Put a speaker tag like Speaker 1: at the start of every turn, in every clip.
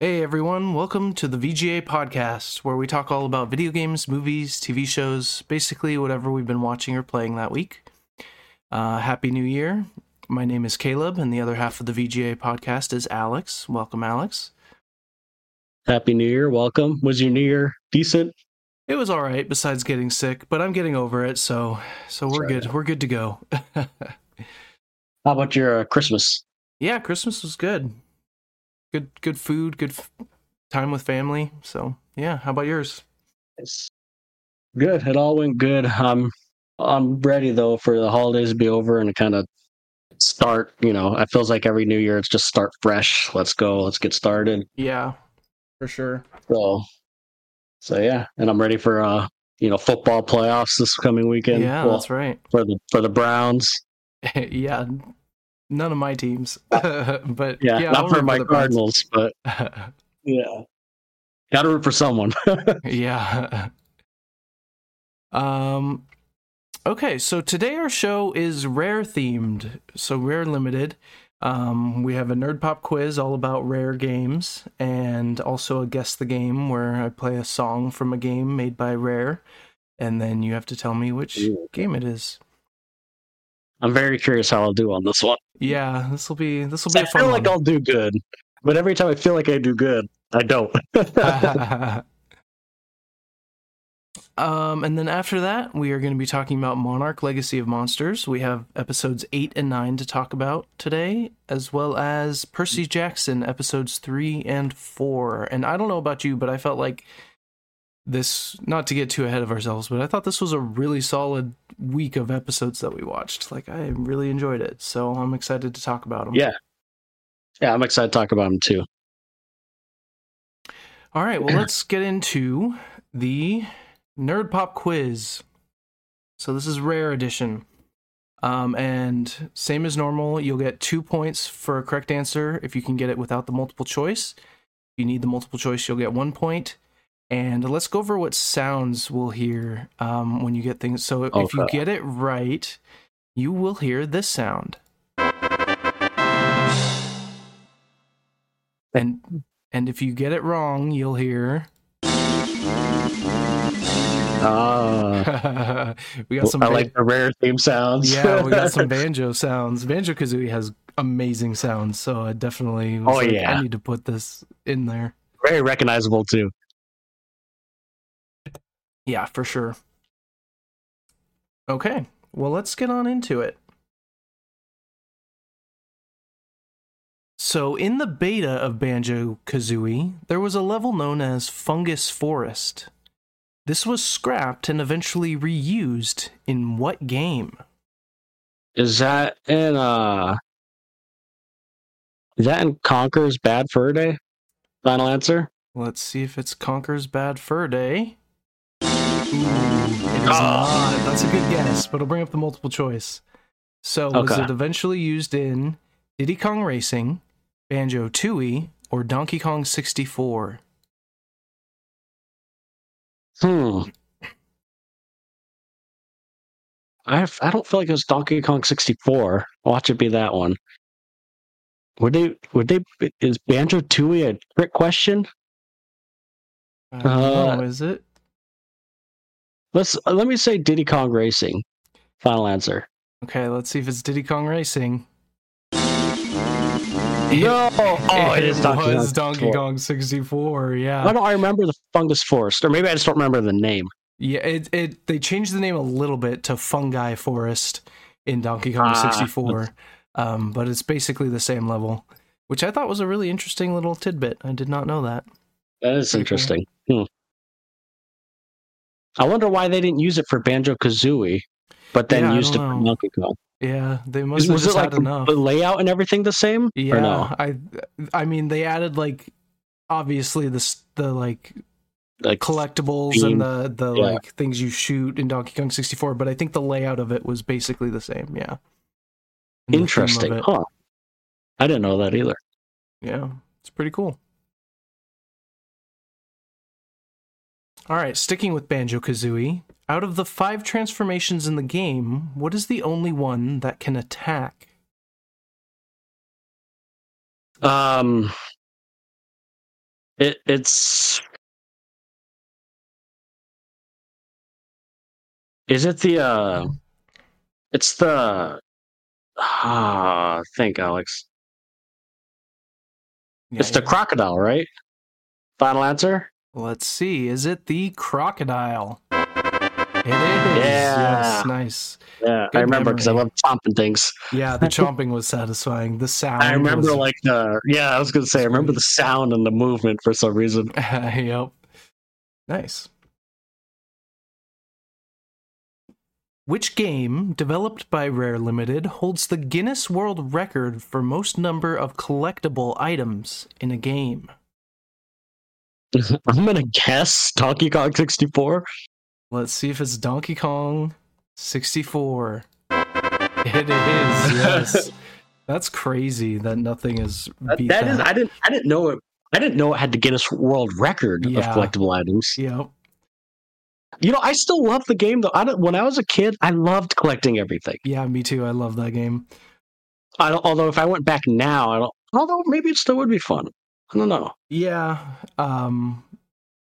Speaker 1: Hey everyone, welcome to the VGA podcast, where we talk all about video games, movies, TV shows, basically whatever we've been watching or playing that week. Uh, Happy New Year. My name is Caleb, and the other half of the VGA podcast is Alex. Welcome, Alex.
Speaker 2: Happy New Year. Welcome. Was your New Year decent?
Speaker 1: It was all right, besides getting sick, but I'm getting over it, so so we're
Speaker 2: That's right.
Speaker 1: good. We're good to go.
Speaker 2: How about your uh, Christmas?
Speaker 1: yeah, Christmas was good. Good, good food, good f- time with family. So yeah, how about yours?
Speaker 2: It's good. It all went good. I'm I'm ready though for the holidays to be over and to kind of start. You know, it feels like every New Year it's just start fresh. Let's go. Let's get started.
Speaker 1: Yeah, for sure.
Speaker 2: So, so yeah, and I'm ready for uh you know football playoffs this coming weekend.
Speaker 1: yeah,
Speaker 2: Well,
Speaker 1: that's right.
Speaker 2: for the for the Browns.
Speaker 1: yeah, none of my teams, but
Speaker 2: Yeah,
Speaker 1: I'll
Speaker 2: not for
Speaker 1: root
Speaker 2: my
Speaker 1: the Browns.
Speaker 2: Cardinals, but yeah, got to root for someone.
Speaker 1: yeah. Um. Okay, so today our show is rare themed, so rare limited. Um, we have a nerd pop quiz all about rare games, and also a guess the game where I play a song from a game made by Rare, and then you have to tell me which
Speaker 2: Ooh.
Speaker 1: game it is.
Speaker 2: I'm very curious how I'll do on this one.
Speaker 1: Yeah, this will be this will be
Speaker 2: I
Speaker 1: a fun
Speaker 2: feel like
Speaker 1: one.
Speaker 2: I'll do good, but every time I feel like I do good, I don't.
Speaker 1: um, and then after that, we are going to be talking about Monarch Legacy of Monsters. We have episodes 8 and 9 to talk about today, as well as Percy Jackson episodes 3 and 4. And I don't know about you, but I felt like this, not to get too ahead of ourselves, but I thought this was a really solid week of episodes that we watched. Like, I really enjoyed it. So I'm excited to talk about them.
Speaker 2: Yeah. yeah, I'm excited to talk about them too.
Speaker 1: All right, well, let's get into the Nerd Pop quiz. So this is rare edition. Um, and same as normal, you'll get two points for a correct answer if you can get it without the multiple choice. If you need the multiple choice, you'll get one point. And let's go over what sounds we'll hear um, when you get things. So if you
Speaker 2: Okay.
Speaker 1: get it right, you will hear this sound. And and if you get it wrong, you'll hear.
Speaker 2: Ah,
Speaker 1: we got some.
Speaker 2: I
Speaker 1: ba-
Speaker 2: like the rare theme sounds.
Speaker 1: yeah, we got some banjo sounds. Banjo Kazooie has amazing sounds, so I definitely. was
Speaker 2: Oh,
Speaker 1: like,
Speaker 2: yeah.
Speaker 1: I need to put this in there.
Speaker 2: very recognizable too.
Speaker 1: Yeah, for sure. Okay, well, let's get on into it. So, in the beta of Banjo Kazooie, there was a level known as Fungus Forest. This was scrapped and eventually reused in what game?
Speaker 2: Is that in uh? Is that in Conquer's Bad Fur Day? Final answer.
Speaker 1: Let's see if it's Conker's Bad Fur Day. It's
Speaker 2: Mm. Ah.
Speaker 1: not. That's a good guess, but it'll bring up the multiple choice. So, was
Speaker 2: Okay.
Speaker 1: it eventually used in Diddy Kong Racing, Banjo Tooie, or Donkey Kong 64?
Speaker 2: Hmm. I have, I don't feel like it was Donkey Kong 64. Watch it be that one. Would they? Would they? Is Banjo Tooie a trick question?
Speaker 1: I don't
Speaker 2: Uh,
Speaker 1: know, is it?
Speaker 2: Let's uh, let me say Diddy Kong Racing. Final answer.
Speaker 1: Okay, let's see if it's Diddy Kong Racing.
Speaker 2: No. Oh, it is Donkey Kong.
Speaker 1: was Donkey
Speaker 2: 64.
Speaker 1: Kong 64, yeah.
Speaker 2: Why don't I remember the Fungus Forest? Or maybe I just don't remember the name.
Speaker 1: Yeah, it, it they changed the name a little bit to Fungi Forest in Donkey Kong
Speaker 2: Ah.
Speaker 1: 64, um, but it's basically the same level, which I thought was a really interesting little tidbit. I did not know that.
Speaker 2: That
Speaker 1: Pretty
Speaker 2: is
Speaker 1: cool.
Speaker 2: interesting. Hmm. I wonder why they didn't use it for Banjo Kazooie, but then
Speaker 1: Yeah, I
Speaker 2: used it
Speaker 1: don't
Speaker 2: for
Speaker 1: know.
Speaker 2: Donkey Kong.
Speaker 1: Yeah, they must
Speaker 2: Is-
Speaker 1: have
Speaker 2: was it
Speaker 1: just
Speaker 2: like
Speaker 1: had
Speaker 2: the,
Speaker 1: enough.
Speaker 2: the layout and everything the same?
Speaker 1: Yeah,
Speaker 2: Or no?
Speaker 1: I I mean they added like obviously the s- the like
Speaker 2: Like
Speaker 1: collectibles and
Speaker 2: Theme.
Speaker 1: the the
Speaker 2: Yeah.
Speaker 1: like things you shoot in Donkey Kong 64, but I think the layout of it was basically the same. Yeah. And the theme of
Speaker 2: interesting.
Speaker 1: it.
Speaker 2: Huh. I didn't know that either.
Speaker 1: Yeah, it's pretty cool. All right, sticking with Banjo Kazooie, out of the five transformations in the game, what is the only one that can attack?
Speaker 2: Um It it's Is it the uh it's the ah think Alex.
Speaker 1: Yeah,
Speaker 2: It's the crocodile, right? Final answer?
Speaker 1: Let's see. Is it the crocodile? It is. Yes.
Speaker 2: Yeah.
Speaker 1: Nice.
Speaker 2: Yeah,
Speaker 1: Good
Speaker 2: I remember because I
Speaker 1: memory.
Speaker 2: love chomping things.
Speaker 1: Yeah, the chomping was satisfying. The sound.
Speaker 2: I remember
Speaker 1: was-
Speaker 2: like the yeah, I was gonna say I remember the sound and the movement for some reason.
Speaker 1: yep. Nice. Which game, developed by Rare Limited, holds the Guinness World Record for most number of collectible items in a game?
Speaker 2: I'm gonna guess Donkey Kong 64.
Speaker 1: Let's see if it's Donkey Kong 64. It is, yes. That's crazy that nothing is beat
Speaker 2: that is I didn't I didn't know it I didn't know it had the Guinness World Record of
Speaker 1: Yeah.
Speaker 2: collectible items.
Speaker 1: Yep.
Speaker 2: You know, I still love the game though. I don't, when I was a kid, I loved collecting everything.
Speaker 1: Yeah, me too. I love that game.
Speaker 2: I don't, although if I went back now, I don't, although maybe it still would be fun. I don't know.
Speaker 1: Yeah. Um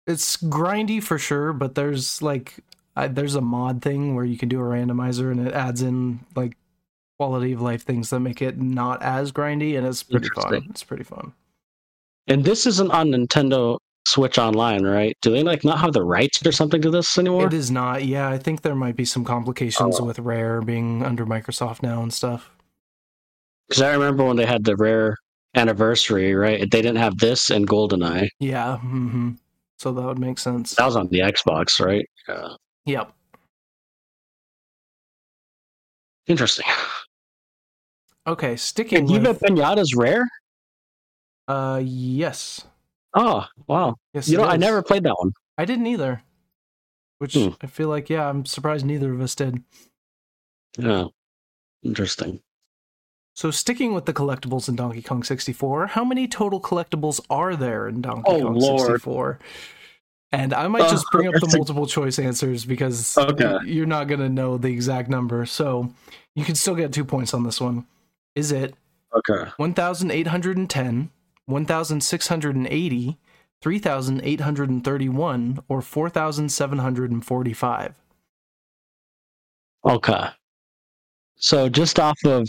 Speaker 1: it's grindy for sure, but there's like I, there's a mod thing where you can do a randomizer and it adds in like quality of life things that make it not as grindy and it's pretty fun.
Speaker 2: Interesting.
Speaker 1: It's pretty fun.
Speaker 2: And this isn't on Nintendo Switch Online, right? Do they like not have the rights or something to this anymore?
Speaker 1: It is not. Yeah, I think there might be some complications
Speaker 2: Oh.
Speaker 1: with Rare being under Microsoft now and stuff.
Speaker 2: Because I remember when they had the rare anniversary, right? They didn't have this and GoldenEye.
Speaker 1: Yeah. hmm So that would make sense.
Speaker 2: That was on the Xbox, right? Yeah.
Speaker 1: Yep.
Speaker 2: Interesting.
Speaker 1: Okay. Sticking
Speaker 2: And Viva
Speaker 1: with.
Speaker 2: Pinata's rare?
Speaker 1: Uh, yes.
Speaker 2: Oh, wow.
Speaker 1: Yes.
Speaker 2: You know,
Speaker 1: it
Speaker 2: I
Speaker 1: is.
Speaker 2: never played that one.
Speaker 1: I didn't either. Which
Speaker 2: Hmm.
Speaker 1: I feel like, yeah, I'm surprised neither of us did.
Speaker 2: Yeah. Interesting.
Speaker 1: So sticking with the collectibles in Donkey Kong 64, how many total collectibles are there in Donkey
Speaker 2: Oh,
Speaker 1: Kong
Speaker 2: Lord.
Speaker 1: 64? And I might
Speaker 2: Oh,
Speaker 1: just bring up the
Speaker 2: that's a-
Speaker 1: multiple choice answers because
Speaker 2: Okay.
Speaker 1: you're not going to know the exact number. So you can still get two points on this one. Is it
Speaker 2: Okay.
Speaker 1: 1,810, 1,680, 3,831, or 4,745?
Speaker 2: Okay. So just off of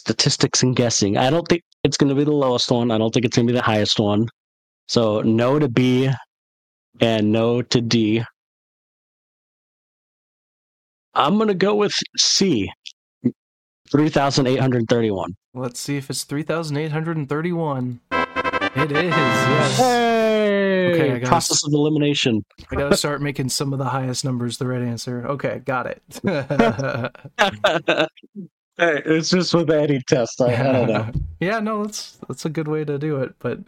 Speaker 2: statistics and guessing, I don't think it's going to be the lowest one. I don't think it's going to be the highest one. So no to B and no to D. I'm going to go with C. 3831.
Speaker 1: Let's see if it's 3,831. It is, yes.
Speaker 2: Hey!
Speaker 1: Okay, I got
Speaker 2: Process of elimination.
Speaker 1: I gotta start making some of the highest numbers the right answer. Okay, got it.
Speaker 2: hey, it's just with any test. I, I don't know.
Speaker 1: yeah, no, that's that's a good way to do it, but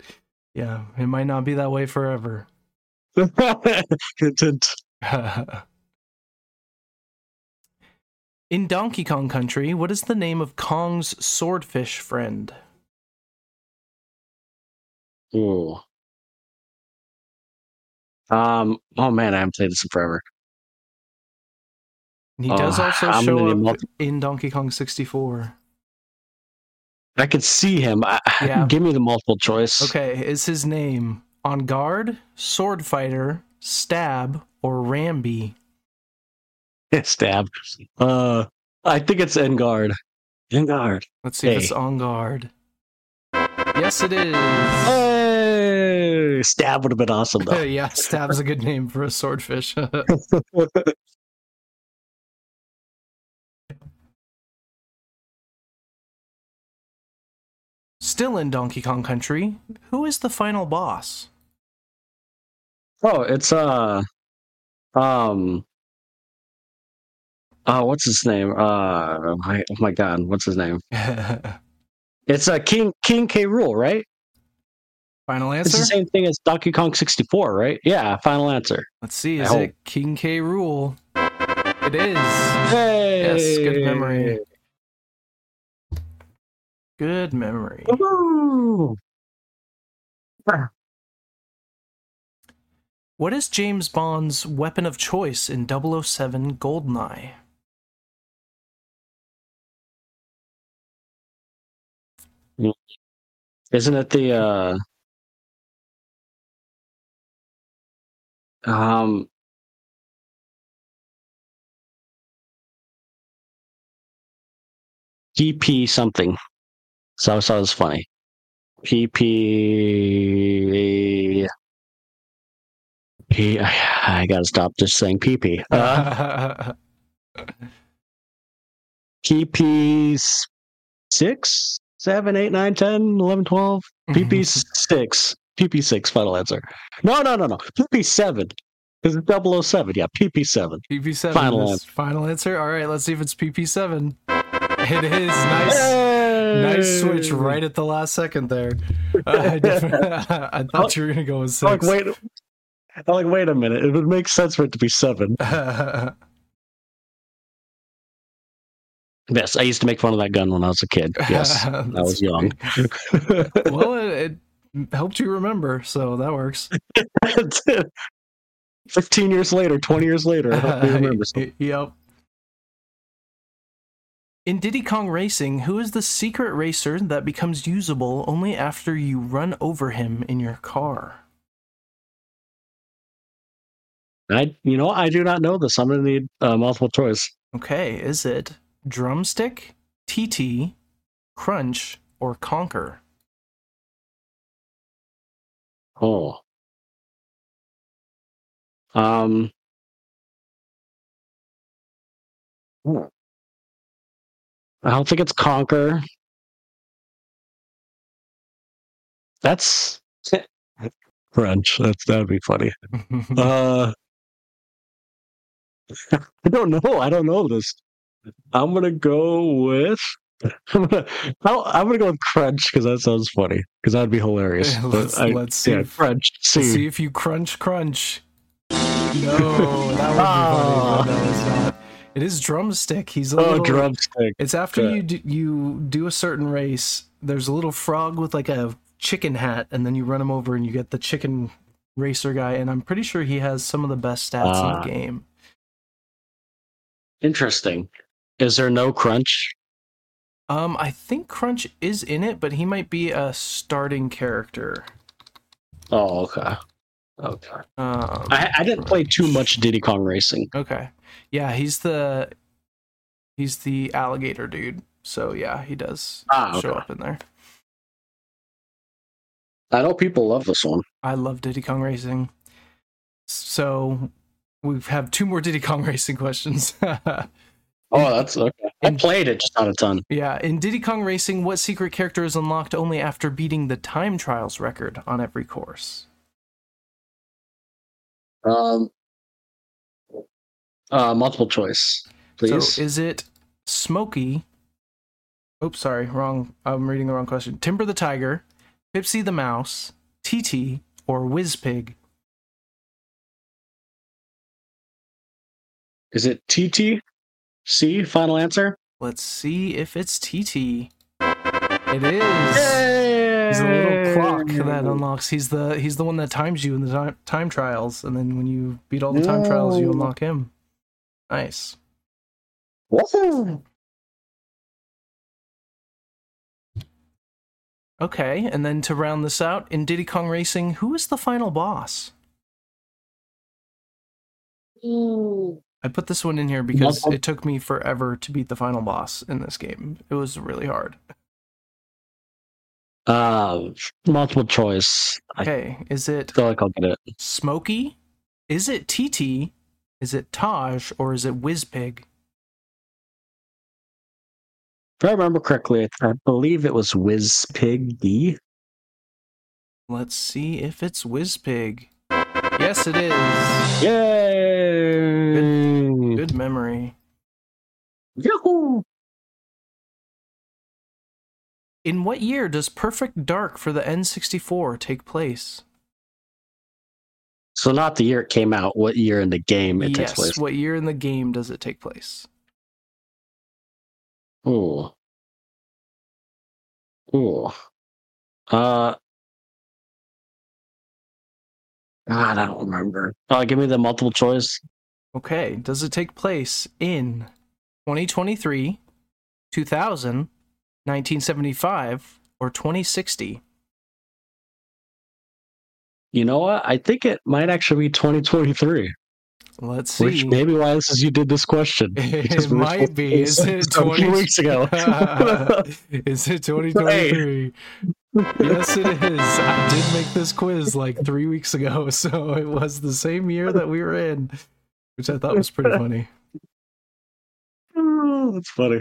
Speaker 1: yeah, it might not be that way forever.
Speaker 2: It didn't-
Speaker 1: In Donkey Kong Country, what is the name of Kong's swordfish friend?
Speaker 2: Ooh. Um. Oh man, I haven't played this in forever.
Speaker 1: And he does
Speaker 2: Oh,
Speaker 1: also
Speaker 2: I'm
Speaker 1: show
Speaker 2: gonna
Speaker 1: up
Speaker 2: need
Speaker 1: in Donkey Kong 64.
Speaker 2: I could see him. I,
Speaker 1: Yeah.
Speaker 2: Give me the multiple choice.
Speaker 1: Okay, is his name on guard, sword fighter, stab, or Rambi?
Speaker 2: Stab. Uh, I think it's Engard. Engard.
Speaker 1: Let's see if it's
Speaker 2: Hey.
Speaker 1: on guard. Yes, it is.
Speaker 2: Hey, Stab would have been awesome though.
Speaker 1: yeah, stab's a good name for a swordfish. Still in Donkey Kong Country, who is the final boss?
Speaker 2: oh, it's uh, um, uh, what's his name? Uh, I, oh my god, what's his name?
Speaker 1: final
Speaker 2: It's uh, King King K. Rule, right? It's the
Speaker 1: answer?
Speaker 2: same thing as Donkey Kong 64, right? Yeah, final answer.
Speaker 1: Let's see,
Speaker 2: I
Speaker 1: is
Speaker 2: hope.
Speaker 1: it King K. Rule? It is.
Speaker 2: Hey!
Speaker 1: Yes, good memory. Good memory.
Speaker 2: Woo!
Speaker 1: What is James Bond's weapon of choice in 007 Goldeneye?
Speaker 2: Isn't it the uh Um, GP something. So I thought it was funny. PP. P- I gotta stop just saying PP. Uh, PP six, seven, eight, nine, 10, 11, 12. PP six. PP six. Final answer. No, no, no, no. PP seven. Is it 007? Yeah, PP seven.
Speaker 1: PP7.
Speaker 2: Final
Speaker 1: Final, final answer. All right, let's see if it's PP7. It is. Nice. Nice switch right at the last second there. Uh, I, defi- I thought you were going to go with
Speaker 2: I'm like
Speaker 1: six.
Speaker 2: wait. I'm like wait a minute. It would make sense for it to be seven. Yes, I used to make fun of that gun when I was a kid. Yes,
Speaker 1: I
Speaker 2: I was young.
Speaker 1: well, it, it helped you remember, so that works.
Speaker 2: Fifteen years later, twenty years later, I hope you remember. something.
Speaker 1: yep. In Diddy Kong Racing, who is the secret racer that becomes usable only after you run over him in your car?
Speaker 2: I, you know, I do not know this. I'm gonna need uh, multiple choice.
Speaker 1: Okay, is it drumstick, TT, crunch, or conquer?
Speaker 2: Oh, um, I Hmm. don't think it's conquer. That's French. That's that'd be funny. Uh, I don't know. I don't know this. I'm gonna go with. I'm gonna. I'll, I'm gonna go with crunch because that sounds funny. Because that'd be hilarious. But
Speaker 1: let's,
Speaker 2: I-
Speaker 1: let's see.
Speaker 2: yeah,
Speaker 1: if-
Speaker 2: crunch.
Speaker 1: let's
Speaker 2: See.
Speaker 1: see if you crunch, crunch. No, that would be funny. but No, it's not. Ah. It is drumstick. He's a
Speaker 2: Oh,
Speaker 1: little,
Speaker 2: drumstick.
Speaker 1: It's after
Speaker 2: Okay.
Speaker 1: you do, you do a certain race. There's a little frog with like a chicken hat, and then you run him over, and you get the chicken racer guy. And I'm pretty sure he has some of the best stats in
Speaker 2: Ah.
Speaker 1: the game.
Speaker 2: Interesting. Is there no crunch?
Speaker 1: Um, I think Crunch is in it, but he might be a starting character.
Speaker 2: Oh, okay. Okay.
Speaker 1: Um,
Speaker 2: I, I didn't play too much Diddy Kong Racing.
Speaker 1: okay, yeah, he's the he's the alligator dude. So yeah, he does
Speaker 2: Ah,
Speaker 1: show
Speaker 2: okay.
Speaker 1: up in there.
Speaker 2: I know people love this one.
Speaker 1: I love Diddy Kong Racing. So we have two more Diddy Kong Racing questions.
Speaker 2: Oh, that's okay. I played it, just not a ton.
Speaker 1: yeah, in Diddy Kong Racing, what secret character is unlocked only after beating the time trials record on every course?
Speaker 2: Um, uh, multiple choice, please.
Speaker 1: So is it Smokey? Oops, sorry, wrong. I'm reading the wrong question. Timber the Tiger, Pipsy the Mouse, TT, or Whizpig?
Speaker 2: is it TT? C final answer.
Speaker 1: Let's see if it's TT. It is. He's a
Speaker 2: Yay!
Speaker 1: little clock that unlocks. He's the he's the one that times you in the time, time trials, and then when you beat all the time trials, you
Speaker 2: No.
Speaker 1: unlock him. Nice.
Speaker 2: Woohoo!
Speaker 1: Okay, and then to round this out, in Diddy Kong Racing, who is the final boss? I put this one in here because
Speaker 2: Nothing.
Speaker 1: it took me forever to beat the final boss in this game. It was really hard.
Speaker 2: Uh, multiple choice. I
Speaker 1: Okay, is it
Speaker 2: feel like I'll get it.
Speaker 1: Smokey? Is it TT? Is it Taj? Or is it Whizpig?
Speaker 2: If I remember correctly, I- I believe it was Whiz Piggy.
Speaker 1: Let's see if it's Whizpig. Yes, it is.
Speaker 2: Yay!
Speaker 1: Good memory.
Speaker 2: Yahoo!
Speaker 1: In what year does Perfect Dark for the N64 take place?
Speaker 2: So not the year it came out. What year in the game it takes
Speaker 1: yes.
Speaker 2: place?
Speaker 1: What year in the game does it take place?
Speaker 2: Ooh. Ooh. Uh. God, I don't remember. Uh, give me the multiple choice.
Speaker 1: Okay. Does it take place in 2023, 2000, 1975, or 2060?
Speaker 2: You know what? I think it might actually be 2023.
Speaker 1: Let's see.
Speaker 2: Which maybe why this is you did this question. because
Speaker 1: it
Speaker 2: we were
Speaker 1: might
Speaker 2: supposed to
Speaker 1: be.
Speaker 2: do
Speaker 1: Is
Speaker 2: this
Speaker 1: it Uh,
Speaker 2: a few
Speaker 1: 20?
Speaker 2: weeks ago?
Speaker 1: is it 2023? uh, Yes, it is. I did make this quiz like three weeks ago, so it was the same year that we were in, which I thought was pretty funny.
Speaker 2: Oh, That's funny.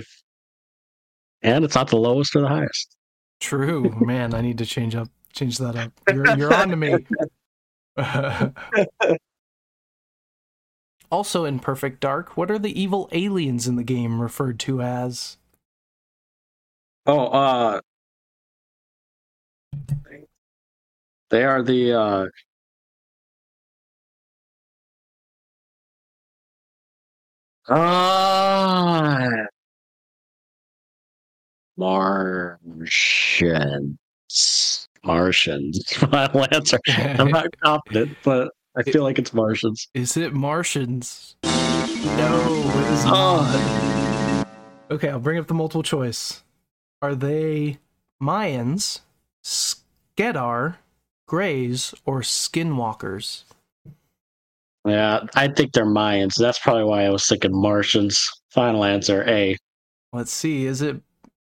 Speaker 2: And it's not the lowest or the highest.
Speaker 1: True, man. I need to change up, change that up. You're, you're on to me. also, in Perfect Dark, what are the evil aliens in the game referred to as?
Speaker 2: Oh, uh They are the uh Ah Martians. Martians. Final answer. I'm not confident, but I feel like it's Martians.
Speaker 1: Is it Martians? No, it is
Speaker 2: Oh,
Speaker 1: Okay, I'll bring up the multiple choice. Are they Mayans, Skedar, Greys, or Skinwalkers?
Speaker 2: yeah, I think they're Mayans. That's probably why I was thinking Martians. Final answer A.
Speaker 1: Let's see. Is it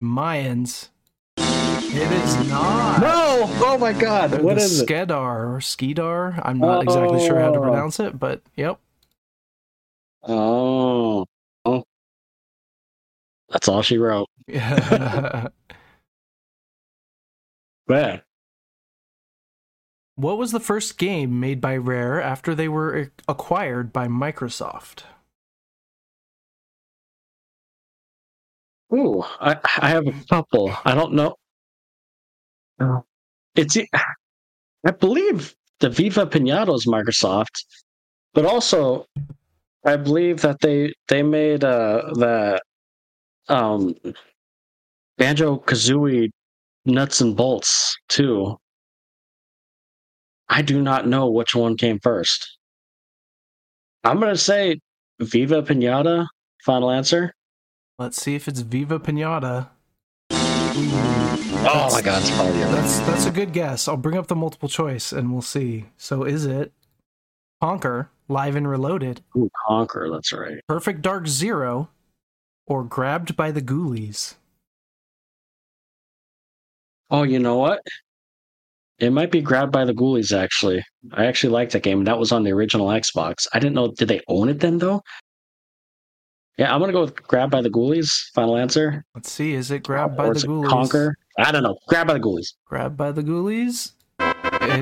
Speaker 1: Mayans? It is not.
Speaker 2: No! Oh my god,
Speaker 1: They're
Speaker 2: what
Speaker 1: the
Speaker 2: is it?
Speaker 1: Skedar or Skidar? I'm not exactly sure how to
Speaker 2: Oh.
Speaker 1: pronounce it, but yep.
Speaker 2: Oh. oh. That's all she wrote. Man.
Speaker 1: what was the first game made by Rare after they were acquired by Microsoft?
Speaker 2: Ooh, I, I have a couple. I don't know. Oh. It's e- I believe the Viva Pinata is Microsoft, but also I believe that they they made uh that um Banjo Kazooie nuts and bolts too. I do not know which one came first. I'm gonna say Viva Pinata, final answer.
Speaker 1: Let's see if it's Viva Pinata.
Speaker 2: Oh my god, it's probably the other.
Speaker 1: That's that's a good guess. I'll bring up the multiple choice and we'll see. So is it Conquer, Live and Reloaded,
Speaker 2: Ooh, Conquer, that's right.
Speaker 1: Perfect Dark Zero, or Grabbed by the Ghoulies?
Speaker 2: Oh, you know what? It might be grabbed by the ghoulies, actually. I actually liked that game. That was on the original Xbox. I didn't know. Did they own it then, though? Yeah, I'm going to go with Grab by the Ghoulies. Final answer.
Speaker 1: Let's see, is it Grabbed by
Speaker 2: Or
Speaker 1: the
Speaker 2: is it
Speaker 1: Ghoulies?
Speaker 2: Conquer. I don't know. Grab by the Ghoulies.
Speaker 1: Grabbed by the Ghoulies? It,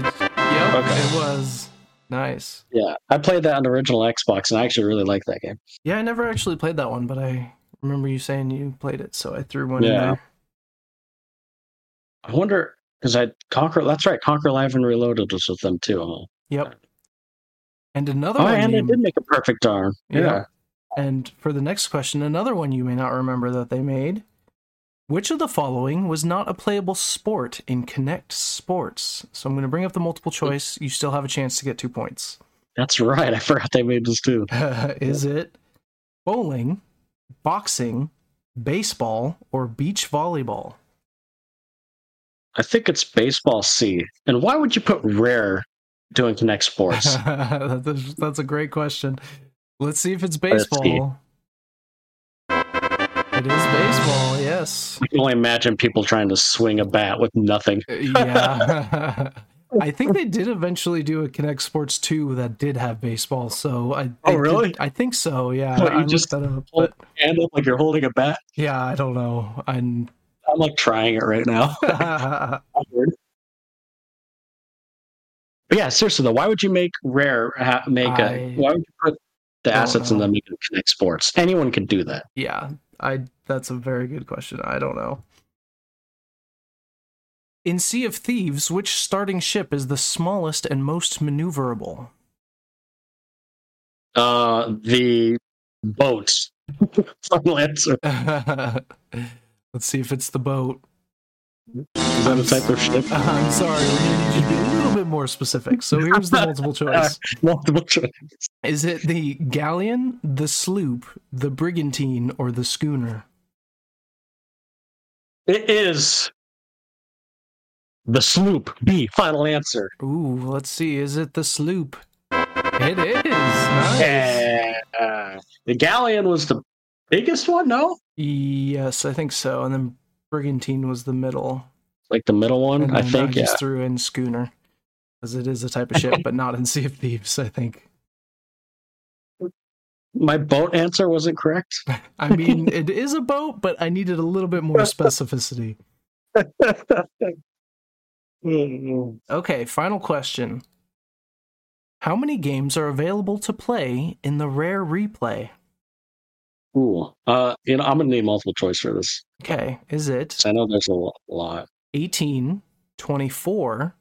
Speaker 1: yep,
Speaker 2: Okay.
Speaker 1: it was. Nice.
Speaker 2: Yeah. I played that on the original Xbox, and I actually really liked that game.
Speaker 1: Yeah, I never actually played that one, but I remember you saying you played it, so I threw one in
Speaker 2: Yeah.
Speaker 1: there.
Speaker 2: I wonder, because I Conquer, that's right. Conquer Live and Reloaded was with them, too. huh?
Speaker 1: Yep. And another
Speaker 2: Oh,
Speaker 1: one.
Speaker 2: and they
Speaker 1: you-
Speaker 2: did make a perfect arm.
Speaker 1: Yeah.
Speaker 2: yeah.
Speaker 1: And for the next question, another one you may not remember that they made. Which of the following was not a playable sport in Connect Sports? So I'm going to bring up the multiple choice. You still have a chance to get two points.
Speaker 2: That's right. I forgot they made this, too.
Speaker 1: Is it bowling, boxing, baseball, or beach volleyball?
Speaker 2: I think it's baseball C. And why would you put rare doing Connect Sports?
Speaker 1: that's, that's a great question. Let's see if it's baseball. It is baseball, yes.
Speaker 2: I can only imagine people trying to swing a bat with nothing.
Speaker 1: yeah. I think they did eventually do a Connect Sports 2 that did have baseball. So I
Speaker 2: Oh,
Speaker 1: they
Speaker 2: really?
Speaker 1: did- I think so. Yeah.
Speaker 2: What, you
Speaker 1: I
Speaker 2: just-
Speaker 1: just that up, but
Speaker 2: Hand up like you're holding a bat.
Speaker 1: yeah, I don't know. And
Speaker 2: I'm like trying it right now. Awkward. but yeah, seriously though, why would you make rare ha- make a?
Speaker 1: I
Speaker 2: Why would you put the
Speaker 1: don't
Speaker 2: assets in
Speaker 1: know.
Speaker 2: them making Connect Sports? Anyone could do that.
Speaker 1: yeah, I that's a very good question. I don't know. In Sea of Thieves, which starting ship is the smallest and most maneuverable?
Speaker 2: Uh, the boats. Final answer.
Speaker 1: Let's see if it's the boat.
Speaker 2: Is that a type of ship?
Speaker 1: I'm sorry, we're gonna need you to be a little bit more specific. So here's the multiple choice.
Speaker 2: Multiple choice.
Speaker 1: Is it the galleon, the sloop, the brigantine, or the schooner?
Speaker 2: It is The sloop. B. Final answer.
Speaker 1: Ooh, let's see. Is it the sloop? It is. Nice.
Speaker 2: Yeah. uh, The galleon was the biggest one, no?
Speaker 1: Yes, I think so. And then brigantine was the middle.
Speaker 2: Like the middle one,
Speaker 1: And
Speaker 2: I
Speaker 1: then
Speaker 2: think.
Speaker 1: I
Speaker 2: Yeah.
Speaker 1: just threw in schooner because it is a type of ship, but not in Sea of Thieves. I think.
Speaker 2: My boat answer wasn't correct.
Speaker 1: I mean, it is a boat, but I needed a little bit more specificity.
Speaker 2: Mm.
Speaker 1: Okay, final question. How many games are available to play in the rare replay?
Speaker 2: Ooh. Uh, you know, I'm gonna need multiple choice for this.
Speaker 1: Okay, is it
Speaker 2: 'cause I know there's a lo- lot.
Speaker 1: 18, 24,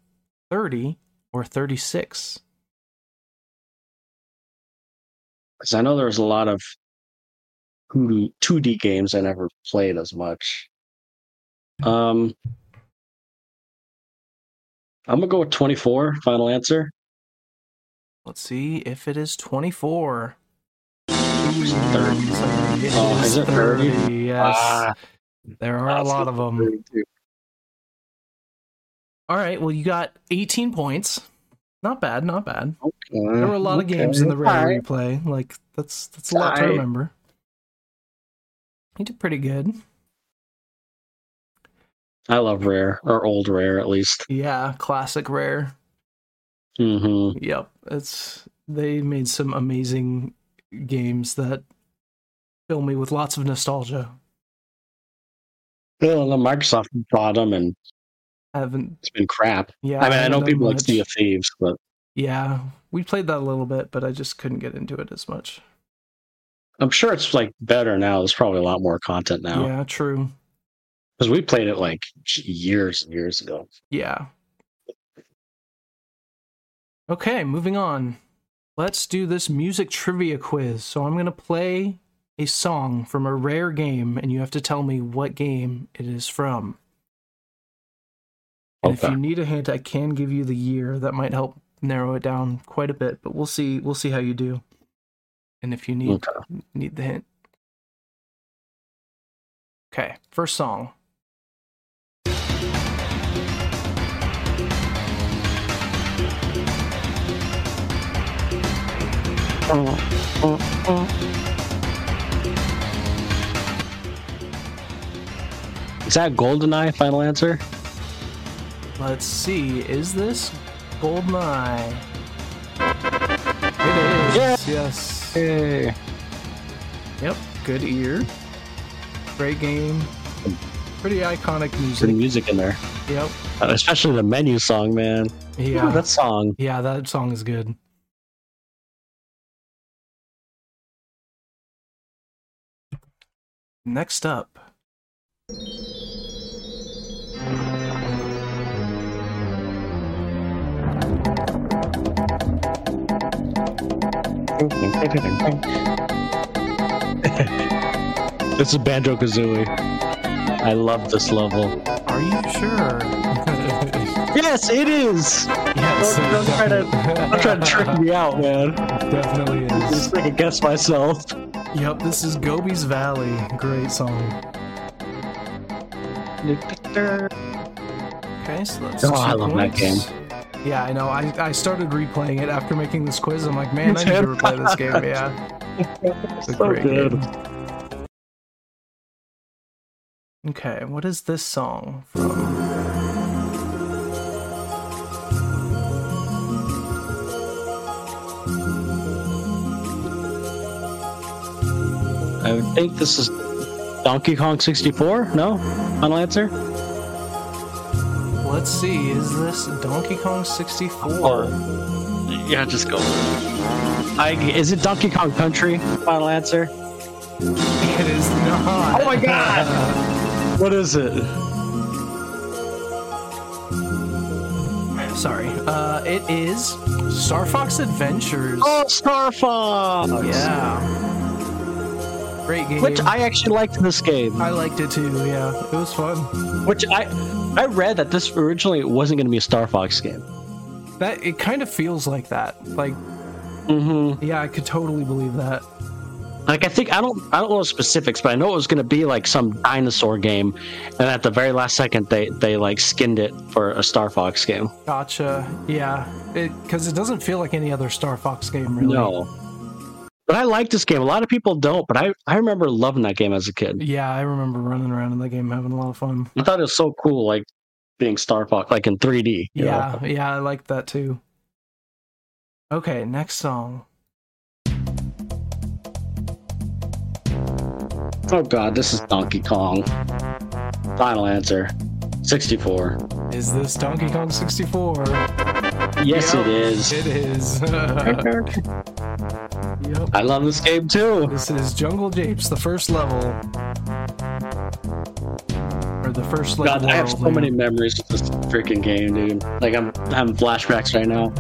Speaker 1: 30, or 36?
Speaker 2: Because I know there's a lot of 2D, 2D games I never played as much. Um, I'm gonna go with 24. Final answer.
Speaker 1: Let's see if it is 24.
Speaker 2: Who's third?
Speaker 1: It
Speaker 2: Oh, is it 30?
Speaker 1: Yes.
Speaker 2: Ah,
Speaker 1: there are a
Speaker 2: that's
Speaker 1: lot of them.
Speaker 2: 32.
Speaker 1: All right, well, you got 18 points. Not bad, not bad.
Speaker 2: Okay,
Speaker 1: There were a lot of games in the
Speaker 2: okay.
Speaker 1: rare
Speaker 2: Alright.
Speaker 1: replay. Like that's that's a lot to
Speaker 2: Alright.
Speaker 1: remember. You did pretty good.
Speaker 2: I love rare or old rare at least.
Speaker 1: Yeah, classic rare.
Speaker 2: hmm
Speaker 1: Yep, it's they made some amazing games that fill me with lots of nostalgia.
Speaker 2: Well, the Microsoft bought them and
Speaker 1: I haven't
Speaker 2: it's been crap.
Speaker 1: yeah.
Speaker 2: I mean, I
Speaker 1: haven't
Speaker 2: know
Speaker 1: done
Speaker 2: people like
Speaker 1: much.
Speaker 2: Sea of Thieves, but
Speaker 1: Yeah, we played that a little bit, but I just couldn't get into it as much.
Speaker 2: I'm sure it's like better now. There's probably a lot more content now
Speaker 1: Yeah, true.
Speaker 2: because we played it like years and years ago.
Speaker 1: Yeah. Okay, moving on. Let's do this music trivia quiz. So I'm going to play a song from a rare game, and you have to tell me what game it is from. And if
Speaker 2: Okay.
Speaker 1: you need a hint, I can give you the year. That might help narrow it down quite a bit, but we'll see. We'll see how you do. And if you need
Speaker 2: Okay.
Speaker 1: need the hint. Okay, first song.
Speaker 2: Is that Goldeneye? Final answer.
Speaker 1: Let's see, is this Goldeneye? It is, yes.
Speaker 2: Hey.
Speaker 1: Yep, good ear. Great game. Pretty iconic
Speaker 2: Some
Speaker 1: music.
Speaker 2: music in there,
Speaker 1: Yep.
Speaker 2: Uh, especially the menu song, man. Ooh,
Speaker 1: Yeah.
Speaker 2: that song.
Speaker 1: Yeah, that song is good. Next up.
Speaker 2: This is Banjo Kazooie. I love this level.
Speaker 1: Are you sure?
Speaker 2: Yes, it is.
Speaker 1: yes,
Speaker 2: Don't- don't try to- I'm trying to trick me out, man.
Speaker 1: Definitely
Speaker 2: I'm
Speaker 1: is.
Speaker 2: just making guess myself.
Speaker 1: Yep, this is Gobi's Valley. Great song. Okay, so that's
Speaker 2: Oh,
Speaker 1: two
Speaker 2: I love that
Speaker 1: points. Yeah, I know. I, I started replaying it after making this quiz. I'm like, man, I need to replay this game. Yeah, it's a
Speaker 2: so
Speaker 1: great
Speaker 2: good.
Speaker 1: game. Okay, what is this song from?
Speaker 2: I think this is Donkey Kong 64. No, final answer.
Speaker 1: Let's see, is this Donkey Kong 64?
Speaker 2: Oh. yeah, just go. I, is it Donkey Kong Country? Final answer.
Speaker 1: It is not.
Speaker 2: Oh my God! What is it?
Speaker 1: Sorry. Uh, it is Star Fox Adventures.
Speaker 2: Oh, Star Fox.
Speaker 1: Oh, yeah. Great game.
Speaker 2: Which I actually liked this game.
Speaker 1: I liked it too. Yeah, it was fun.
Speaker 2: Which I I read that this originally wasn't going to be a Star Fox game.
Speaker 1: That it kind of feels like that. Like,
Speaker 2: Mm-hmm.
Speaker 1: yeah, I could totally believe that.
Speaker 2: Like I think I don't I don't know specifics, but I know it was going to be like some dinosaur game, and at the very last second they they like skinned it for a Star Fox game.
Speaker 1: Gotcha. Yeah. Because it, doesn't feel like any other Star Fox game, really.
Speaker 2: No. But I like this game. A lot of people don't, but I, I remember loving that game as a kid.
Speaker 1: Yeah, I remember running around in that game having a lot of fun.
Speaker 2: I thought it was so cool, like being Star Fox, like in 3D. you know?
Speaker 1: Yeah, yeah, I like that too. Okay, next song.
Speaker 2: Oh god, this is Donkey Kong. Final answer. 64.
Speaker 1: Is this Donkey Kong 64?
Speaker 2: Yes,
Speaker 1: Yep,
Speaker 2: it is.
Speaker 1: It is. yep.
Speaker 2: I love this game too.
Speaker 1: This is Jungle Japes, the first level. Or the first level.
Speaker 2: God, I have so
Speaker 1: world,
Speaker 2: many
Speaker 1: man.
Speaker 2: memories of this freaking game, dude. Like I'm having flashbacks right now.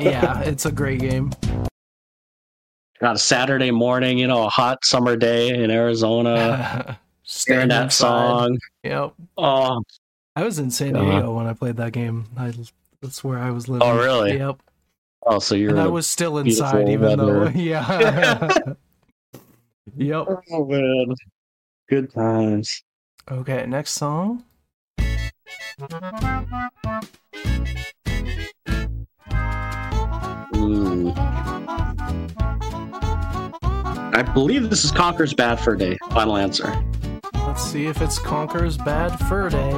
Speaker 1: yeah, it's a great game.
Speaker 2: On a Saturday morning, you know, a hot summer day in Arizona, hearing
Speaker 1: Stand
Speaker 2: Uh, that
Speaker 1: outside.
Speaker 2: song.
Speaker 1: Yep.
Speaker 2: Oh,
Speaker 1: I was in San
Speaker 2: Uh-huh.
Speaker 1: Diego when I played that game. I, that's where I was living.
Speaker 2: Oh, really?
Speaker 1: Yep.
Speaker 2: oh, so you're.
Speaker 1: and I
Speaker 2: the-
Speaker 1: was still
Speaker 2: beautiful
Speaker 1: inside, even though.
Speaker 2: weather.
Speaker 1: Yeah. yep.
Speaker 2: Oh man, good times.
Speaker 1: Okay, next song.
Speaker 2: Mm. I believe this is Conker's Bad Fur Day. Final answer.
Speaker 1: Let's see if it's Conker's Bad Fur Day.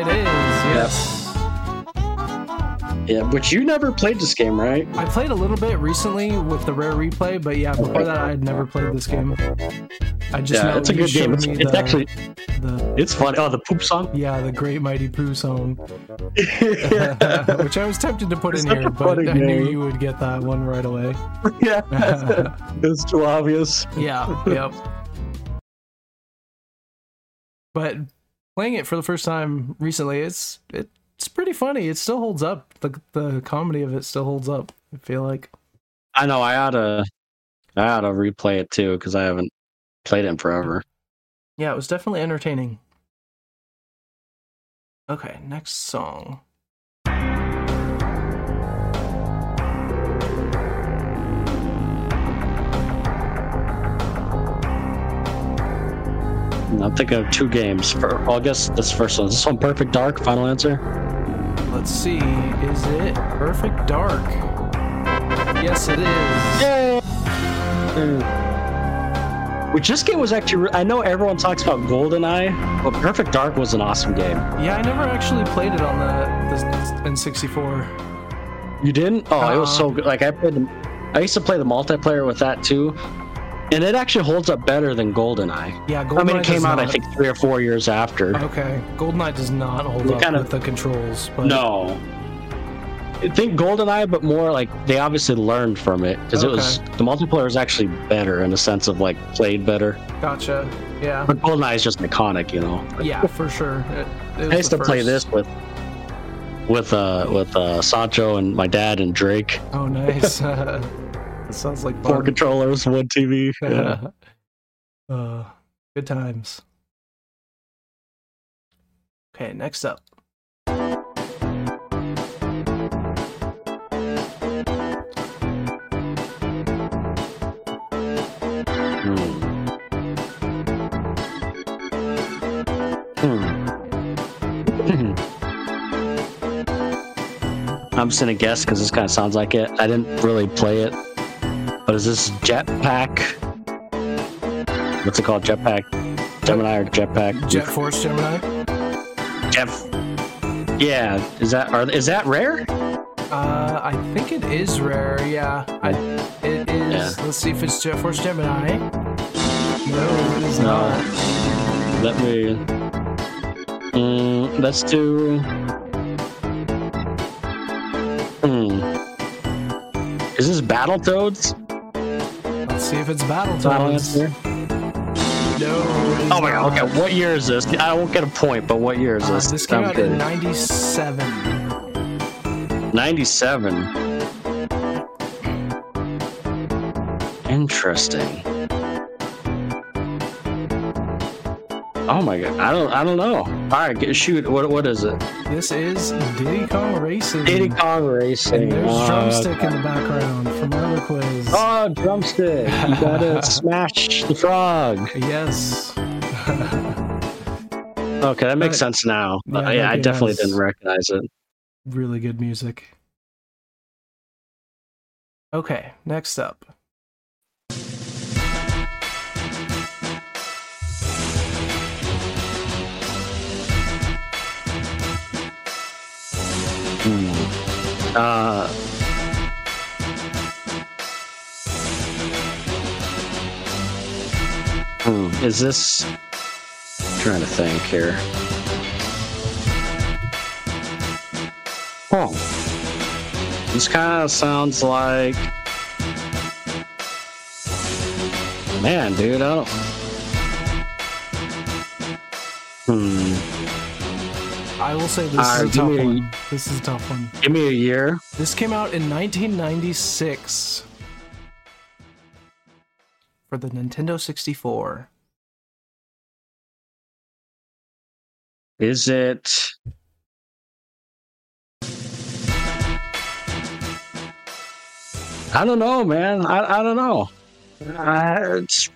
Speaker 1: It is, yes.
Speaker 2: Yeah, but you never played this game, right?
Speaker 1: I played a little bit recently with the rare replay, but yeah, before that I had never played this game. I just know
Speaker 2: yeah, it's a
Speaker 1: you
Speaker 2: good game.
Speaker 1: showed
Speaker 2: It's,
Speaker 1: me
Speaker 2: it's
Speaker 1: the,
Speaker 2: actually
Speaker 1: the
Speaker 2: it's fun. Oh, the poop song.
Speaker 1: yeah the Great Mighty Pooh song,
Speaker 2: yeah.
Speaker 1: which I was tempted to put
Speaker 2: It's
Speaker 1: in
Speaker 2: such
Speaker 1: here,
Speaker 2: a
Speaker 1: but
Speaker 2: funny
Speaker 1: I knew
Speaker 2: game.
Speaker 1: you would get that one right away.
Speaker 2: it's too obvious.
Speaker 1: Yeah, yep. But playing it for the first time recently, it's it's pretty funny. It still holds up. The the comedy of it still holds up. I feel like.
Speaker 2: I know. I oughta, I oughta replay it too because I haven't played it in forever.
Speaker 1: Yeah, it was definitely entertaining. Okay, next song.
Speaker 2: And I'm thinking of two games. For, well, I guess this first one. Is this one Perfect Dark? Final answer.
Speaker 1: Let's see. Is it Perfect Dark? Yes, it is.
Speaker 2: Yay! Hmm. Which this game was actually. re- I know everyone talks about GoldenEye, but Perfect Dark was an awesome game.
Speaker 1: Yeah, I never actually played it on the, the N64.
Speaker 2: You didn't? Oh, it was so
Speaker 1: Uh-uh.
Speaker 2: good. Like I played. The, I used to play the multiplayer with that too, and it actually holds up better than GoldenEye.
Speaker 1: Yeah, Goldeneye
Speaker 2: I mean, it
Speaker 1: does
Speaker 2: came out I
Speaker 1: not-
Speaker 2: think three or four years after.
Speaker 1: Okay, Goldeneye does not hold
Speaker 2: They
Speaker 1: up
Speaker 2: kind of-
Speaker 1: with the controls. But
Speaker 2: No. I think GoldenEye, but more like they obviously learned from it because it was the multiplayer is actually better in the sense of like played better.
Speaker 1: Gotcha. Yeah.
Speaker 2: But GoldenEye is just iconic, you know. Like,
Speaker 1: Yeah, for sure. It, it was
Speaker 2: I used
Speaker 1: the
Speaker 2: to play
Speaker 1: first.
Speaker 2: this with with uh with uh Sancho and my dad and Drake.
Speaker 1: Oh, nice. that sounds like
Speaker 2: Four
Speaker 1: fun.
Speaker 2: controllers, one TV. Yeah.
Speaker 1: uh, good times. Okay, next up.
Speaker 2: Hmm. Hmm. I'm just gonna guess because this kind of sounds like it. I didn't really play it, but is this Jetpack? What's it called? Jetpack, Gemini or Jetpack?
Speaker 1: Jet Force Gemini.
Speaker 2: Jet. Yeah, is that are is that rare?
Speaker 1: Uh, I think it is rare. Yeah, I, it is. Let's see if it's Jet Force Gemini. No, it is
Speaker 2: No.
Speaker 1: not.
Speaker 2: Let me. Mm, let's do. Hmm. Is this Battletoads?
Speaker 1: Let's see if it's
Speaker 2: Final
Speaker 1: Battletoads.
Speaker 2: answer.
Speaker 1: No. it is
Speaker 2: Oh my god.
Speaker 1: not.
Speaker 2: Okay. What year is this? I won't get a point, but what year is
Speaker 1: Uh,
Speaker 2: this?
Speaker 1: this came
Speaker 2: I'm
Speaker 1: out in
Speaker 2: kidding.
Speaker 1: '97.
Speaker 2: 97. Interesting. Oh my god. I don't. I don't know. All right, get- shoot. What what is it?
Speaker 1: This is Diddy Kong Racing.
Speaker 2: Diddy Kong Racing.
Speaker 1: And there's
Speaker 2: Uh,
Speaker 1: drumstick in the background from our quiz.
Speaker 2: Oh, drumstick! You gotta smash the frog.
Speaker 1: Yes.
Speaker 2: Okay, that makes
Speaker 1: Right.
Speaker 2: sense now.
Speaker 1: Yeah,
Speaker 2: Uh, yeah, I
Speaker 1: okay,
Speaker 2: definitely
Speaker 1: that's-
Speaker 2: didn't recognize it.
Speaker 1: Really good music. Okay, next up.
Speaker 2: Uh, hmm, is this? trying to think here. Oh, this kind of sounds like. Man, dude, I don't. Hmm.
Speaker 1: I will say this
Speaker 2: All
Speaker 1: is a
Speaker 2: right,
Speaker 1: tough
Speaker 2: give me-
Speaker 1: one. This is a tough one.
Speaker 2: Give me a year.
Speaker 1: This came out in 1996 for the Nintendo 64.
Speaker 2: Is it? I don't know, man. I, I don't know. Uh, it's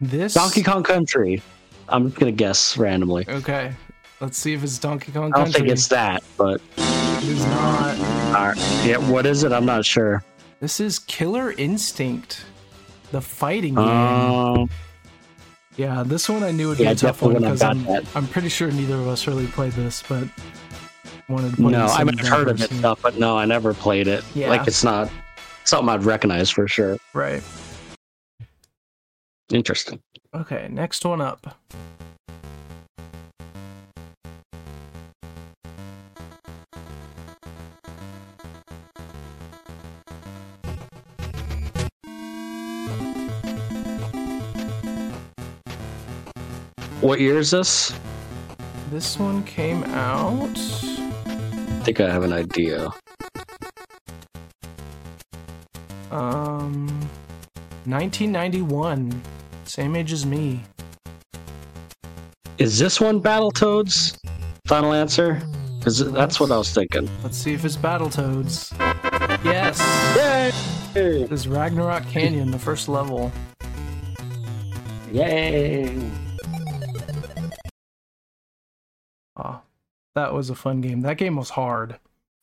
Speaker 1: This
Speaker 2: Donkey Kong Country. I'm just gonna guess randomly.
Speaker 1: Okay, let's see if it's Donkey Kong
Speaker 2: I
Speaker 1: Country.
Speaker 2: don't think it's that, but
Speaker 1: It is not.
Speaker 2: uh, yeah, what is it? I'm not sure.
Speaker 1: This is Killer Instinct, the fighting game.
Speaker 2: Um,
Speaker 1: yeah, this one I knew would
Speaker 2: yeah,
Speaker 1: be a tough one
Speaker 2: definitely wouldn't
Speaker 1: because
Speaker 2: have
Speaker 1: I'm,
Speaker 2: got
Speaker 1: I'm pretty sure neither of us really played this, but wanted to play
Speaker 2: no,
Speaker 1: this
Speaker 2: I
Speaker 1: in
Speaker 2: mean, I've heard of it
Speaker 1: person.
Speaker 2: stuff, but no, I never played it.
Speaker 1: Yeah.
Speaker 2: Like it's not something I'd recognize for sure.
Speaker 1: Right.
Speaker 2: Interesting.
Speaker 1: Okay, next one up.
Speaker 2: What year is this?
Speaker 1: This one came out.
Speaker 2: I think I have an idea.
Speaker 1: Um, 1991. Same age as me.
Speaker 2: Is this one Battletoads? Final answer? Because that's what I was thinking.
Speaker 1: Let's see if it's Battletoads. Yes!
Speaker 2: Yay!
Speaker 1: It is Ragnarok Canyon, the first level.
Speaker 2: Yay!
Speaker 1: Ah, that was a fun game. That game was hard.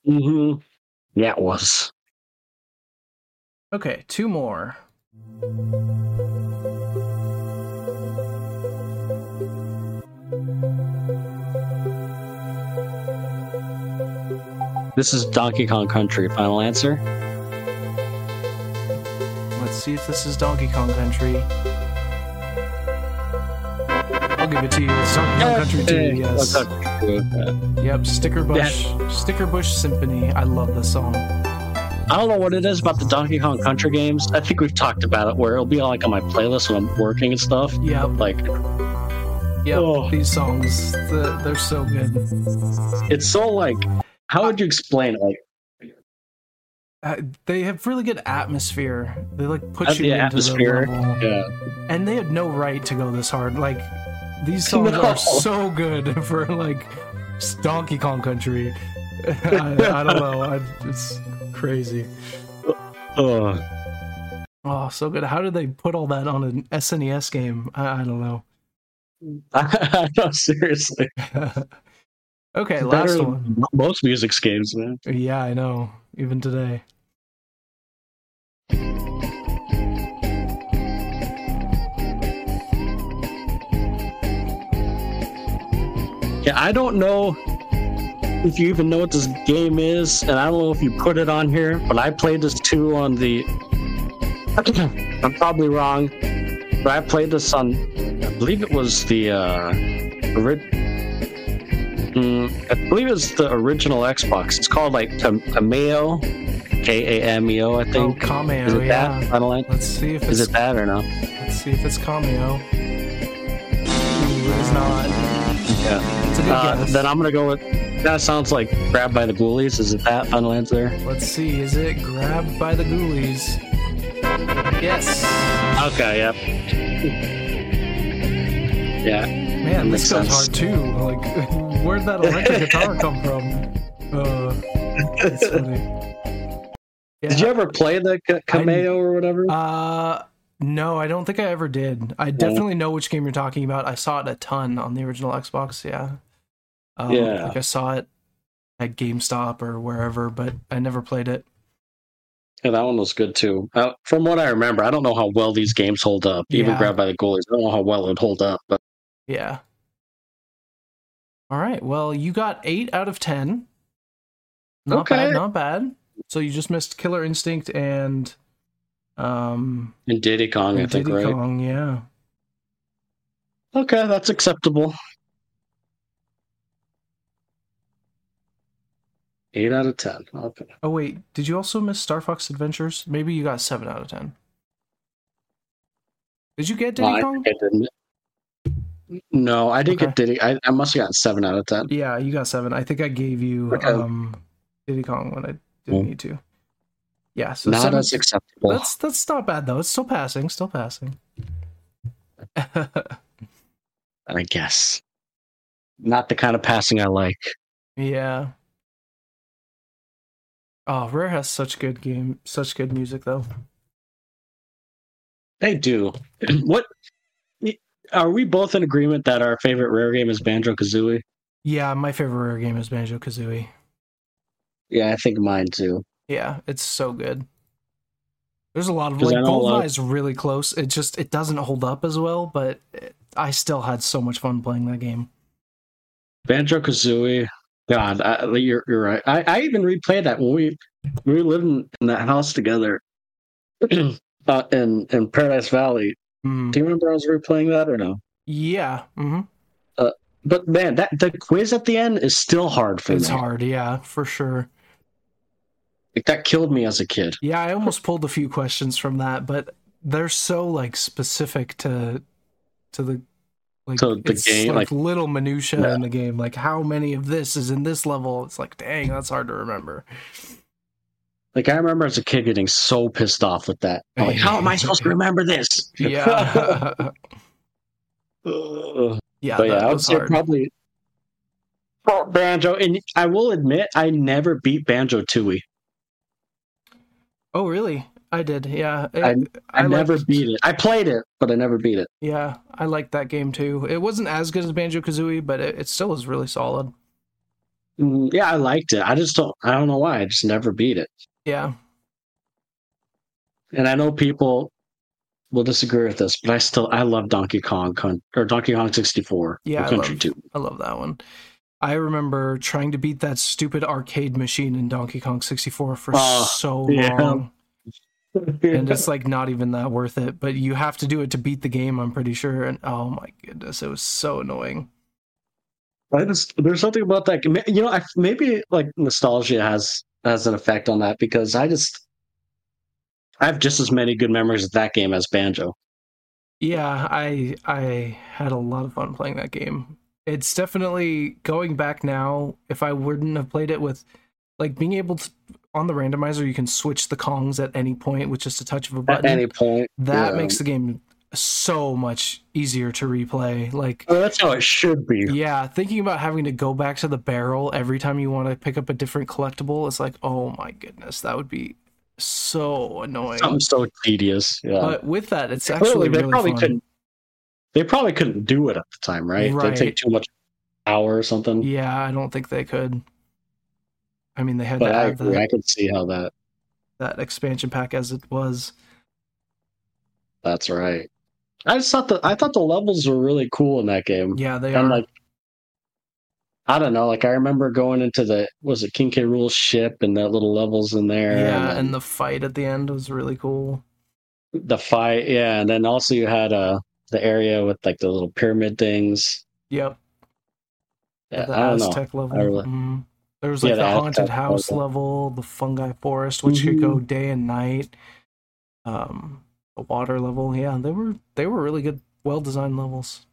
Speaker 2: hmm Yeah, it was.
Speaker 1: Okay, two more.
Speaker 2: This is Donkey Kong Country. Final answer?
Speaker 1: Let's see if this is Donkey Kong Country. I'll give it to you. It's Donkey Kong Country 2, yes.
Speaker 2: I
Speaker 1: Yep, Sticker Bush. Sticker Bush Symphony. I love this song.
Speaker 2: don't know what it is about the Donkey Kong Country games. I think we've talked about it where it'll be like on my playlist when I'm working and stuff.
Speaker 1: Yep,
Speaker 2: Like,
Speaker 1: yep.
Speaker 2: Oh.
Speaker 1: These songs, the, they're so good.
Speaker 2: it's so like, how would you explain it? Like,
Speaker 1: Uh, they have really good atmosphere. They like put
Speaker 2: Uh,
Speaker 1: you
Speaker 2: yeah,
Speaker 1: into
Speaker 2: atmosphere.
Speaker 1: the level.
Speaker 2: yeah.
Speaker 1: and they had no right to go this hard. Like these songs
Speaker 2: No.
Speaker 1: are so good for like s- Donkey Kong Country. I, I don't know. I, it's crazy.
Speaker 2: Ugh.
Speaker 1: Oh, so good. How did they put all that on an SNES game? I, I don't know.
Speaker 2: I know, seriously.
Speaker 1: okay,
Speaker 2: Better
Speaker 1: last
Speaker 2: than
Speaker 1: one.
Speaker 2: Most music games, man.
Speaker 1: Yeah, I know. Even today.
Speaker 2: Yeah, I don't know if you even know what this game is, and I don't know if you put it on here, but I played this too on the. I'm probably wrong, but I played this on. I believe it was the. Uh, ori- Mm, I believe it's the original Xbox. It's called like Tam- Kameo, K A M E O, I
Speaker 1: Oh,
Speaker 2: think. is
Speaker 1: cameo.
Speaker 2: it
Speaker 1: Yeah.
Speaker 2: that? I don't like.
Speaker 1: Let's see if
Speaker 2: Is
Speaker 1: it's
Speaker 2: it that or no?
Speaker 1: let's see if it's cameo. Ooh, it's not.
Speaker 2: Yeah.
Speaker 1: It's a good
Speaker 2: Uh,
Speaker 1: guess.
Speaker 2: then I'm gonna go with. That sounds like Grabbed by the Ghoulies. Is it that final answer?
Speaker 1: Let's see, is it grabbed by the ghoulies? Yes.
Speaker 2: Okay, yep. Yeah.
Speaker 3: Man,
Speaker 2: Makes
Speaker 3: this goes
Speaker 2: sense.
Speaker 3: hard too. Like, where'd that electric guitar come from? Uh, it's funny.
Speaker 1: Yeah.
Speaker 2: Did you ever play the K- Kameo or whatever?
Speaker 1: Uh, no, I don't think I ever did.
Speaker 2: Oh.
Speaker 1: I definitely know which game you're talking about. I saw it a ton on the original Xbox. Yeah. Um,
Speaker 2: Yeah.
Speaker 1: Like I saw it at GameStop or wherever, but I never played it.
Speaker 2: Yeah, that one was good too. Uh, from what I remember, I don't know how well these games hold up. Even
Speaker 1: Yeah.
Speaker 2: grabbed by the goalies, I don't know how well it would hold up. But
Speaker 1: Yeah. All right. Well, you got eight out of ten. Not bad.
Speaker 2: Okay.
Speaker 1: Not bad. So you just missed Killer Instinct and um
Speaker 2: in Diddy Kong, I
Speaker 1: and
Speaker 2: think
Speaker 1: Diddy
Speaker 2: right.
Speaker 1: Kong. Yeah.
Speaker 2: Okay, that's acceptable. Eight out of ten. Okay.
Speaker 1: Oh wait, did you also miss Star Fox Adventures? Maybe you got seven out of ten. Did you get Diddy
Speaker 2: Well, I
Speaker 1: Kong?
Speaker 2: think I didn't. No, I didn't
Speaker 1: Okay.
Speaker 2: get Diddy. I, I must have gotten seven out of ten.
Speaker 1: Yeah, you got seven. I think I gave you
Speaker 2: Okay.
Speaker 1: um Diddy Kong when I didn't
Speaker 2: Mm.
Speaker 1: need to. Yeah, so
Speaker 2: Not
Speaker 1: seven-
Speaker 2: as acceptable.
Speaker 1: that's that's not bad though. It's still passing, still passing.
Speaker 2: I guess. Not the kind of passing I like.
Speaker 1: yeah. Oh, Rare has such good game, such good music though.
Speaker 2: They do. what are we both in agreement that our favorite rare game is Banjo Kazooie?
Speaker 1: Yeah, my favorite Rare game is Banjo Kazooie.
Speaker 2: Yeah, I think mine too.
Speaker 1: Yeah, it's so good. There's a lot of
Speaker 2: 'Cause
Speaker 1: like
Speaker 2: I know a lot
Speaker 1: Goldeneye
Speaker 2: of-
Speaker 1: is really close. It just it doesn't hold up as well, but it, I still had so much fun playing that game.
Speaker 2: Banjo Kazooie. God, I, you're you're right. I, I even replayed that when we when we lived in, in that house together uh, in in Paradise Valley.
Speaker 1: Mm.
Speaker 2: Do you remember I was replaying that or no?
Speaker 1: Yeah, hmm
Speaker 2: But man, that the quiz at the end is still hard for
Speaker 1: it's
Speaker 2: me.
Speaker 1: hard. Yeah, for sure.
Speaker 2: Like, that killed me as a kid.
Speaker 1: Yeah, I almost pulled a few questions from that, but they're so like specific to to the like
Speaker 2: To the
Speaker 1: it's
Speaker 2: game,
Speaker 1: like,
Speaker 2: like-
Speaker 1: little minutia
Speaker 2: Yeah.
Speaker 1: in the game. Like how many of this is in this level? It's like dang, that's hard to remember.
Speaker 2: Like I remember as a kid getting so pissed off with that. I'm like, how am I supposed to remember this?
Speaker 1: Yeah,
Speaker 2: Ugh.
Speaker 1: yeah,
Speaker 2: but yeah,
Speaker 1: that
Speaker 2: I would
Speaker 1: was
Speaker 2: say
Speaker 1: hard.
Speaker 2: probably Oh, Banjo. And I will admit, I never beat Banjo Tooie.
Speaker 1: Oh, really? I did. Yeah. It-
Speaker 2: I, never
Speaker 1: liked-
Speaker 2: beat it. I played it, but I never beat it.
Speaker 1: Yeah, I liked that game too. It wasn't as good as Banjo Kazooie, but it, it still is really solid.
Speaker 2: Mm, Yeah, I liked it. I just don't. I don't know why. I just never beat it.
Speaker 1: Yeah.
Speaker 2: And I know people will disagree with this, but I still I love Donkey Kong Coun- or Donkey Kong sixty four.
Speaker 1: Yeah, I
Speaker 2: Country
Speaker 1: love-
Speaker 2: two.
Speaker 1: I love that one. I remember trying to beat that stupid arcade machine in Donkey Kong 64 for
Speaker 2: Oh,
Speaker 1: so
Speaker 2: yeah.
Speaker 1: long. And it's like not even that worth it, but you have to do it to beat the game, I'm pretty sure. And oh my goodness, it was so annoying.
Speaker 2: I just there's something about that. ma- You know, I, maybe like nostalgia has has an effect on that because I just I have just as many good memories of that game as Banjo.
Speaker 1: Yeah, I I had a lot of fun playing that game. It's definitely going back now. If I wouldn't have played it with, like being able to on the randomizer, you can switch the Kongs at any point with just a touch of a
Speaker 2: At
Speaker 1: button.
Speaker 2: any point,
Speaker 1: that
Speaker 2: yeah.
Speaker 1: makes the game so much easier to replay. Like,
Speaker 2: Oh, that's how it should be.
Speaker 1: yeah, thinking about having to go back to the barrel every time you want to pick up a different collectible, it's like, oh my goodness, that would be so annoying.
Speaker 2: Something so tedious. Yeah.
Speaker 1: But with that, it's
Speaker 2: Clearly,
Speaker 1: actually
Speaker 2: they
Speaker 1: really
Speaker 2: probably
Speaker 1: fun.
Speaker 2: couldn't. They probably couldn't do it at the time, right?
Speaker 1: Right.
Speaker 2: They take too much hour or something.
Speaker 1: Yeah, I don't think they could. I mean, they had
Speaker 2: but
Speaker 1: to
Speaker 2: I
Speaker 1: add
Speaker 2: agree. I
Speaker 1: that,
Speaker 2: can see how that.
Speaker 1: that expansion pack as it was.
Speaker 2: That's right. I just thought the I thought the levels were really cool in that game.
Speaker 1: Yeah, they
Speaker 2: and
Speaker 1: are.
Speaker 2: like I don't know, like I remember going into the was it King K Rule's ship and the little levels in there.
Speaker 1: yeah,
Speaker 2: then
Speaker 1: and the fight at the end was really cool.
Speaker 2: the fight, yeah, and then also you had uh the area with like the little pyramid things.
Speaker 1: Yep,
Speaker 2: Yeah,
Speaker 1: the
Speaker 2: I don't know.
Speaker 1: Aztec level.
Speaker 2: I really-
Speaker 1: Mhm. There was
Speaker 2: Yeah,
Speaker 1: like
Speaker 2: the
Speaker 1: the, haunted
Speaker 2: Aztec
Speaker 1: house
Speaker 2: level. Mm-hmm.
Speaker 1: level, the fungi forest, which could go day and night. Um, the water level. Yeah, they were they were really good, well designed levels.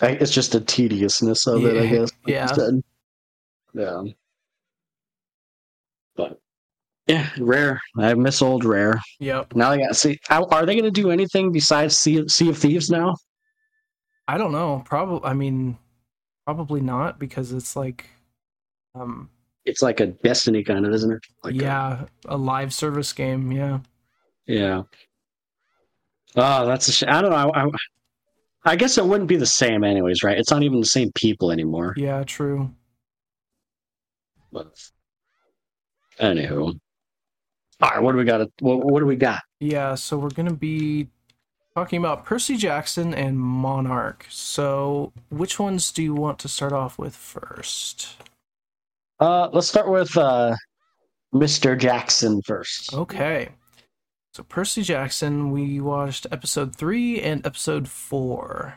Speaker 2: I, it's just the tediousness of it, I
Speaker 1: Yeah,
Speaker 2: guess. like you
Speaker 1: yeah.
Speaker 2: said. Yeah. But yeah, rare. I miss old rare.
Speaker 1: Yep.
Speaker 2: Now they got see. How, are they going to do anything besides sea, sea of Thieves now?
Speaker 1: I don't know. Probably. I mean, probably not because it's like, um,
Speaker 2: It's like a Destiny kind of, isn't it? Like a-
Speaker 1: yeah, a live service game. Yeah.
Speaker 2: yeah. Oh, that's a sh- I don't know. I, I, I guess it wouldn't be the same, anyways, right? It's not even the same people anymore.
Speaker 1: Yeah. True.
Speaker 2: But anywho, all right. What do we got? What, what do we got?
Speaker 1: Yeah, so we're going to be talking about Percy Jackson and Monarch. So, which ones do you want to start off with first?
Speaker 2: Uh, let's start with uh, Mr. Jackson first.
Speaker 1: Okay. So, Percy Jackson, we watched episode 3 and episode 4.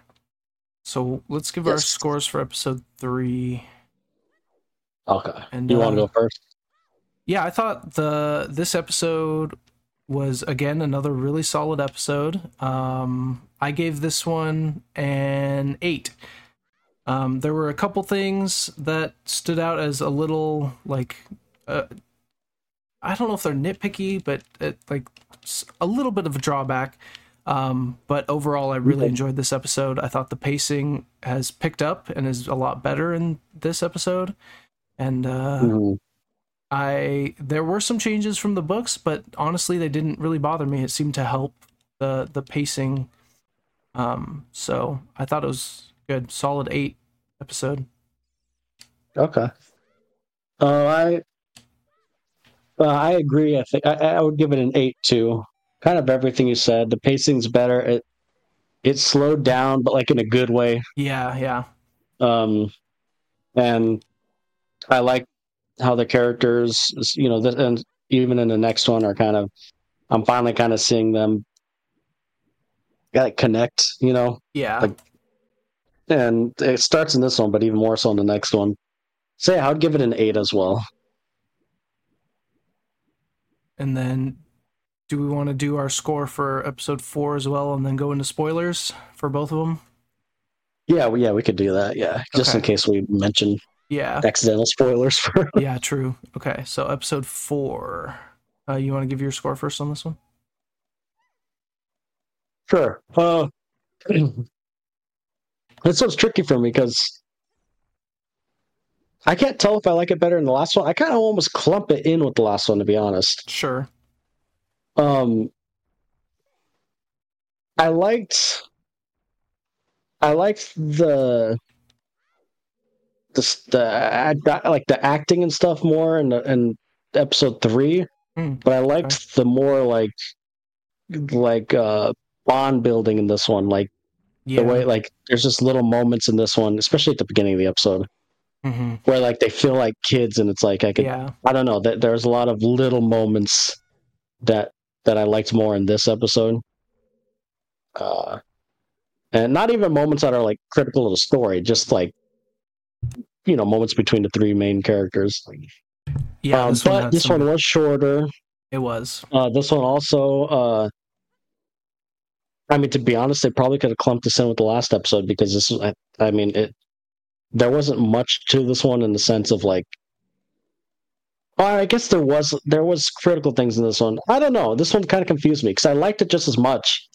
Speaker 1: So, let's give our
Speaker 2: Yes.
Speaker 1: scores for episode 3.
Speaker 2: Okay.
Speaker 1: And
Speaker 2: You want to
Speaker 1: um,
Speaker 2: go first?
Speaker 1: yeah i thought the this episode was again another really solid episode um i gave this one an eight um there were a couple things that stood out as a little like uh, i don't know if they're nitpicky but it, like s- a little bit of a drawback um, but overall, I really
Speaker 2: Okay.
Speaker 1: enjoyed this episode. I thought the pacing has picked up and is a lot better in this episode. And uh,
Speaker 2: Mhm.
Speaker 1: I there were some changes from the books, but honestly, they didn't really bother me. It seemed to help the the pacing. Um, so I thought it was good, solid eight episode.
Speaker 2: Okay. Uh, I uh, I agree. I think I, I would give it an eight too. Kind of everything you said. The pacing's better. It it slowed down, but like in a good way.
Speaker 1: Yeah, yeah,
Speaker 2: um and i like how the characters you know th- and even in the next one are kind of i'm finally kind of seeing them like connect you know
Speaker 1: yeah,
Speaker 2: Like- and it starts in this one but even more so in the next one so yeah i would give it an eight as well
Speaker 1: and then. Do we want to do our score for episode four as well, and then go into spoilers for both of them?
Speaker 2: yeah well, yeah we could do that yeah just in
Speaker 1: Okay.
Speaker 2: case we mention
Speaker 1: Yeah,
Speaker 2: accidental spoilers for
Speaker 1: yeah, true. Okay, so episode four. Uh, you want to give your score first on this one?
Speaker 2: Sure. Uh, this one's tricky for me because I can't tell if I like it better than the last one. I kind of almost clump it in with the last one, to be honest.
Speaker 1: Sure.
Speaker 2: Um, I liked, I liked the, the, s- the I, I like the acting and stuff more, and and episode three,
Speaker 1: Hmm.
Speaker 2: but I liked the more like, like uh bond building in this one, like
Speaker 1: Yeah.
Speaker 2: the way like there's just little moments in this one especially at the beginning of the episode
Speaker 1: hmm
Speaker 2: where like they feel like kids and it's like i could
Speaker 1: Yeah.
Speaker 2: i don't know that there's a lot of little moments that that i liked more in this episode uh and not even moments that are like critical to the story just like you know moments between the three main characters
Speaker 1: Yeah.
Speaker 2: um,
Speaker 1: this one
Speaker 2: but
Speaker 1: had
Speaker 2: this
Speaker 1: some-
Speaker 2: one was shorter
Speaker 1: It was.
Speaker 2: uh, this one also, uh, I mean, to be honest, they probably could have clumped this in with the last episode because this, I, I mean, it there wasn't much to this one in the sense of like, oh, I guess there was there was critical things in this one. I don't know. This one kind of confused me because I liked it just as much,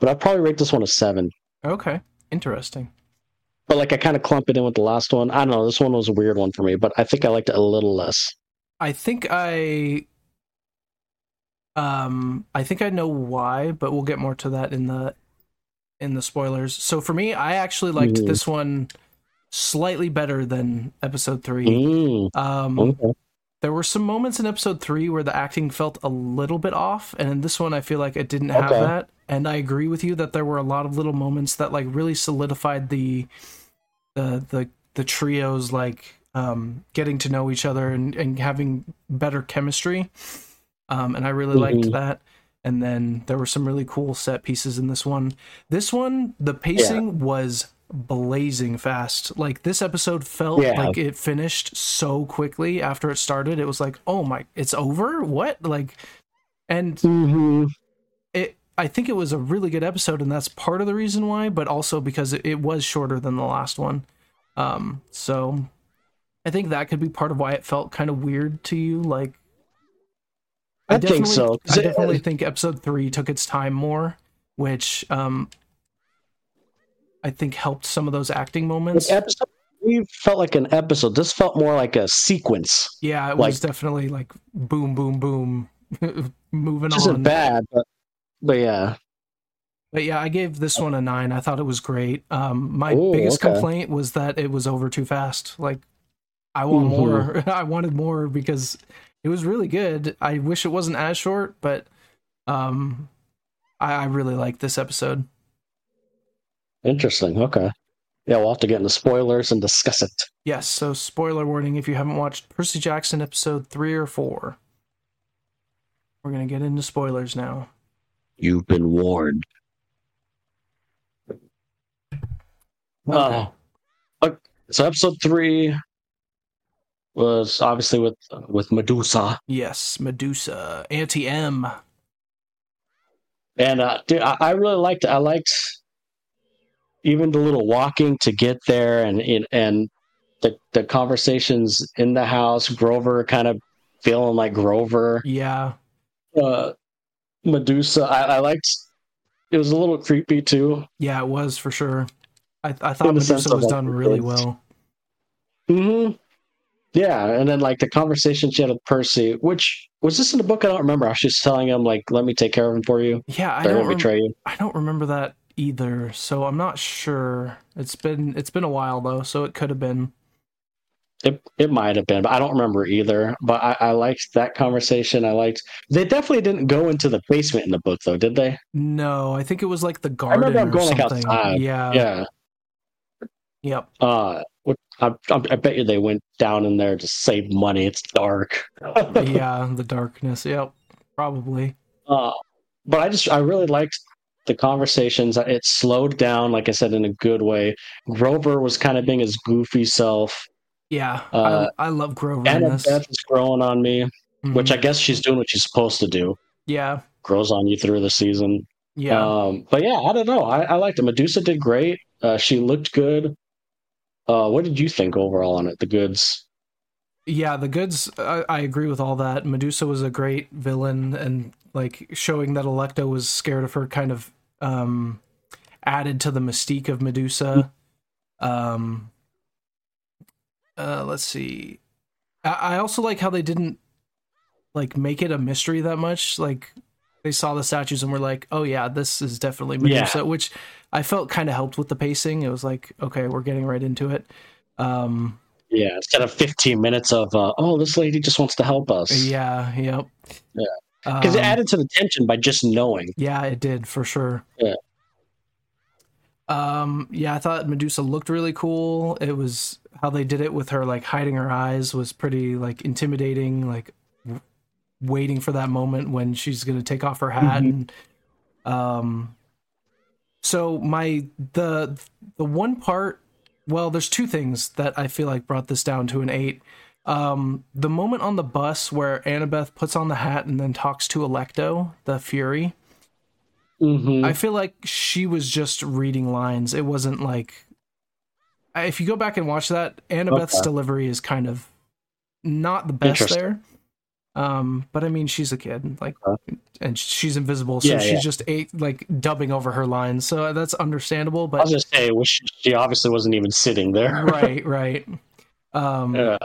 Speaker 2: but I'd probably rate this one a seven.
Speaker 1: Okay. Interesting.
Speaker 2: But like, I kind of clump it in with the last one. I don't know. This one was a weird one for me, but I think I liked it a little less.
Speaker 1: I think I um I think I know why, but we'll get more to that in the in the spoilers. So for me, I actually liked
Speaker 2: Mhm.
Speaker 1: this one slightly better than episode 3.
Speaker 2: Mm,
Speaker 1: Um
Speaker 2: okay.
Speaker 1: there were some moments in episode 3 where the acting felt a little bit off, and in this one I feel like it didn't have
Speaker 2: Okay.
Speaker 1: that. And I agree with you that there were a lot of little moments that like really solidified the the the the trios like um getting to know each other and and having better chemistry um and i really liked
Speaker 2: Mhm.
Speaker 1: that and then there were some really cool set pieces in this one this one the pacing was blazing fast like this episode felt
Speaker 2: Yeah.
Speaker 1: like it finished so quickly after it started it was like oh my it's over what like and
Speaker 2: hmm
Speaker 1: it I think it was a really good episode, and that's part of the reason why, but also because it, it was shorter than the last one. Um, so I think that could be part of why it felt kind of weird to you. Like,
Speaker 2: I think
Speaker 1: definitely-
Speaker 2: so.
Speaker 1: I definitely think episode three took its time more, which um, I think helped some of those acting moments.
Speaker 2: episode three felt like an episode. This felt more like a sequence.
Speaker 1: Yeah, it
Speaker 2: Like-
Speaker 1: was definitely like boom, boom, boom, moving
Speaker 2: Which
Speaker 1: on.
Speaker 2: isn't bad, but but yeah.
Speaker 1: But yeah, I gave this one a nine. I thought it was great. Um, my
Speaker 2: Ooh,
Speaker 1: biggest
Speaker 2: okay.
Speaker 1: complaint was that it was over too fast. Like, I want
Speaker 2: Mhm.
Speaker 1: more. I wanted more because it was really good. I wish it wasn't as short, but um, I, I really liked this episode.
Speaker 2: Interesting. Okay. Yeah, we'll have to get into spoilers and discuss it.
Speaker 1: Yes. So, spoiler warning if you haven't watched Percy Jackson episode three or four, we're gonna get into spoilers now.
Speaker 2: You've been warned. Uh-huh.
Speaker 1: Okay.
Speaker 2: okay. So episode three was obviously with with Medusa,
Speaker 1: Yes, Medusa, Auntie M.
Speaker 2: and uh, dude, I, I really liked. I liked even the little walking to get there, and and- and the the conversations in the house. Grover kind of feeling like Grover.
Speaker 1: Yeah.
Speaker 2: Uh, Medusa, I, I liked. It was a little creepy too.
Speaker 1: Yeah, it was for sure. I, I thought
Speaker 2: In the sense
Speaker 1: Medusa
Speaker 2: of,
Speaker 1: was
Speaker 2: like,
Speaker 1: done really
Speaker 2: it's-
Speaker 1: well.
Speaker 2: hmm Yeah, and then like the conversation she had with Percy, which was this in the book? I don't remember. I was just telling him like, "Let me take care of him for you.
Speaker 1: Yeah, I
Speaker 2: They're
Speaker 1: don't.
Speaker 2: gonna
Speaker 1: Rem-
Speaker 2: betray you."
Speaker 1: I don't remember that either, so I'm not sure. It's been it's been a while though, so it could have been.
Speaker 2: It it might have been, but I don't remember either. But I, I liked that conversation. I liked. They definitely didn't go into the basement in the book, though, did they?
Speaker 1: No, I think it was like the
Speaker 2: remember
Speaker 1: garden
Speaker 2: them
Speaker 1: or
Speaker 2: going, like,
Speaker 1: something.
Speaker 2: outside.
Speaker 1: yeah.
Speaker 2: yeah.
Speaker 1: Yep.
Speaker 2: Uh, what- I, I I bet you they went down in there to save money. It's dark.
Speaker 1: Oh, yeah. The darkness. Yep. Probably.
Speaker 2: Uh, but I just I really liked the conversations. It slowed down, like I said, in a good way. Grover was kind of being his goofy self.
Speaker 1: Yeah.
Speaker 2: Uh,
Speaker 1: I, I love Grover in
Speaker 2: Annabeth
Speaker 1: this.
Speaker 2: is growing on me,
Speaker 1: Mhm.
Speaker 2: which I guess she's doing what she's supposed to do.
Speaker 1: Mm-hmm. yeah.
Speaker 2: Grows on you through the season.
Speaker 1: Yeah.
Speaker 2: Um, but yeah, I don't know. I, I liked it. Medusa did great. Uh, she looked good. Uh, what did you think overall on it? The goods.
Speaker 1: Yeah, the goods. I, I agree with all that. Medusa was a great villain, and like showing that Electo was scared of her kind of um, added to the mystique of Medusa. Um, uh, let's see. I, I also like how they didn't like make it a mystery that much. Like they saw the statues and were like, "Oh yeah, this is definitely
Speaker 2: Yeah.
Speaker 1: Medusa," which I felt kind of helped with the pacing. It was like, okay, we're getting right into it. Um,
Speaker 2: Yeah, instead of 15 minutes of, uh, oh, this lady just wants to help us.
Speaker 1: Yeah, um, yep.
Speaker 2: Yeah. Because
Speaker 1: Because
Speaker 2: it added to the tension by just knowing.
Speaker 1: Yeah, it did for sure.
Speaker 2: Yeah.
Speaker 1: Um, yeah, I thought Medusa looked really cool. It was how they did it with her like hiding her eyes was pretty like intimidating, like w- waiting for that moment when she's going to take off her hat and um so my the the one part well, there's two things that I feel like brought this down to an 8. Um, the moment on the bus where Annabeth puts on the hat and then talks to Electo, the Fury.
Speaker 2: Mm-hmm.
Speaker 1: I feel like she was just reading lines. It wasn't like I- if you go back and watch that, Annabeth's
Speaker 2: Okay.
Speaker 1: delivery is kind of not the best
Speaker 2: Interesting.
Speaker 1: there. Um, but I mean, she's a kid, like, and she's invisible, so
Speaker 2: Yeah,
Speaker 1: she's
Speaker 2: yeah.
Speaker 1: just eight, like dubbing over her lines. So that's understandable.
Speaker 2: I was
Speaker 1: But
Speaker 2: gonna say, well, she, she obviously wasn't even sitting there.
Speaker 1: right, right. Um,
Speaker 2: Yeah.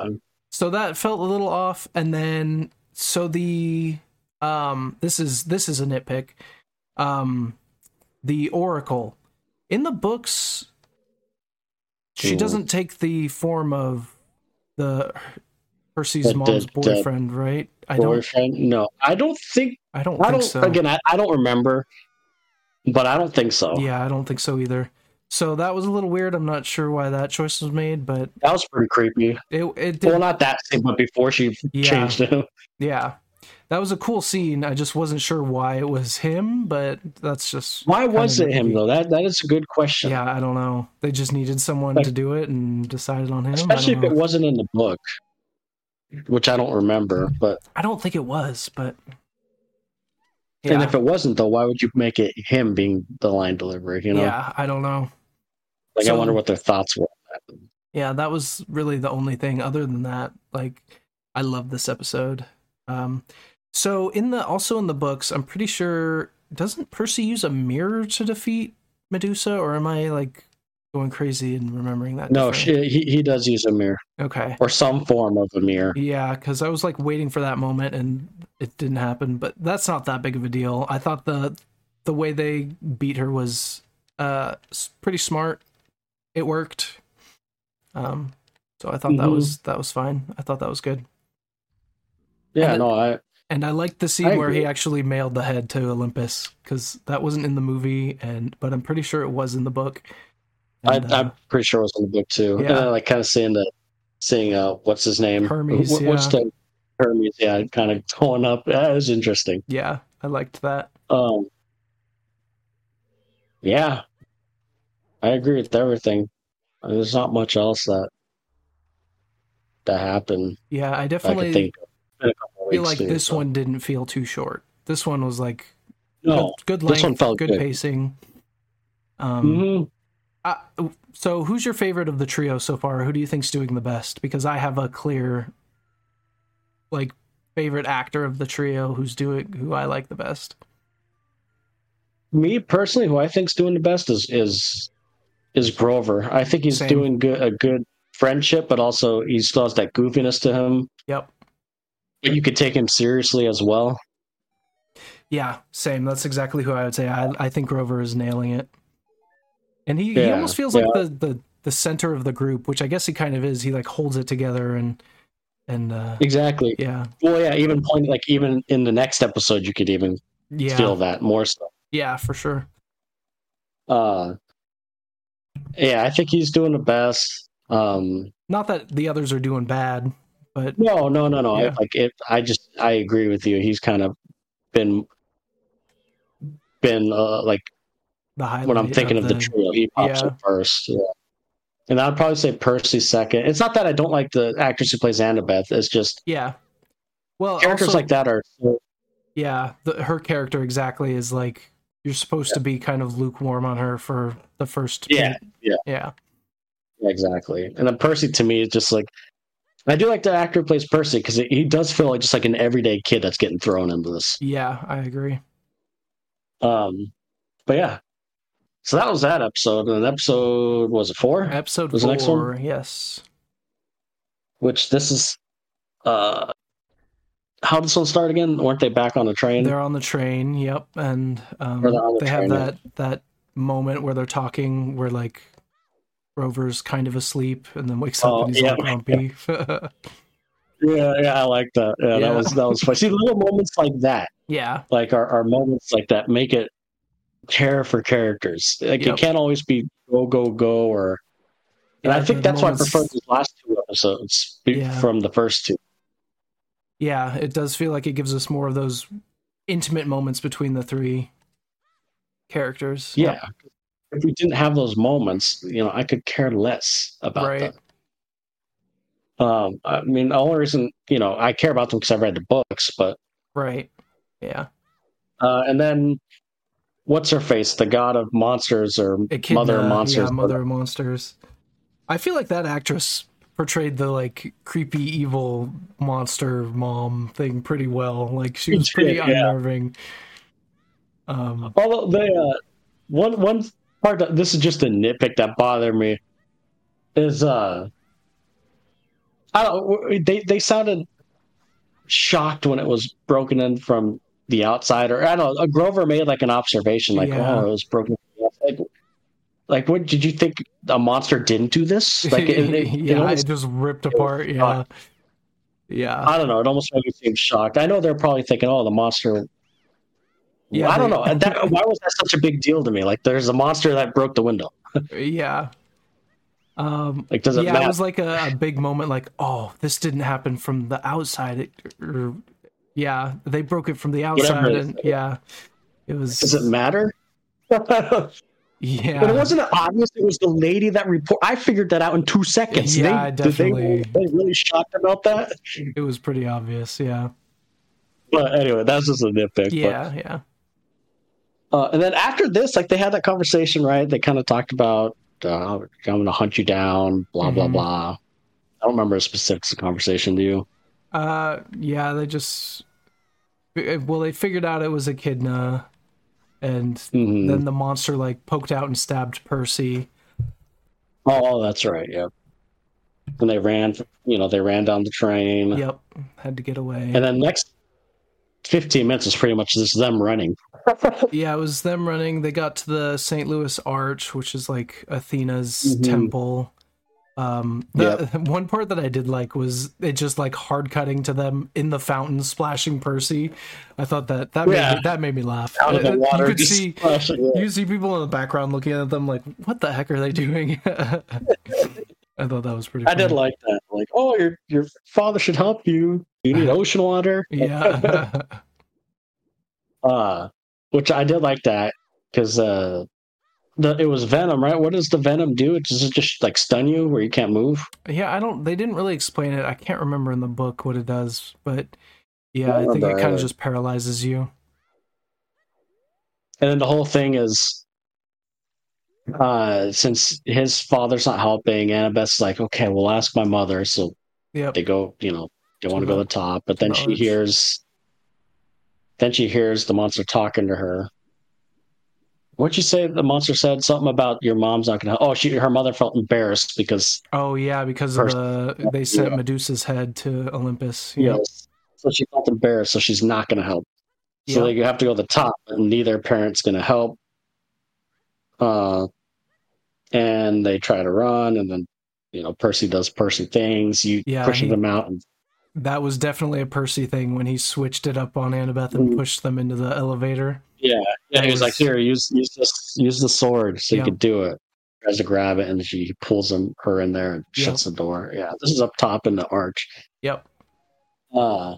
Speaker 1: so that felt a little off and then so the um this is this is a nitpick um the oracle in the books she
Speaker 2: Hmm.
Speaker 1: doesn't take the form of the Percy's
Speaker 2: The- the-
Speaker 1: mom's
Speaker 2: the
Speaker 1: boyfriend right I don't
Speaker 2: Boyfriend? No, I don't think.
Speaker 1: I don't
Speaker 2: I
Speaker 1: think
Speaker 2: don't.
Speaker 1: so
Speaker 2: Again, I, I don't remember, but I don't think so.
Speaker 1: yeah I don't think so either so that was a little weird I'm not sure why that choice was made but
Speaker 2: That was pretty creepy.
Speaker 1: it it
Speaker 2: well,
Speaker 1: did
Speaker 2: not that scene, but before she
Speaker 1: yeah
Speaker 2: changed him.
Speaker 1: Yeah. That was a cool scene. I just wasn't sure why it was him, but that's just
Speaker 2: Why was it
Speaker 1: Kinda
Speaker 2: him
Speaker 1: creepy.
Speaker 2: though? That that is a good question.
Speaker 1: yeah, I don't know. They just needed someone
Speaker 2: Like-
Speaker 1: to do it and decided on him.
Speaker 2: Especially
Speaker 1: I
Speaker 2: if
Speaker 1: don't
Speaker 2: it
Speaker 1: know.
Speaker 2: wasn't in the book, which I don't remember. But
Speaker 1: I don't think it was, but
Speaker 2: and
Speaker 1: yeah,
Speaker 2: if it wasn't though, why would you make it him being the line delivery? You know,
Speaker 1: yeah, I don't know.
Speaker 2: like I
Speaker 1: So-
Speaker 2: wonder what their thoughts were.
Speaker 1: Yeah, that was really the only thing. Other than that, like, I love this episode. Um, so in the also in the books, I'm pretty sure doesn't Percy use a mirror to defeat Medusa, or am I like going crazy and remembering that.
Speaker 2: No,
Speaker 1: different.
Speaker 2: she, he he does use a mirror
Speaker 1: Okay.
Speaker 2: or some form of a mirror.
Speaker 1: Yeah, because I was like waiting for that moment and it didn't happen, but that's not that big of a deal. I thought the the way they beat her was uh s- pretty smart. It worked. Um so I thought that
Speaker 2: Mhm.
Speaker 1: was that was fine. I thought that was good.
Speaker 2: Yeah,
Speaker 1: And it-
Speaker 2: no, I
Speaker 1: And I liked the scene
Speaker 2: I
Speaker 1: where he
Speaker 2: agree.
Speaker 1: actually mailed the head to Olympus cuz that wasn't in the movie and but I'm pretty sure it was in the book.
Speaker 2: I,
Speaker 1: And, uh,
Speaker 2: I'm pretty sure it was in the book too. And
Speaker 1: Yeah.
Speaker 2: then, like kind of seeing the seeing uh what's his name
Speaker 1: Hermes,
Speaker 2: Wh- What's
Speaker 1: yeah.
Speaker 2: the Hermes? Yeah, kind of going up. That was interesting.
Speaker 1: yeah, I liked that.
Speaker 2: Um, yeah, I agree with everything. There's not much else that that happened.
Speaker 1: Yeah, I
Speaker 2: I
Speaker 1: definitely
Speaker 2: could think. Of. It's been a couple
Speaker 1: feel
Speaker 2: weeks,
Speaker 1: like
Speaker 2: too,
Speaker 1: this
Speaker 2: so-
Speaker 1: one didn't feel too short. This one was like
Speaker 2: No.
Speaker 1: good, good length,
Speaker 2: Oh, this one felt
Speaker 1: good,
Speaker 2: good.
Speaker 1: pacing. Um,
Speaker 2: hmm
Speaker 1: I- so who's your favorite of the trio so far? Who do you think's doing the best? Because I have a clear, like, favorite actor of the trio who's doing who I like the best.
Speaker 2: Me personally, who I think's doing the best is is is Grover. I think he's
Speaker 1: Same.
Speaker 2: doing good a good friendship, but also he still has that goofiness to him.
Speaker 1: Yep.
Speaker 2: But you could take him seriously as well.
Speaker 1: Yeah, same. That's exactly who I would say. I I think Grover is nailing it, and he, he
Speaker 2: Yeah,
Speaker 1: almost feels like the, the the center of the group, which I guess he kind of is. He like holds it together and and uh,
Speaker 2: Exactly.
Speaker 1: yeah,
Speaker 2: Well, yeah. Even point like even in the next episode, you could even
Speaker 1: yeah,
Speaker 2: feel that more so.
Speaker 1: yeah, for sure.
Speaker 2: Uh, yeah, I think he's doing the best. Um,
Speaker 1: Not that the others are doing bad, but
Speaker 2: no, no, no, no.
Speaker 1: Yeah.
Speaker 2: I, like it, I just I agree with you. He's kind of been been uh, like
Speaker 1: the highlight.
Speaker 2: when I'm thinking of the, trio, he pops
Speaker 1: yeah.
Speaker 2: up first. Yeah. And I'd probably say Percy second. It's not that I don't like the actress who plays Annabeth. It's just
Speaker 1: yeah. Well,
Speaker 2: characters
Speaker 1: also,
Speaker 2: like that are
Speaker 1: yeah, the, her character exactly is like you're supposed to be kind of lukewarm on her for the first.
Speaker 2: Yeah,
Speaker 1: bit.
Speaker 2: yeah.
Speaker 1: yeah,
Speaker 2: Exactly. And then Percy to me is just like, I do like the actor who plays Percy because he does feel like just like an everyday kid that's getting thrown into this.
Speaker 1: yeah. I agree.
Speaker 2: Um, but yeah, so that was that episode. And episode was it four?
Speaker 1: Episode
Speaker 2: Was the next
Speaker 1: four. Yes.
Speaker 2: Which this is, uh, how did this one start again? Weren't they back on the train?
Speaker 1: They're on the train. Yep, and um,
Speaker 2: Or they're on the
Speaker 1: they have
Speaker 2: train, yeah.
Speaker 1: that that moment where they're talking, where like Rover's kind of asleep and then wakes up
Speaker 2: Oh,
Speaker 1: and he's
Speaker 2: yeah.
Speaker 1: all grumpy.
Speaker 2: yeah, yeah, I like that. Yeah,
Speaker 1: Yeah.
Speaker 2: that was that was fun. See, little moments like that,
Speaker 1: yeah,
Speaker 2: like our, our moments like that, make it care for characters. Like
Speaker 1: Yep.
Speaker 2: it can't always be go go go or And I
Speaker 1: Yeah,
Speaker 2: think
Speaker 1: the
Speaker 2: that's
Speaker 1: moments-
Speaker 2: why I prefer these last two episodes be-
Speaker 1: Yeah.
Speaker 2: from the first two.
Speaker 1: Yeah, it does feel like it gives us more of those intimate moments between the three characters.
Speaker 2: Yeah. If we didn't have those moments, you know, I could care less about
Speaker 1: Right.
Speaker 2: them. Um, I mean, the only reason, you know, I care about them because I've read the books, but,
Speaker 1: Right. Yeah.
Speaker 2: uh, and then what's her face? The god of monsters or
Speaker 1: Echidna,
Speaker 2: mother of monsters.
Speaker 1: uh, Yeah, Mother of Monsters. I feel like that actress portrayed the like creepy evil monster mom thing pretty well. Like she was
Speaker 2: She
Speaker 1: pretty
Speaker 2: did, yeah.
Speaker 1: unnerving. Um
Speaker 2: Although they, uh, one, one part, that, this is just a nitpick that bothered me is, uh, I don't, they, they sounded shocked when it was broken in from the outside, or I don't know. Grover made like an observation, like,
Speaker 1: Yeah.
Speaker 2: "Oh, it was broken." from the outside." Like, like, what did you think? A monster didn't do this? Like, it, it- it
Speaker 1: yeah,
Speaker 2: almost-
Speaker 1: it just ripped apart. Yeah. Yeah.
Speaker 2: I don't know. It almost made me seem shocked. I know they're probably thinking, "Oh, the monster."
Speaker 1: Yeah,
Speaker 2: I don't
Speaker 1: they-
Speaker 2: know. That, why was that such a big deal to me? Like, there's a monster that broke the window.
Speaker 1: Yeah. Um
Speaker 2: Like, does it
Speaker 1: yeah,
Speaker 2: matter?
Speaker 1: it was like a, a big moment. Like, oh, this didn't happen from the outside. It, or, yeah, they broke it from the outside,
Speaker 2: it
Speaker 1: and yeah, it
Speaker 2: does
Speaker 1: was.
Speaker 2: it matter? but it
Speaker 1: Yeah,
Speaker 2: wasn't obvious. It was the lady that report. I figured that out in two seconds.
Speaker 1: Yeah,
Speaker 2: they,
Speaker 1: I
Speaker 2: did they-
Speaker 1: definitely-
Speaker 2: they really shocked about that.
Speaker 1: it was pretty obvious. Yeah,
Speaker 2: But anyway, that's just a nitpick.
Speaker 1: yeah, yeah,
Speaker 2: But, uh, and then after this, like they had that conversation, right? They kind of talked about uh, I'm going to hunt you down, blah blah
Speaker 1: Mhm.
Speaker 2: blah. I don't remember the specifics of the conversation. Do you?
Speaker 1: uh, yeah. They just eh, well, they figured out it was echidna, and
Speaker 2: Mhm.
Speaker 1: then the monster like poked out and stabbed Percy,
Speaker 2: Oh, that's right. Yep. And they ran, you know, they ran down the train.
Speaker 1: Yep. Had to get away.
Speaker 2: And then next 15 minutes is pretty much just them running.
Speaker 1: yeah, it was them running. They got to the St. Louis Arch, which is like Athena's
Speaker 2: Mhm.
Speaker 1: temple. Um, the, one part that I did like was it just like hard cutting to them in the fountain splashing Percy. I thought that that made
Speaker 2: Yeah.
Speaker 1: me, that made me laugh.
Speaker 2: Out of
Speaker 1: Uh,
Speaker 2: the water.
Speaker 1: you could
Speaker 2: just
Speaker 1: see
Speaker 2: splashing, yeah.
Speaker 1: you see people in the background looking at them like, what the heck are they doing? I thought that was pretty.
Speaker 2: I did
Speaker 1: funny.
Speaker 2: like that. Like, oh, your your father should help you. You need ocean water.
Speaker 1: yeah.
Speaker 2: Uh, which I did like that because uh, the it was venom, right? What does the venom do? Does it just like stun you where you can't move?
Speaker 1: Yeah, I don't. They didn't really explain it. I can't remember in the book what it does, but yeah, I
Speaker 2: Yeah,
Speaker 1: think it
Speaker 2: but-
Speaker 1: kind of just paralyzes you.
Speaker 2: And then the whole thing is, uh, since his father's not helping, Annabeth's like, okay, we'll ask my mother. So
Speaker 1: Yep.
Speaker 2: they go, you know, they
Speaker 1: To
Speaker 2: want to go to
Speaker 1: the-
Speaker 2: the top, but
Speaker 1: to
Speaker 2: then
Speaker 1: the
Speaker 2: she
Speaker 1: arch.
Speaker 2: hears, then she hears the monster talking to her. What'd you say? The monster said something about your mom's not gonna. Oh, she her mother felt embarrassed because
Speaker 1: Oh yeah, because of the they sent Medusa's head to Olympus.
Speaker 2: you
Speaker 1: Yep.
Speaker 2: know, so she felt embarrassed, so she's not gonna help. So
Speaker 1: Yep.
Speaker 2: like you have to go to the top, and neither parent's gonna help. Uh, and they try to run, and then you know Percy does Percy things. You
Speaker 1: Yeah,
Speaker 2: pushing
Speaker 1: he-
Speaker 2: them out, and
Speaker 1: that was definitely a Percy thing when he switched it up on Annabeth and
Speaker 2: Mm.
Speaker 1: pushed them into the elevator.
Speaker 2: Yeah, yeah. He
Speaker 1: That
Speaker 2: was like,
Speaker 1: was-
Speaker 2: "Here, use use this, use the sword, so
Speaker 1: Yeah.
Speaker 2: you can do it." Tries to grab it, and she pulls him her in there and shuts the door. Yeah, this is up top in the arch.
Speaker 1: Yep.
Speaker 2: Uh,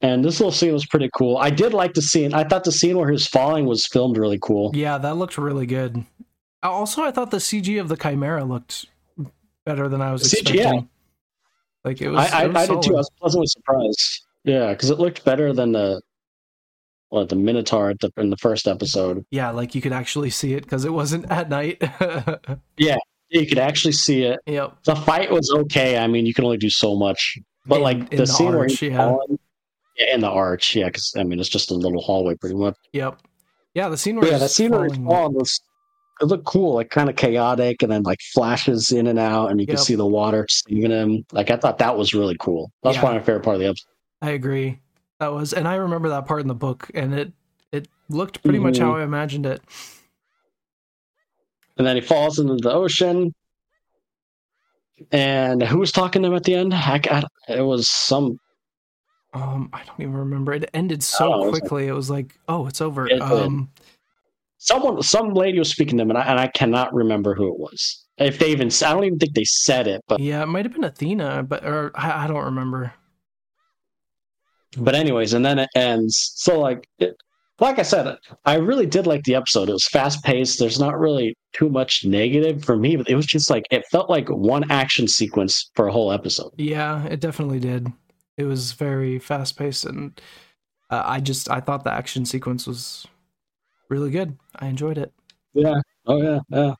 Speaker 2: and this little scene was pretty cool. I did like the scene. I thought the scene where he was falling was filmed really cool.
Speaker 1: Yeah, that looked really good. I- Also, I thought the CG of the Chimera looked better than I was
Speaker 2: CG, yeah.
Speaker 1: expecting. Like it was.
Speaker 2: I,
Speaker 1: it was
Speaker 2: I, I did too. I
Speaker 1: solid.
Speaker 2: was pleasantly surprised. Yeah, because it looked better than the what the Minotaur at the, in the first episode.
Speaker 1: Yeah, like you could actually see it because it wasn't at night.
Speaker 2: You could actually see it.
Speaker 1: yep.
Speaker 2: The fight was okay. I mean, you can only do so much But
Speaker 1: In-
Speaker 2: like
Speaker 1: in
Speaker 2: the, scene where
Speaker 1: arch,
Speaker 2: he's
Speaker 1: yeah.
Speaker 2: falling, yeah, in the arch, yeah, because I mean it's just a little hallway, pretty much.
Speaker 1: Yep. Yeah, the scene where
Speaker 2: yeah,
Speaker 1: he's
Speaker 2: that scene where he's
Speaker 1: falling-
Speaker 2: falling was it looked cool, like kind of chaotic, and then like flashes in and out, and you can
Speaker 1: Yep.
Speaker 2: see the water saving him. Like I thought that was really cool. That's
Speaker 1: Yeah.
Speaker 2: probably my favorite part of the episode.
Speaker 1: I agree. That was and I remember that part in the book and it it looked pretty much
Speaker 2: Mhm.
Speaker 1: how I imagined it.
Speaker 2: And then he falls into the ocean. And who was talking to him at the end? I, I, it was some.
Speaker 1: Um I don't even remember. It ended so
Speaker 2: Oh, it was like-
Speaker 1: quickly. It was like, "Oh, it's over."
Speaker 2: It did.
Speaker 1: um
Speaker 2: Someone, some lady was speaking to him, and I, and I cannot remember who it was. If they even, I don't even think they said it, but
Speaker 1: yeah, it might have been Athena, but or I, I don't remember.
Speaker 2: but anyways and then it ends so like it, like i said i really did like the episode it was fast paced there's not really too much negative for me but it was just like it felt like one action sequence for a whole episode
Speaker 1: Yeah, it definitely did. It was very fast-paced and uh, I just I thought the action sequence was really good. I enjoyed it.
Speaker 2: yeah oh yeah yeah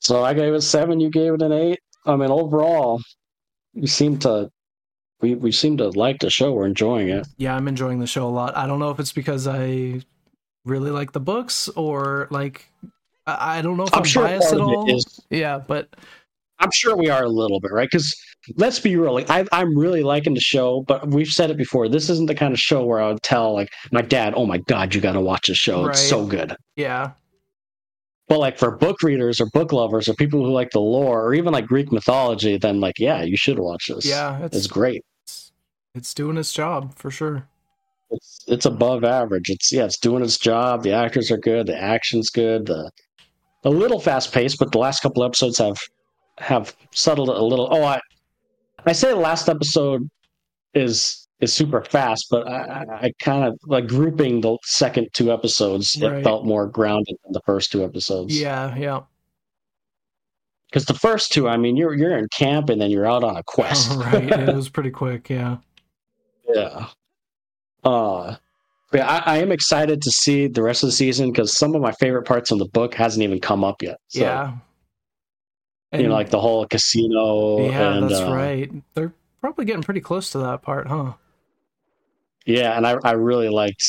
Speaker 2: so i gave it seven you gave it an eight i mean overall you seem to we, we seem to like the show we're enjoying it
Speaker 1: yeah, I'm enjoying the show a lot. I don't know if it's because I really like the books or like I I don't know if I'm, biased
Speaker 2: part
Speaker 1: at
Speaker 2: of it
Speaker 1: all.
Speaker 2: is-
Speaker 1: Yeah, but
Speaker 2: I'm sure we are a little bit, right? Because let's be real. Like, I, I'm really liking the show, but we've said it before. This isn't the kind of show where I would tell like my dad, "Oh my god, you got to watch the show.
Speaker 1: Right.
Speaker 2: It's so good."
Speaker 1: yeah,
Speaker 2: But like for book readers or book lovers or people who like the lore or even like Greek mythology, then like yeah, you should watch this.
Speaker 1: yeah, it's
Speaker 2: it's
Speaker 1: it's,
Speaker 2: great.
Speaker 1: it's doing its job for sure.
Speaker 2: It's it's above average. It's yeah, it's doing its job. The actors are good. The action's good. The a little fast paced, but the last couple episodes have have settled it a little. Oh, I I say the last episode is is super fast, but I, I- I kind of like grouping the second two episodes.
Speaker 1: Right.
Speaker 2: It felt more grounded than the first two episodes.
Speaker 1: Yeah, yeah,
Speaker 2: because the first two, I mean, you're you're in camp and then you're out on a quest.
Speaker 1: right. It was pretty quick. Yeah,
Speaker 2: Yeah. Uh but I, I am excited to see the rest of the season because some of my favorite parts on the book hasn't even come up yet. So,
Speaker 1: yeah. And,
Speaker 2: you know, like the whole casino.
Speaker 1: yeah,
Speaker 2: and,
Speaker 1: that's
Speaker 2: uh,
Speaker 1: right. They're probably getting pretty close to that part, huh?
Speaker 2: Yeah, and I, I really liked,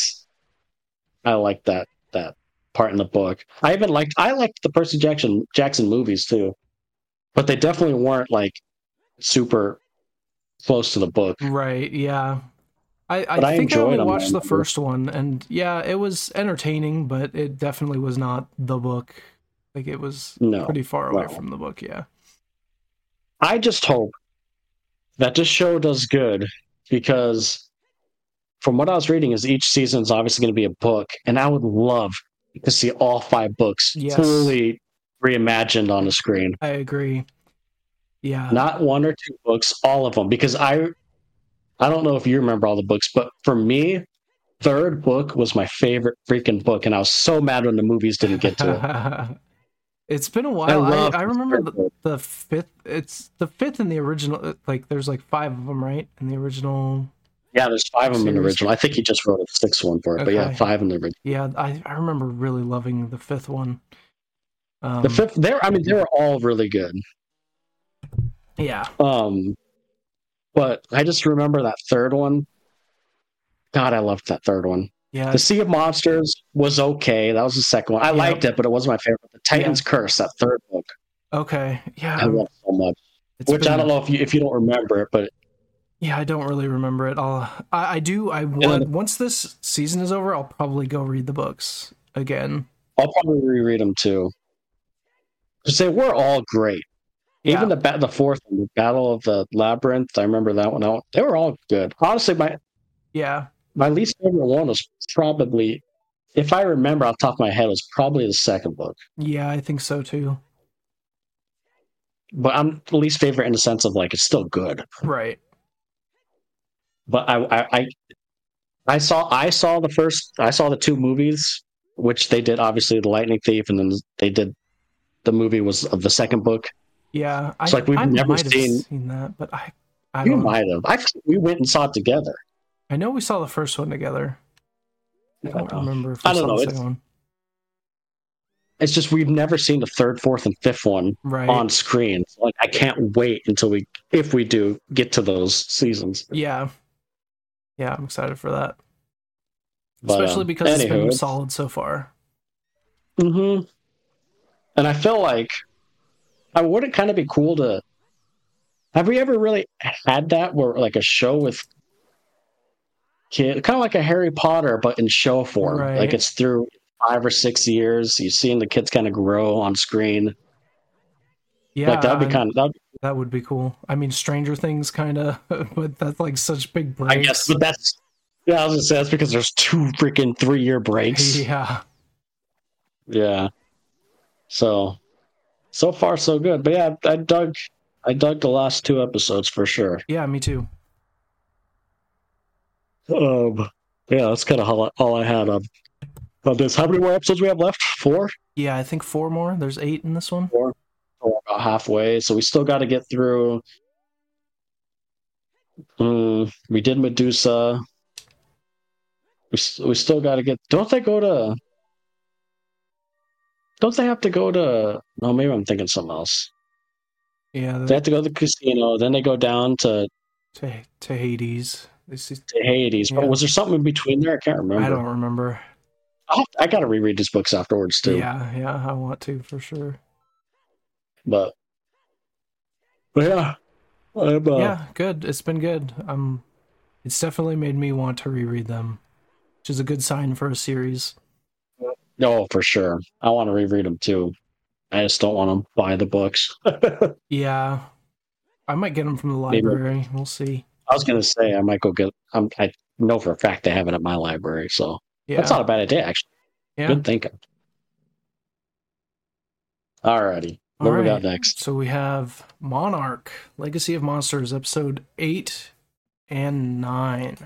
Speaker 2: I liked that that part in the book. I even liked I liked the Percy Jackson Jackson movies too, but they definitely weren't like super close to the book.
Speaker 1: Right? Yeah. I,
Speaker 2: But
Speaker 1: I
Speaker 2: I
Speaker 1: think I
Speaker 2: enjoyed
Speaker 1: only
Speaker 2: them,
Speaker 1: watched the
Speaker 2: man.
Speaker 1: first one, and yeah, it was entertaining, but it definitely was not the book. Like it was
Speaker 2: No,
Speaker 1: pretty far away
Speaker 2: no.
Speaker 1: from the book. Yeah.
Speaker 2: I just hope that this show does good because from what I was reading is each season is obviously going to be a book and I would love to see all five books
Speaker 1: Yes.
Speaker 2: fully reimagined on the screen.
Speaker 1: I agree. Yeah.
Speaker 2: Not one or two books, all of them because I I don't know if you remember all the books, but for me third book was my favorite freaking book and I was so mad when the movies didn't get to it.
Speaker 1: it's been a
Speaker 2: I
Speaker 1: while. I,
Speaker 2: love
Speaker 1: I, remember
Speaker 2: third
Speaker 1: the,
Speaker 2: book.
Speaker 1: the fifth. It's the fifth in the original. Like there's like five of them, right? In the original.
Speaker 2: Yeah, there's five of them in the
Speaker 1: Series.
Speaker 2: original. I think he just wrote a sixth one for it, but
Speaker 1: Okay.
Speaker 2: yeah, five in the original.
Speaker 1: Yeah, I I remember really loving the fifth one. Um,
Speaker 2: The fifth, there. I mean, they were all really good.
Speaker 1: Yeah.
Speaker 2: Um, but I just remember that third one. God, I loved that third one.
Speaker 1: Yeah.
Speaker 2: The Sea of Monsters was okay. That was the second one. I
Speaker 1: Yep.
Speaker 2: liked it, but it wasn't my favorite. The Titan's Curse, that third book,
Speaker 1: Okay. Yeah.
Speaker 2: I loved so much.
Speaker 1: Uh-huh. it's
Speaker 2: Which
Speaker 1: been-
Speaker 2: I don't know if you if you don't remember it, but
Speaker 1: Yeah, I don't really remember it. I'll, I, I do. I
Speaker 2: Yeah.
Speaker 1: want, once this season is over, I'll probably go read the books again.
Speaker 2: I'll probably reread them too. Because they were all great.
Speaker 1: Yeah.
Speaker 2: Even the ba- the fourth one, the Battle of the Labyrinth. I remember that one. Out. They were all good. Honestly, my
Speaker 1: Yeah.
Speaker 2: my least favorite one was probably, if I remember off the top of my head, was probably the second book.
Speaker 1: Yeah, I think so too.
Speaker 2: But I'm the least favorite in the sense of like it's still good.
Speaker 1: Right.
Speaker 2: But I I I, I saw I saw the first I saw the two movies, which they did obviously the Lightning Thief, and then they did the movie was of the second book.
Speaker 1: Yeah.
Speaker 2: It's
Speaker 1: I,
Speaker 2: like we've
Speaker 1: I
Speaker 2: never
Speaker 1: might have
Speaker 2: seen-
Speaker 1: seen that, but I I
Speaker 2: You
Speaker 1: don't.
Speaker 2: might have. I we went and saw it together.
Speaker 1: I know we saw the first one together. I don't remember if we
Speaker 2: I don't
Speaker 1: saw
Speaker 2: know,
Speaker 1: the
Speaker 2: it's-
Speaker 1: second one.
Speaker 2: It's just we've never seen the third, fourth, and fifth one
Speaker 1: Right.
Speaker 2: on screen. Like I can't wait until we if we do get to those seasons.
Speaker 1: Yeah. Yeah, I'm excited for that,
Speaker 2: But,
Speaker 1: especially
Speaker 2: um,
Speaker 1: because it's been
Speaker 2: anywho,
Speaker 1: solid so far.
Speaker 2: Mm-hmm. And I feel like I would it kind of be cool to have we ever really had that where like a show with kid kind of like a Harry Potter but in show form.
Speaker 1: Right.
Speaker 2: Like it's through five or six years, you've seen the kids kind of grow on screen.
Speaker 1: Yeah,
Speaker 2: like that'd be kind of that
Speaker 1: that would be cool. I mean, Stranger Things kind of, but that's like such big breaks.
Speaker 2: I guess but that's yeah, I was gonna say that's because there's two freaking three year breaks.
Speaker 1: Yeah.
Speaker 2: Yeah. So, so far so good. But yeah, I dug, I dug the last two episodes for sure.
Speaker 1: Yeah, me too.
Speaker 2: Um, yeah, that's kind of all, all I had on, on this. How many more episodes we have left? Four.
Speaker 1: Yeah, I think four more. There's eight in this one.
Speaker 2: We're about halfway, so we still got to get through. Mm, we did Medusa. We s- we still got to get. Don't they go to? Don't they have to go to? No, maybe I'm thinking something else.
Speaker 1: Yeah,
Speaker 2: They
Speaker 1: the,
Speaker 2: have to go to the casino. Then they go down to
Speaker 1: to, to Hades. This is,
Speaker 2: to Hades.
Speaker 1: Yeah.
Speaker 2: But was there something in between there? I can't remember.
Speaker 1: I
Speaker 2: I
Speaker 1: don't remember.
Speaker 2: have to- I, gotta reread his books afterwards too.
Speaker 1: Yeah, yeah, I want to for sure.
Speaker 2: But but yeah, I'm, uh,
Speaker 1: yeah, good. It's been good. Um, it's definitely made me want to reread them, which is a good sign for a series.
Speaker 2: no, for sure. I want to reread them too. I just don't want to buy the books. I
Speaker 1: Yeah, I might get them from the
Speaker 2: Maybe.
Speaker 1: library. We'll see.
Speaker 2: was gonna say I might go get. I'm, I know for a fact they have it at my library, so
Speaker 1: Yeah,
Speaker 2: that's not a bad idea actually.
Speaker 1: yeah.
Speaker 2: Good thinking. Alrighty, what we got
Speaker 1: Alright.
Speaker 2: next?
Speaker 1: So we have Monarch: Legacy of Monsters, episode eight and nine.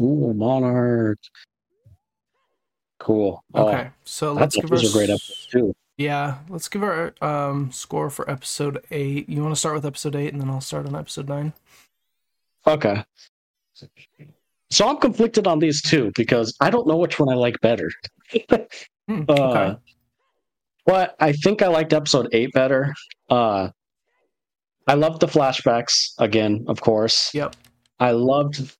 Speaker 2: Ooh, Monarch. Cool. Oh,
Speaker 1: Okay, so let's
Speaker 2: that's a,
Speaker 1: give our
Speaker 2: those are great
Speaker 1: s-
Speaker 2: episodes too.
Speaker 1: Yeah, let's give our um, score for episode eight. You want to start with episode eight, and then I'll start on episode nine.
Speaker 2: Okay. So I'm conflicted on these two because I don't know which one I like better.
Speaker 1: Hmm,
Speaker 2: Uh,
Speaker 1: okay.
Speaker 2: But I think I liked episode eight better. Uh, I loved the flashbacks again, of course.
Speaker 1: Yep.
Speaker 2: I loved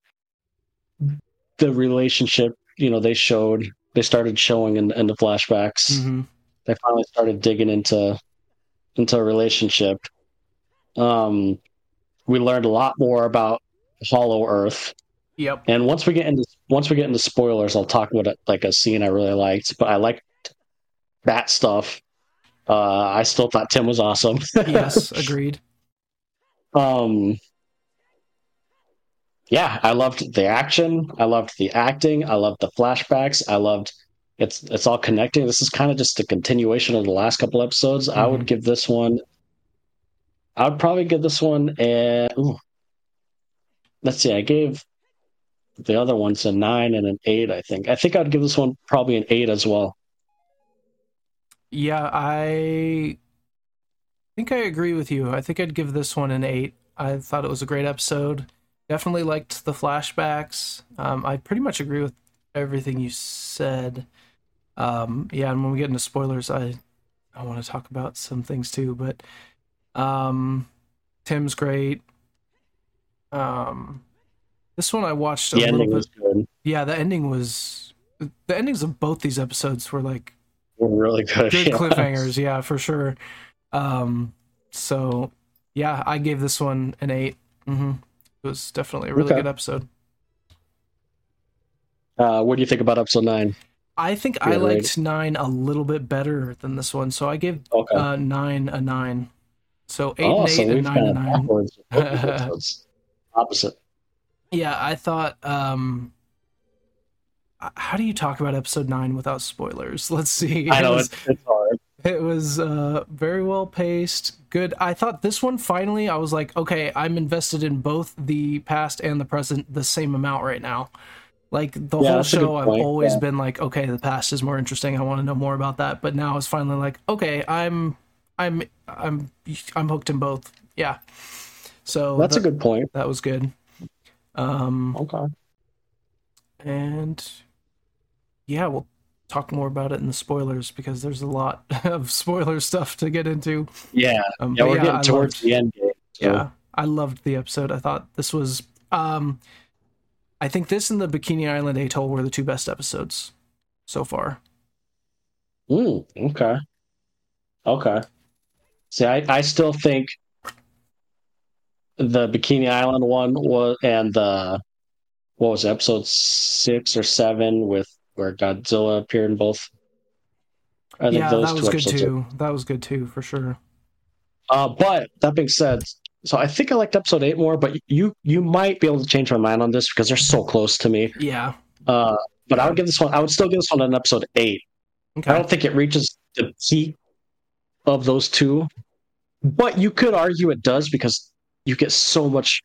Speaker 2: the relationship. You know, they showed they started showing in, in the flashbacks.
Speaker 1: hmm
Speaker 2: They finally started digging into into a relationship. Um, we learned a lot more about Hollow Earth,
Speaker 1: Yep.
Speaker 2: and once we get into once we get into spoilers, I'll talk about like a scene I really liked, but I liked that stuff. Uh, I still thought Tim was awesome.
Speaker 1: Yes. Agreed.
Speaker 2: um yeah i loved the action i loved the acting i loved the flashbacks i loved it's it's all connecting this is kind of just a continuation of the last couple episodes i
Speaker 1: Mm-hmm.
Speaker 2: would give this one i would probably give this one a ooh. let's see i gave the other ones a nine and an eight i think i think i'd give this one probably an eight as well
Speaker 1: Yeah, I think I agree with you. I think I'd give this one an eight. I thought it was a great episode. Definitely liked the flashbacks. Um, I pretty much agree with everything you said. Um, yeah, and when we get into spoilers, I I want to talk about some things too. But um, Tim's great. Um, this one I watched a
Speaker 2: the
Speaker 1: little
Speaker 2: ending
Speaker 1: bit.
Speaker 2: was good
Speaker 1: yeah, the ending was the endings of both these episodes were like
Speaker 2: really good
Speaker 1: good
Speaker 2: yeah.
Speaker 1: cliffhangers yeah for sure um so yeah i gave this one an 8 mm-hmm. it was definitely a really
Speaker 2: Okay.
Speaker 1: good episode
Speaker 2: uh what do you think about episode nine
Speaker 1: i think i
Speaker 2: Yeah, right.
Speaker 1: liked 9 a little bit better than this one so i gave
Speaker 2: okay
Speaker 1: uh 9 a 9 so 8
Speaker 2: oh,
Speaker 1: and 8
Speaker 2: so
Speaker 1: and
Speaker 2: we've
Speaker 1: 9
Speaker 2: kind
Speaker 1: and
Speaker 2: of
Speaker 1: 9
Speaker 2: backwards. So it's opposite.
Speaker 1: yeah i thought um h- how do you talk about episode 9 without spoilers let's see
Speaker 2: I
Speaker 1: It
Speaker 2: know
Speaker 1: was-
Speaker 2: it's, it's hard.
Speaker 1: It was uh, very well paced. Good. I thought this one finally, I was like, okay, I'm invested in both the past and the present the same amount right now. Like the
Speaker 2: Yeah,
Speaker 1: whole
Speaker 2: that's a good
Speaker 1: show, I've
Speaker 2: point,
Speaker 1: always
Speaker 2: yeah.
Speaker 1: been like, okay, the past is more interesting. I want to know more about that. But now it's finally like, okay, I'm, I'm, I'm, I'm hooked in both. Yeah. So
Speaker 2: That's
Speaker 1: that,
Speaker 2: a good point.
Speaker 1: that was good. Um,
Speaker 2: Okay.
Speaker 1: and yeah, we'll talk more about it in the spoilers because there's a lot of spoiler stuff to get into.
Speaker 2: Yeah.
Speaker 1: Um,
Speaker 2: Yeah,
Speaker 1: but
Speaker 2: we're getting
Speaker 1: I
Speaker 2: towards
Speaker 1: loved-
Speaker 2: the end game. so-
Speaker 1: Yeah, I loved the episode. I thought this was, um, I think this and the Bikini Island Atoll were the two best episodes so far.
Speaker 2: Mm, okay. Okay. See, I, I still think the Bikini Island one was, and the, what was it, episode six or seven with where Godzilla appeared in both. I think
Speaker 1: yeah,
Speaker 2: those
Speaker 1: that
Speaker 2: two
Speaker 1: was good
Speaker 2: episodes are-
Speaker 1: too. That was good too for sure.
Speaker 2: Uh, but that being said, so I think I liked episode eight more, but you you might be able to change my mind on this because they're so close to me.
Speaker 1: Yeah.
Speaker 2: Uh, but I would give this one. I would still give this one an episode eight. I
Speaker 1: Okay.
Speaker 2: don't think it reaches the peak of those two, but you could argue it does because you get so much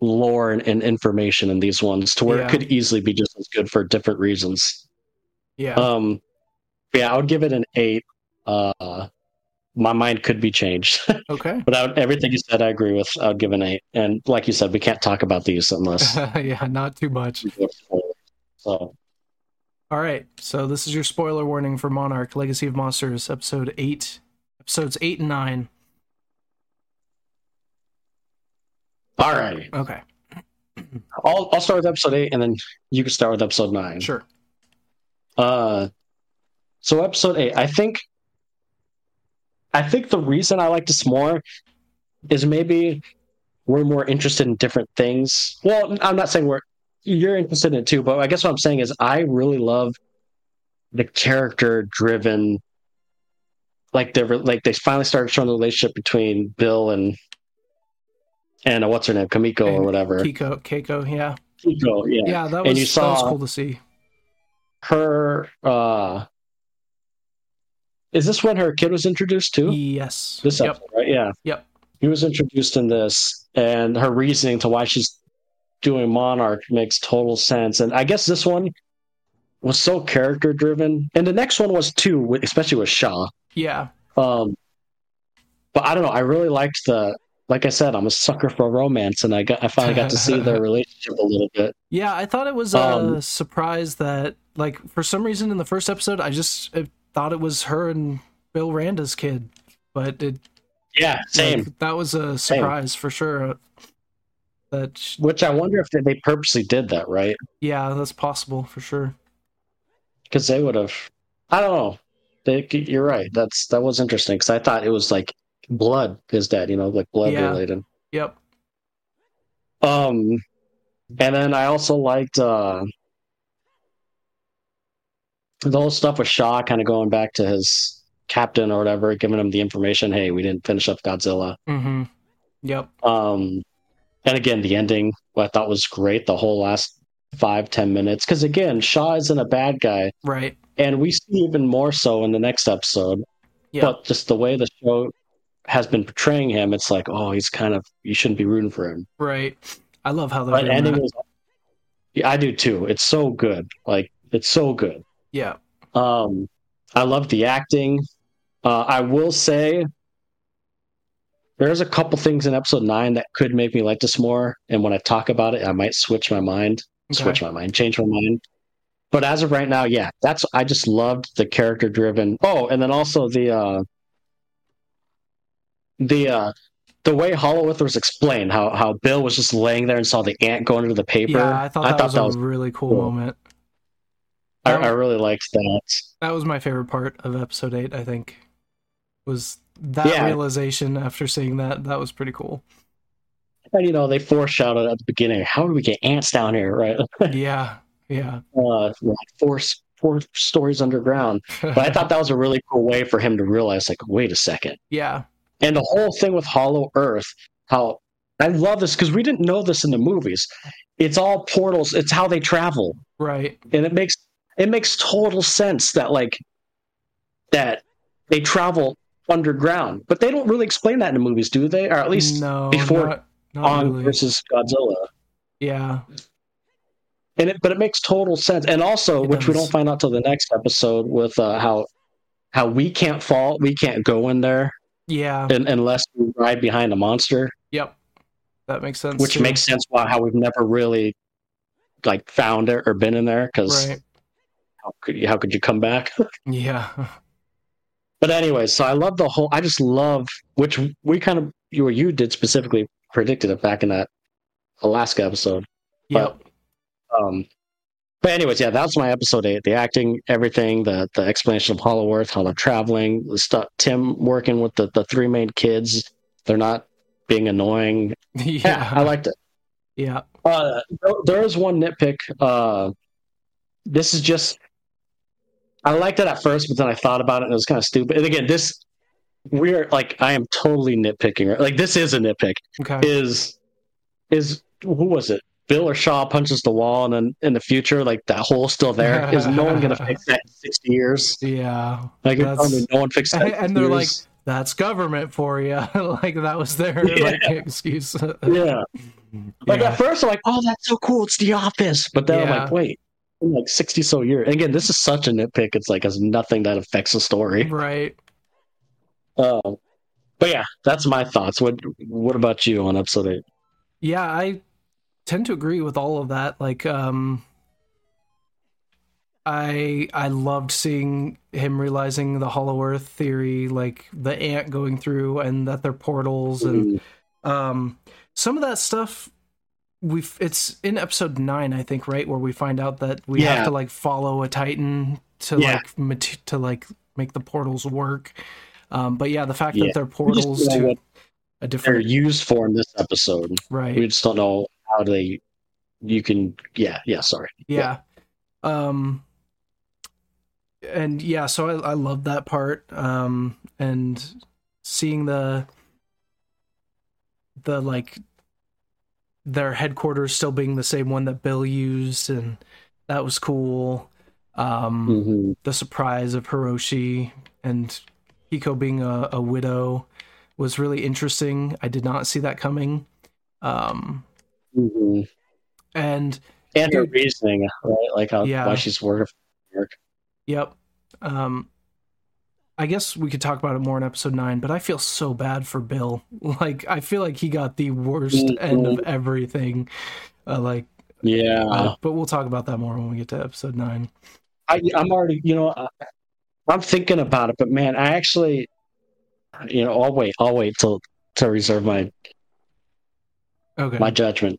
Speaker 2: lore and, and information in these ones to where
Speaker 1: Yeah.
Speaker 2: it could easily be just as good for different reasons.
Speaker 1: Yeah.
Speaker 2: Um, yeah, I would give it an eight. Uh, my mind could be changed.
Speaker 1: okay.
Speaker 2: But I would, everything you said, I agree with. I would give an eight. And like you said, we can't talk about these unless.
Speaker 1: yeah, not too much.
Speaker 2: we go forward. so
Speaker 1: All right. So this is your spoiler warning for Monarch: Legacy of Monsters, episode eight, episodes eight and nine.
Speaker 2: all right,
Speaker 1: Okay.
Speaker 2: I'll I'll start with episode eight, and then you can start with episode nine.
Speaker 1: Sure.
Speaker 2: Uh, so episode eight, I think. I think the reason I like this more is maybe we're more interested in different things. Well, I'm not saying we're you're interested in it too, but I guess what I'm saying is I really love the character driven like they are like they finally started showing the relationship between Bill and and uh, what's her name, Kamiko or
Speaker 1: And
Speaker 2: whatever.
Speaker 1: Kiko, Keiko. Yeah.
Speaker 2: Kiko, yeah
Speaker 1: Yeah. That
Speaker 2: And
Speaker 1: was
Speaker 2: you
Speaker 1: that was
Speaker 2: saw-
Speaker 1: cool to see.
Speaker 2: her uh is this when her kid was introduced too
Speaker 1: Yes.
Speaker 2: this
Speaker 1: yep.
Speaker 2: episode right yeah
Speaker 1: Yep.
Speaker 2: he was introduced in this and her reasoning to why she's doing monarch makes total sense and i guess this one was so character driven and the next one was too with- especially with shaw
Speaker 1: Yeah.
Speaker 2: um but i don't know i really liked the like i said i'm a sucker for romance and i got i finally got to see their relationship a little bit
Speaker 1: Yeah, I thought it was a
Speaker 2: Um,
Speaker 1: surprise that, like, for some reason in the first episode, I just uh thought it was her and Bill Randa's kid, but it
Speaker 2: yeah same
Speaker 1: like, that was a
Speaker 2: Same.
Speaker 1: surprise for sure. That sh-
Speaker 2: which i wonder if they, they purposely did that right
Speaker 1: yeah, that's possible for sure.
Speaker 2: because they would have. I don't know. They, you're right. That's that was interesting because I thought it was like blood is that you know like blood
Speaker 1: Yeah.
Speaker 2: related.
Speaker 1: Yep.
Speaker 2: Um, and then I also liked uh the whole stuff with Shaw kind of going back to his captain or whatever, giving him the information. Hey, we didn't finish up Godzilla.
Speaker 1: Mm-hmm. Yep.
Speaker 2: Um, and again, the ending I thought was great. The whole last five ten minutes because again, Shaw isn't a bad guy,
Speaker 1: Right.
Speaker 2: and we see even more so in the next episode.
Speaker 1: Yeah.
Speaker 2: But just the way the show has been portraying him, it's like, oh, he's kind of you shouldn't be rooting for him.
Speaker 1: Right. I love how they're
Speaker 2: But
Speaker 1: doing
Speaker 2: ending
Speaker 1: that.
Speaker 2: was, yeah, I do too. It's so good. Like it's so good.
Speaker 1: Yeah.
Speaker 2: Um, I love the acting. Uh, I will say there's a couple things in episode nine that could make me like this more. And when I talk about it, I might switch my mind,
Speaker 1: Okay.
Speaker 2: switch my mind, change my mind. But as of right now, yeah, that's I just loved the character driven. Oh, and then also the uh the uh the way Hollowith was explained, how how Bill was just laying there and saw the ant go into the paper.
Speaker 1: Yeah, I thought that was
Speaker 2: that
Speaker 1: a
Speaker 2: was
Speaker 1: really cool,
Speaker 2: cool.
Speaker 1: moment.
Speaker 2: I,
Speaker 1: that was-
Speaker 2: I really liked that.
Speaker 1: That was my favorite part of episode eight, I think. Was that
Speaker 2: Yeah.
Speaker 1: realization after seeing that. That was pretty cool.
Speaker 2: And you know, they foreshadowed at the beginning, how do we get ants down here, right?
Speaker 1: yeah. Yeah.
Speaker 2: Uh, like four s- four stories underground. But I thought that was a really cool way for him to realize, like, wait a second.
Speaker 1: yeah.
Speaker 2: And the whole thing with Hollow Earth, how I love this because we didn't know this in the movies. It's all portals. It's how they travel,
Speaker 1: Right.
Speaker 2: and it makes it makes total sense that like that they travel underground. But they don't really explain that in the movies, do they? Or at least
Speaker 1: no,
Speaker 2: before
Speaker 1: not, not
Speaker 2: on
Speaker 1: really.
Speaker 2: versus Godzilla.
Speaker 1: Yeah.
Speaker 2: and it, but it makes total sense. And also,
Speaker 1: It
Speaker 2: which we
Speaker 1: does.
Speaker 2: don't find out till the next episode, with uh, how how we can't fall, we can't go in there
Speaker 1: Yeah.
Speaker 2: un unless we ride behind a monster,
Speaker 1: Yep. That makes sense.
Speaker 2: which
Speaker 1: too.
Speaker 2: makes sense why how we've never really like found it or been in there because
Speaker 1: right.
Speaker 2: how, could you- how could you come back?
Speaker 1: Yeah.
Speaker 2: but anyway, so I love the whole. I just love which we kind of you or you did specifically predicted it back in that Alaska episode.
Speaker 1: Yep.
Speaker 2: Um, but anyways, yeah, that's my episode eight. The acting, everything, the the explanation of Hollowworth, how they're traveling, the stuff. Tim working with the the three main kids. They're not being annoying. Yeah, I
Speaker 1: yeah.
Speaker 2: liked it.
Speaker 1: Yeah.
Speaker 2: Uh, there- there is one nitpick. Uh, this is just. I liked it at first, but then I thought about it and it was kind of stupid. And again, this we're like I am totally nitpicking. right? Like this is a nitpick
Speaker 1: Okay.
Speaker 2: is is who was it? Bill or Shaw punches the wall, and then in the future, like that hole's still there. Is no one gonna fix that in sixty years?
Speaker 1: Yeah.
Speaker 2: Like you're telling
Speaker 1: That's-
Speaker 2: me no one fixed that. in
Speaker 1: And they're
Speaker 2: 60
Speaker 1: like,
Speaker 2: years?
Speaker 1: that's government for you. like that was their like, excuse.
Speaker 2: yeah. Like
Speaker 1: Yeah.
Speaker 2: at first, I'm like, oh, that's so cool. It's The Office, but then I'm
Speaker 1: Yeah.
Speaker 2: like, wait, I'm like sixty so year. And again, this is such a nitpick. It's like has nothing that affects the story.
Speaker 1: Right.
Speaker 2: Um, but yeah, that's my thoughts. What What about you on episode eight?
Speaker 1: Yeah, I tend to agree with all of that. Like, um, I I loved seeing him realizing the Hollow Earth theory, like the ant going through, and that they're portals, and um, some of that stuff we have it's in episode nine, I think, right, where we find out that we
Speaker 2: Yeah.
Speaker 1: have to like follow a Titan to
Speaker 2: Yeah.
Speaker 1: like mat- to like make the portals work. Um, but yeah, the fact
Speaker 2: Yeah.
Speaker 1: that they're portals
Speaker 2: know
Speaker 1: to
Speaker 2: what
Speaker 1: a
Speaker 2: They're
Speaker 1: different
Speaker 2: used for in this episode.
Speaker 1: right.
Speaker 2: we just don't know how they you can yeah yeah sorry
Speaker 1: yeah um and yeah so i, I love that part um and seeing the the like their headquarters still being the same one that bill used and that was cool um
Speaker 2: hmm
Speaker 1: the surprise of Hiroshi and Hiko being a, a widow was really interesting i did not see that coming um
Speaker 2: hmm
Speaker 1: and
Speaker 2: and her
Speaker 1: Dude.
Speaker 2: reasoning right like how,
Speaker 1: Yeah.
Speaker 2: why she's working for work
Speaker 1: Yep. Um I guess we could talk about it more in episode 9, but I feel so bad for Bill. Like I feel like he got the worst
Speaker 2: Mm-hmm.
Speaker 1: end of everything. Uh, like
Speaker 2: yeah
Speaker 1: uh, but we'll talk about that more when we get to episode 9.
Speaker 2: I, i'm already you know I, i'm thinking about it but man i actually you know i'll wait i'll wait till to reserve my
Speaker 1: Okay.
Speaker 2: My judgment.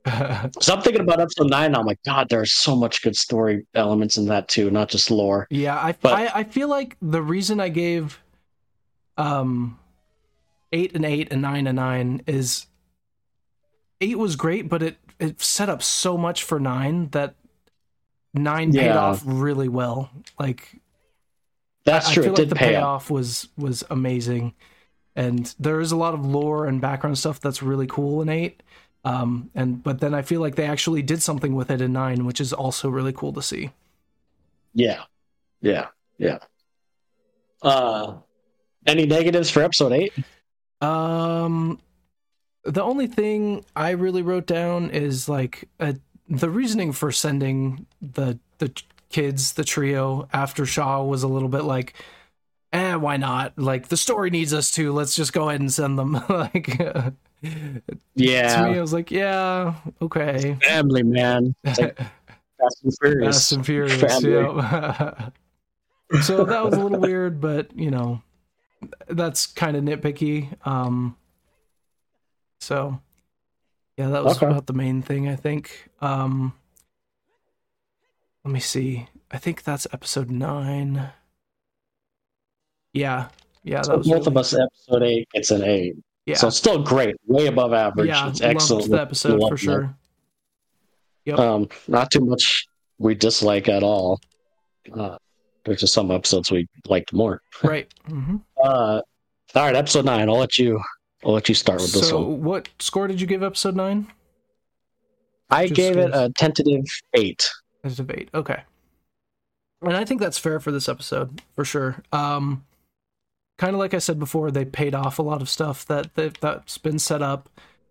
Speaker 2: So I'm thinking about episode nine. I'm like, God, there's so much good story elements in that too, not just lore.
Speaker 1: yeah, I,
Speaker 2: But-
Speaker 1: I I feel like the reason I gave um eight and eight and nine and nine is eight was great, but it it set up so much for nine that nine paid
Speaker 2: Yeah.
Speaker 1: off really well. Like
Speaker 2: That's
Speaker 1: I
Speaker 2: true.
Speaker 1: feel
Speaker 2: It
Speaker 1: like
Speaker 2: did
Speaker 1: the
Speaker 2: pay off.
Speaker 1: payoff was was amazing, and there is a lot of lore and background stuff that's really cool in eight. Um, and but then I feel like they actually did something with it in nine, which is also really cool to see.
Speaker 2: Yeah. Yeah. Yeah. Uh any negatives for episode eight?
Speaker 1: Um, the only thing I really wrote down is like uh the reasoning for sending the the t- kids, the trio, after Shaw was a little bit like, eh, why not? Like the story needs us to. Let's just go ahead and send them. like. to me,
Speaker 2: Yeah.
Speaker 1: I was like, yeah, okay.
Speaker 2: Family man. It's like Fast and Furious.
Speaker 1: Fast and Furious.
Speaker 2: Family.
Speaker 1: Yeah. so that was a little weird, but you know, that's kind of nitpicky. Um, so yeah, that was
Speaker 2: Okay.
Speaker 1: about the main thing I think. Um, let me see. I think that's episode nine. Yeah, yeah,
Speaker 2: So
Speaker 1: that was
Speaker 2: both of
Speaker 1: really-
Speaker 2: us episode eight gets an eight.
Speaker 1: Yeah,
Speaker 2: So it's still great. Way above average.
Speaker 1: yeah,
Speaker 2: it's
Speaker 1: loved
Speaker 2: excellent.
Speaker 1: the episode
Speaker 2: Love
Speaker 1: for
Speaker 2: that.
Speaker 1: sure. Yep.
Speaker 2: Um not too much we dislike at all. Uh there's just some episodes we liked more.
Speaker 1: right. hmm
Speaker 2: Uh all right, episode nine. I'll let you I'll let you start with this
Speaker 1: so
Speaker 2: one.
Speaker 1: what score did you give episode 9
Speaker 2: I
Speaker 1: just
Speaker 2: gave it
Speaker 1: goes-
Speaker 2: a tentative eight.
Speaker 1: as debate okay and i think that's fair for this episode for sure um kind of like i said before they paid off a lot of stuff that, that that's been set up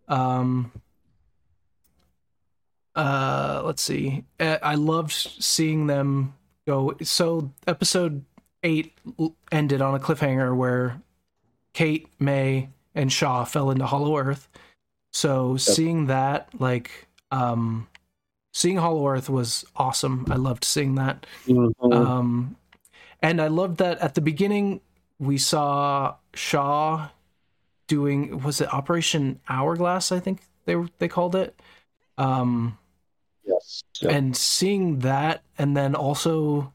Speaker 1: um uh let's see Uh, i loved seeing them go so episode 8 l- ended on a cliffhanger where kate may and shaw fell into hollow earth so seeing that like um seeing hollow earth was awesome i loved seeing that
Speaker 2: Mhm.
Speaker 1: um, and I loved that at the beginning we saw Shaw doing was it Operation Hourglass? I think they they called it. Um,
Speaker 2: yes. Yeah.
Speaker 1: and seeing that, and then also,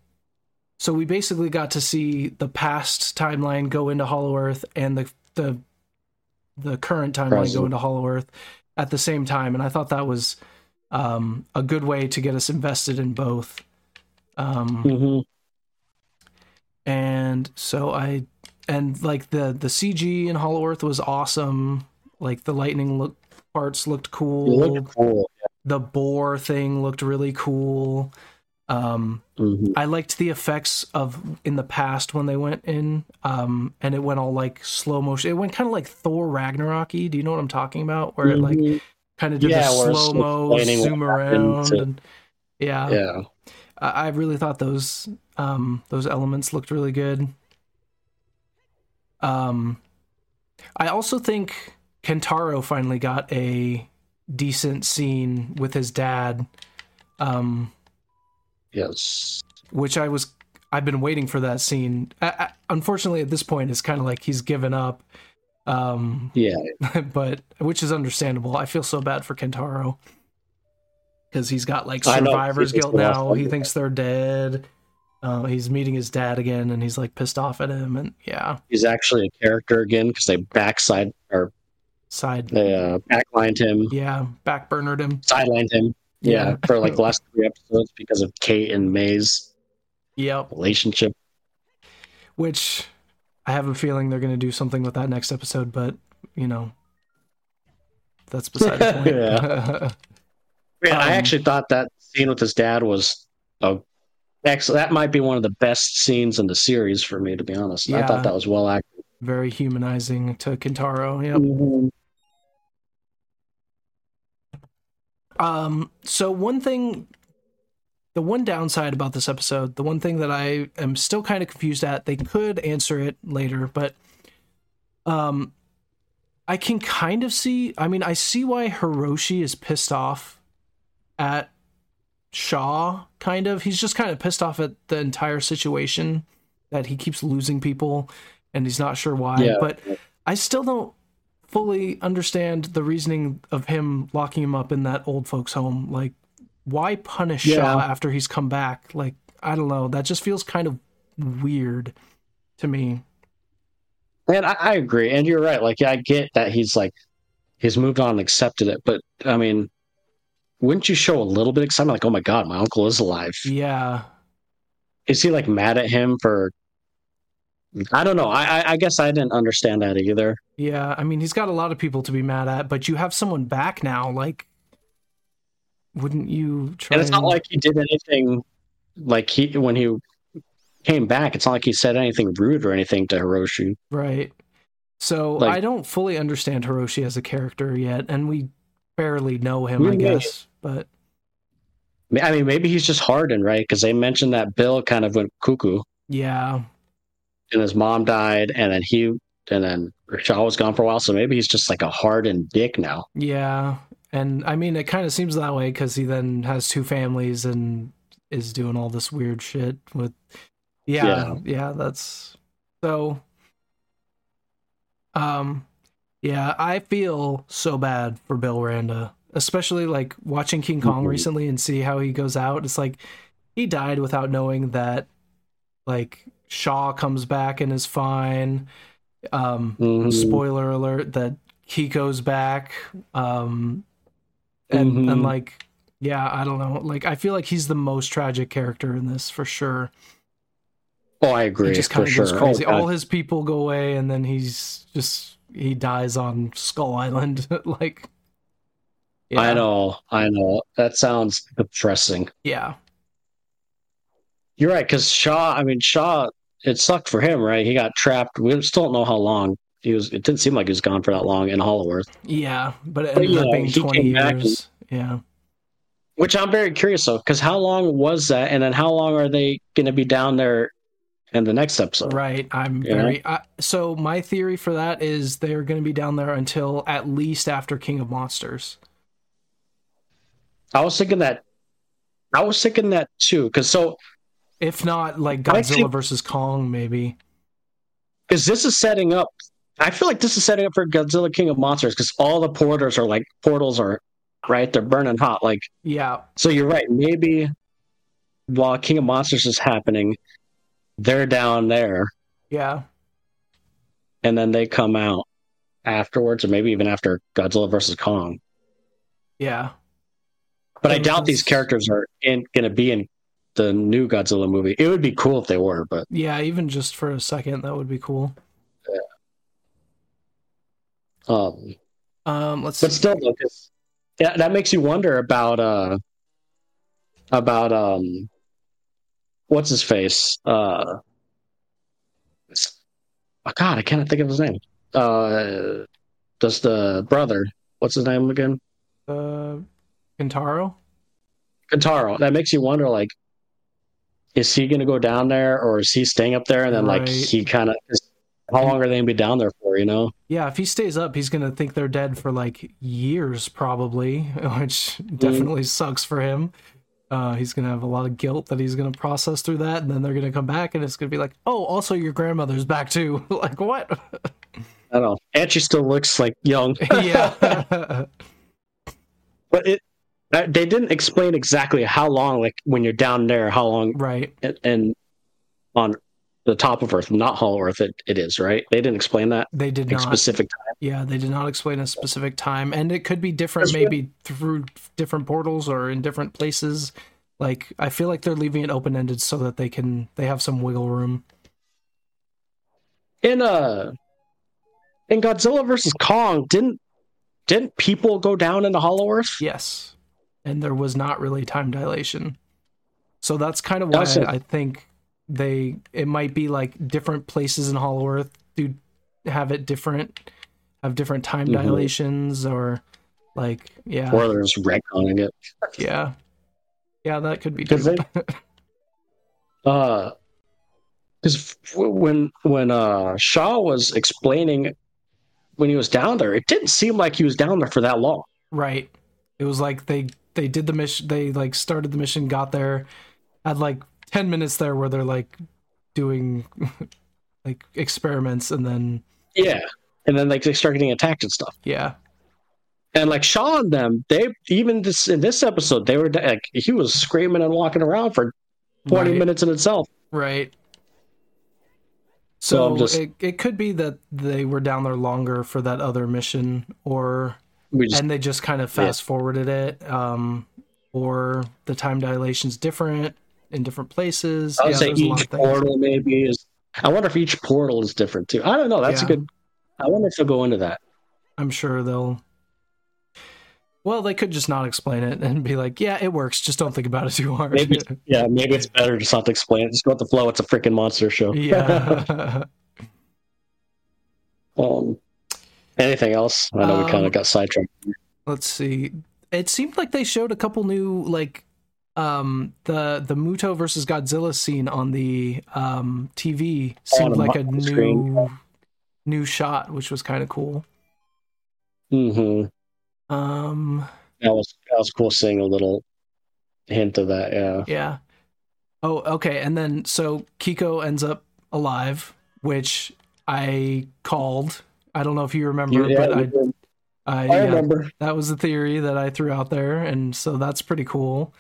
Speaker 1: so we basically got to see the past timeline go into Hollow Earth and the the the current timeline go
Speaker 2: Present.
Speaker 1: into Hollow Earth at the same time, and I thought that was um, a good way to get us invested in both. Um,
Speaker 2: Mhm.
Speaker 1: and so I and like the the CG in Hollow Earth was awesome. Like the lightning look parts looked
Speaker 2: It
Speaker 1: cool.
Speaker 2: looked cool.
Speaker 1: The boar thing looked really cool. Um,
Speaker 2: Mhm.
Speaker 1: I liked the effects of in the past when they went in, um, and it went all like slow motion. It went kind of like Thor Ragnaroky. Do you know what I'm talking about? Where it like
Speaker 2: Mhm.
Speaker 1: kind of did
Speaker 2: Yeah,
Speaker 1: the
Speaker 2: where it's
Speaker 1: slow mo
Speaker 2: explaining what
Speaker 1: zoom
Speaker 2: happened
Speaker 1: around,
Speaker 2: to-
Speaker 1: and yeah,
Speaker 2: yeah,
Speaker 1: I, I really thought those um, those elements looked really good. Um, I also think Kentaro finally got a decent scene with his dad, um,
Speaker 2: yes,
Speaker 1: which I was I've been waiting for that scene. I, I, unfortunately, at this point, it's kind of like he's given up. Um,
Speaker 2: yeah.
Speaker 1: but which is understandable. I feel so bad for Kentaro because he's got like
Speaker 2: I know,
Speaker 1: survivor's
Speaker 2: it's just
Speaker 1: guilt
Speaker 2: the last
Speaker 1: now.
Speaker 2: one,
Speaker 1: He
Speaker 2: yeah.
Speaker 1: thinks they're dead. Uh, he's meeting his dad again, and he's like pissed off at him. And yeah,
Speaker 2: He's actually a character again because they backside or
Speaker 1: side,
Speaker 2: they uh, backlined him,
Speaker 1: yeah, backburnered him.
Speaker 2: sidelined him. Yeah,
Speaker 1: Yeah.
Speaker 2: for like the last three episodes because of Kate and May's
Speaker 1: Yep.
Speaker 2: relationship.
Speaker 1: Which I have a feeling they're gonna do something with that next episode, but you know, that's beside the point.
Speaker 2: Man, I
Speaker 1: Um,
Speaker 2: actually thought that scene with his dad was a excellent. That might be one of the best scenes in the series for me, to be honest. I
Speaker 1: Yeah.
Speaker 2: thought that was well acted. Mm-hmm.
Speaker 1: Very humanizing to Kentaro. Yep. Um, so one thing, the one downside about this episode, the one thing that I am still kind of confused at, they could answer it later, but um, I can kind of see. I mean, I see why Hiroshi is pissed off at Shaw. Kind of, he's just kind of pissed off at the entire situation that he keeps losing people, and he's not sure why.
Speaker 2: Yeah.
Speaker 1: But I still don't fully understand the reasoning of him locking him up in that old folks' home. Like, why punish
Speaker 2: Yeah.
Speaker 1: Shaw after he's come back? Like, I don't know. That just feels kind of weird to me.
Speaker 2: And I, I agree. And you're right. Like, yeah, I get that he's like, he's moved on and accepted it. But I mean, wouldn't you show a little bit of excitement? Like, oh my God, my uncle is alive.
Speaker 1: Yeah.
Speaker 2: Is he like mad at him for. I don't know. I, I, I guess I didn't understand that either.
Speaker 1: Yeah, I mean, he's got a lot of people to be mad at, but you have someone back now. Like, wouldn't you try?
Speaker 2: And it's not like he did anything like he, when he came back, it's not like he said anything rude or anything to Hiroshi.
Speaker 1: right. So
Speaker 2: like-
Speaker 1: I don't fully understand Hiroshi as a character yet, and we barely know him,
Speaker 2: We
Speaker 1: I
Speaker 2: may.
Speaker 1: guess. But
Speaker 2: Ma- I mean, maybe he's just hardened, right? Because they mentioned that Bill kind of went cuckoo
Speaker 1: yeah,
Speaker 2: and his mom died, and then he and then Shaw was gone for a while. So maybe he's just like a hardened dick now.
Speaker 1: yeah, and I mean, it kind of seems that way because he then has two families and is doing all this weird shit with. yeah, yeah that's so. Um, yeah, I feel so bad for Bill Randa, especially like watching King Kong
Speaker 2: Mhm.
Speaker 1: recently and see how he goes out. It's like he died without knowing that, like Shaw comes back and is fine. Um,
Speaker 2: Mhm.
Speaker 1: spoiler alert that Kiko's back. Um, and
Speaker 2: Mhm.
Speaker 1: and like yeah, I don't know. Like I feel like he's the most tragic character in this for sure.
Speaker 2: oh, I agree
Speaker 1: He just
Speaker 2: for
Speaker 1: kind of goes
Speaker 2: sure. Oh,
Speaker 1: crazy.
Speaker 2: God.
Speaker 1: All his people go away, and then he's just he dies on Skull Island. like, yeah,
Speaker 2: I know, I know. That sounds depressing.
Speaker 1: Yeah,
Speaker 2: You're right, because Shaw. I mean, Shaw. It sucked for him, right? He got trapped. We still don't know how long he was. It didn't seem like he was gone for that long in Hollow Earth.
Speaker 1: yeah, but it
Speaker 2: But,
Speaker 1: ended
Speaker 2: you
Speaker 1: up
Speaker 2: know,
Speaker 1: being
Speaker 2: he
Speaker 1: twenty
Speaker 2: came back
Speaker 1: years. Yeah,
Speaker 2: Which I'm very curious of, because how long was that, and then how long are they going to be down there in the next episode?
Speaker 1: right. I'm
Speaker 2: Yeah.
Speaker 1: very I, so. My theory for that is they're going to be down there until at least after King of Monsters.
Speaker 2: I was thinking that. I was thinking that too, because so
Speaker 1: If not, like
Speaker 2: I
Speaker 1: Godzilla
Speaker 2: actually-
Speaker 1: versus Kong, maybe.
Speaker 2: because this is setting up. I feel like this is setting up for Godzilla King of Monsters, because all the porters are like portals are right. They're burning hot. Like
Speaker 1: Yeah,
Speaker 2: so, you're right. Maybe while King of Monsters is happening, they're down there,
Speaker 1: yeah,
Speaker 2: and then they come out afterwards, or maybe even after Godzilla versus Kong.
Speaker 1: yeah.
Speaker 2: But I
Speaker 1: Yeah,
Speaker 2: doubt these
Speaker 1: because-
Speaker 2: characters are in, going to be in the new Godzilla movie. It would be cool if they were, but
Speaker 1: Yeah, even just for a second, that would be cool.
Speaker 2: um,
Speaker 1: Um, let's
Speaker 2: but
Speaker 1: see.
Speaker 2: still, though, 'cause that, that makes you wonder about uh, about um, what's his face? Uh, oh God, I cannot think of his name. Uh, just the brother. What's his name again?
Speaker 1: Uh, Kentaro.
Speaker 2: Kentaro. That makes you wonder, like, is he going to go down there or is he staying up there? And then, like,
Speaker 1: Right.
Speaker 2: he kind of, how long are they going to be down there for, you know?
Speaker 1: Yeah, if he stays up, he's gonna think they're dead for like years, probably, which
Speaker 2: Mm.
Speaker 1: definitely sucks for him. Uh, he's gonna have a lot of guilt that he's gonna process through that, and then they're gonna come back, and it's gonna be like, oh, also your grandmother's back too. like what?
Speaker 2: I don't know. And she still looks like young.
Speaker 1: yeah,
Speaker 2: but it, uh, they didn't explain exactly how long, like, when you're down there, how long
Speaker 1: right.
Speaker 2: and- and on the top of Earth, not Hollow Earth, it, it is, right? They didn't explain that
Speaker 1: They did
Speaker 2: like,
Speaker 1: not.
Speaker 2: specific
Speaker 1: Yeah, they did not explain a specific time, and it could be different,
Speaker 2: That's right.
Speaker 1: maybe through different portals or in different places. Like I feel like they're leaving it open ended so that they can they have some wiggle room.
Speaker 2: in uh in Godzilla versus Kong, didn't didn't people go down into Hollow Earth?
Speaker 1: Yes. And there was not really time dilation. So that's kind of why
Speaker 2: Gotcha.
Speaker 1: I think they it might be like different places in Hollow Earth do have it different have different time
Speaker 2: Mhm.
Speaker 1: dilations or like yeah.
Speaker 2: Or there's retconning it.
Speaker 1: yeah. Yeah, that could be
Speaker 2: Because
Speaker 1: too.
Speaker 2: uh because when when uh shaw was explaining when he was down there it didn't seem like he was down there for that long
Speaker 1: Right. It was like they they did the mission. They like started the mission, got there, had like ten minutes there where they're like doing like experiments, and then
Speaker 2: yeah and then like they start getting attacked and stuff.
Speaker 1: Yeah.
Speaker 2: And like Shaw and them, they even this in this episode they were like he was screaming and walking around for twenty
Speaker 1: Right.
Speaker 2: minutes in itself.
Speaker 1: Right.
Speaker 2: So
Speaker 1: So
Speaker 2: I'm just-
Speaker 1: it, it could be that they were down there longer for that other mission, or
Speaker 2: We just
Speaker 1: and they just kind of
Speaker 2: Yeah.
Speaker 1: fast forwarded it, um, or the time dilation's different in different places.
Speaker 2: I would
Speaker 1: yeah,
Speaker 2: say
Speaker 1: there's a lot
Speaker 2: each
Speaker 1: of things.
Speaker 2: portal maybe is. I wonder if each portal is different too. I don't know. That's
Speaker 1: Yeah.
Speaker 2: a good. I wonder if they'll go into that.
Speaker 1: I'm sure they'll. Well, they could just not explain it and be like, "Yeah, it works. Just don't think about it too hard."
Speaker 2: Maybe Yeah, maybe it's better just not to explain it. Just go with the flow. It's a freaking monster show.
Speaker 1: yeah.
Speaker 2: um, anything else? I know we kind
Speaker 1: Um,
Speaker 2: of got sidetracked.
Speaker 1: let's see it seemed like they showed a couple new like um the the muto versus godzilla scene on the um tv seemed
Speaker 2: On the
Speaker 1: like a
Speaker 2: mo-
Speaker 1: new
Speaker 2: screen.
Speaker 1: new shot which was kind of cool
Speaker 2: hmm
Speaker 1: um
Speaker 2: That was that was cool seeing a little hint of that. Yeah.
Speaker 1: yeah oh okay and then so kiko ends up alive which i called i don't know if you remember
Speaker 2: You- yeah,
Speaker 1: but i
Speaker 2: you-
Speaker 1: i,
Speaker 2: I
Speaker 1: yeah,
Speaker 2: remember.
Speaker 1: That was the theory that I threw out there, and so that's pretty cool.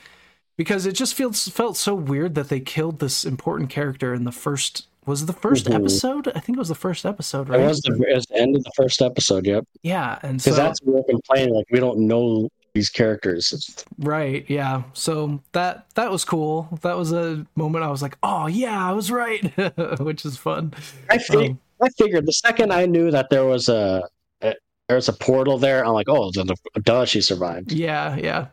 Speaker 1: Because it just feels felt so weird that they killed this important character in the first was it the 1st
Speaker 2: Mhm.
Speaker 1: episode? I think it was the first episode,
Speaker 2: It
Speaker 1: right?
Speaker 2: was the, it was the end of the first episode. Yep.
Speaker 1: yeah, and so
Speaker 2: Because that's what we're complaining. Like we don't know these characters. It's-
Speaker 1: right, yeah. So that that was cool. That was a moment I was like, oh yeah, I was right, which is fun.
Speaker 2: I think
Speaker 1: Um,
Speaker 2: I figured the second I knew that there was a, a there was a portal there, I'm like, oh, then the, duh, she survived.
Speaker 1: yeah, yeah,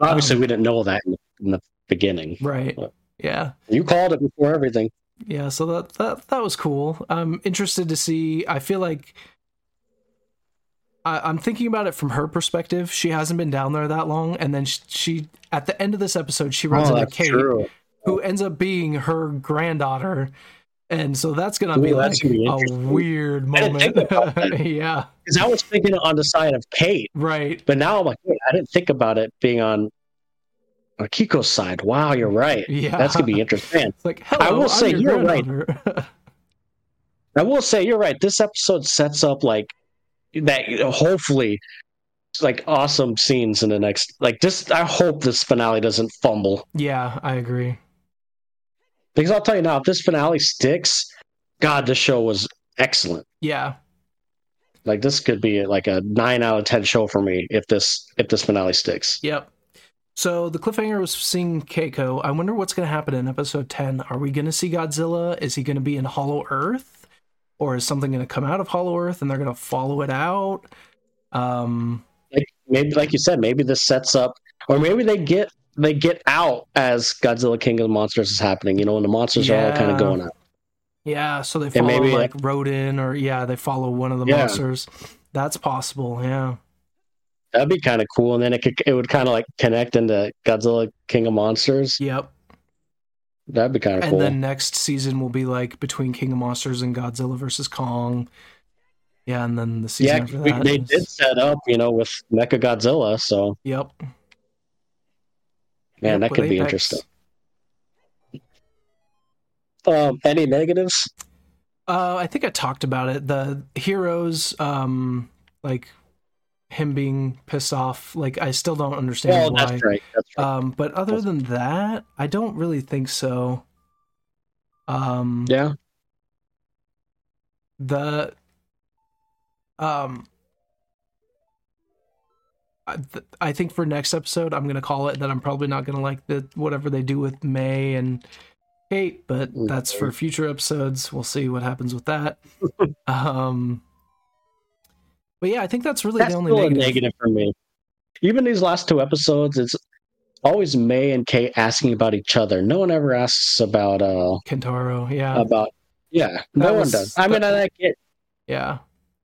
Speaker 2: Obviously,
Speaker 1: Um,
Speaker 2: we didn't know that in the, in the beginning.
Speaker 1: right, yeah.
Speaker 2: You called it before everything.
Speaker 1: yeah so that that that was cool i'm interested to see i feel like I, i'm thinking about it from her perspective she hasn't been down there that long and then she, she at the end of this episode she
Speaker 2: Oh,
Speaker 1: runs into kate who ends up being her granddaughter and so that's gonna
Speaker 2: Ooh,
Speaker 1: be
Speaker 2: that's
Speaker 1: like
Speaker 2: gonna be
Speaker 1: a
Speaker 2: interesting.
Speaker 1: weird moment
Speaker 2: think about that.
Speaker 1: yeah
Speaker 2: Because I was thinking on the side of Kate,
Speaker 1: right
Speaker 2: but now I'm like, wait, I didn't think about it being on on Kiko's side. Wow, you're right.
Speaker 1: yeah
Speaker 2: That's gonna be interesting. Man,
Speaker 1: it's like hello i
Speaker 2: will
Speaker 1: am
Speaker 2: say
Speaker 1: your
Speaker 2: you're right.
Speaker 1: granddaughter.
Speaker 2: I will say you're right. This episode sets up like that. Hopefully, like awesome scenes in the next. Like this, I hope this finale doesn't fumble.
Speaker 1: yeah i agree
Speaker 2: Because I'll tell you now, if this finale sticks, God, this show was excellent.
Speaker 1: yeah
Speaker 2: Like this could be like a nine out of ten show for me if this if this finale sticks.
Speaker 1: Yep. So the cliffhanger was seeing Keiko. I wonder what's going to happen in episode 10. Are we going to see Godzilla? Is he going to be in Hollow Earth? Or is something going to come out of Hollow Earth and they're going to follow it out? Um,
Speaker 2: Like maybe like you said, maybe this sets up or maybe they get they get out as Godzilla King of the Monsters is happening, you know, and the monsters are all kind
Speaker 1: Yeah.
Speaker 2: of going out.
Speaker 1: yeah, so they
Speaker 2: And
Speaker 1: follow
Speaker 2: maybe, uh,
Speaker 1: like Rodin or yeah, they follow one of the
Speaker 2: Yeah.
Speaker 1: monsters. That's possible, yeah.
Speaker 2: That'd be kind of cool. And then it could it would kind of like connect into Godzilla King of Monsters.
Speaker 1: Yep.
Speaker 2: That'd be kind of
Speaker 1: And
Speaker 2: cool.
Speaker 1: then next season will be like between King of Monsters and Godzilla versus Kong. Yeah, and then the season
Speaker 2: yeah,
Speaker 1: after
Speaker 2: we-
Speaker 1: that.
Speaker 2: they
Speaker 1: is-
Speaker 2: did set up, you know, with Mecha Godzilla. So
Speaker 1: Yep.
Speaker 2: man,
Speaker 1: Yep,
Speaker 2: that
Speaker 1: with
Speaker 2: could be
Speaker 1: Apex.
Speaker 2: interesting. Um, any negatives?
Speaker 1: Uh, I think I talked about it. The heroes, um, like him being pissed off. Like I still don't
Speaker 2: Well,
Speaker 1: understand why.
Speaker 2: that's right. That's right.
Speaker 1: Um, but other than that, I don't really think so. Um,
Speaker 2: yeah.
Speaker 1: the um. I, th- I think for next episode, I'm gonna call it that. I'm probably not gonna like the whatever they do with May and Kate, but
Speaker 2: Mm-hmm.
Speaker 1: that's for future episodes. We'll see what happens with that. um, but yeah, I think that's really
Speaker 2: That's
Speaker 1: the only
Speaker 2: still
Speaker 1: negative.
Speaker 2: a negative for me. Even these last two episodes, it's always May and Kate asking about each other. No one ever asks about uh
Speaker 1: Kentaro, yeah,
Speaker 2: about yeah. No one
Speaker 1: was-
Speaker 2: does. I mean, I like it.
Speaker 1: yeah.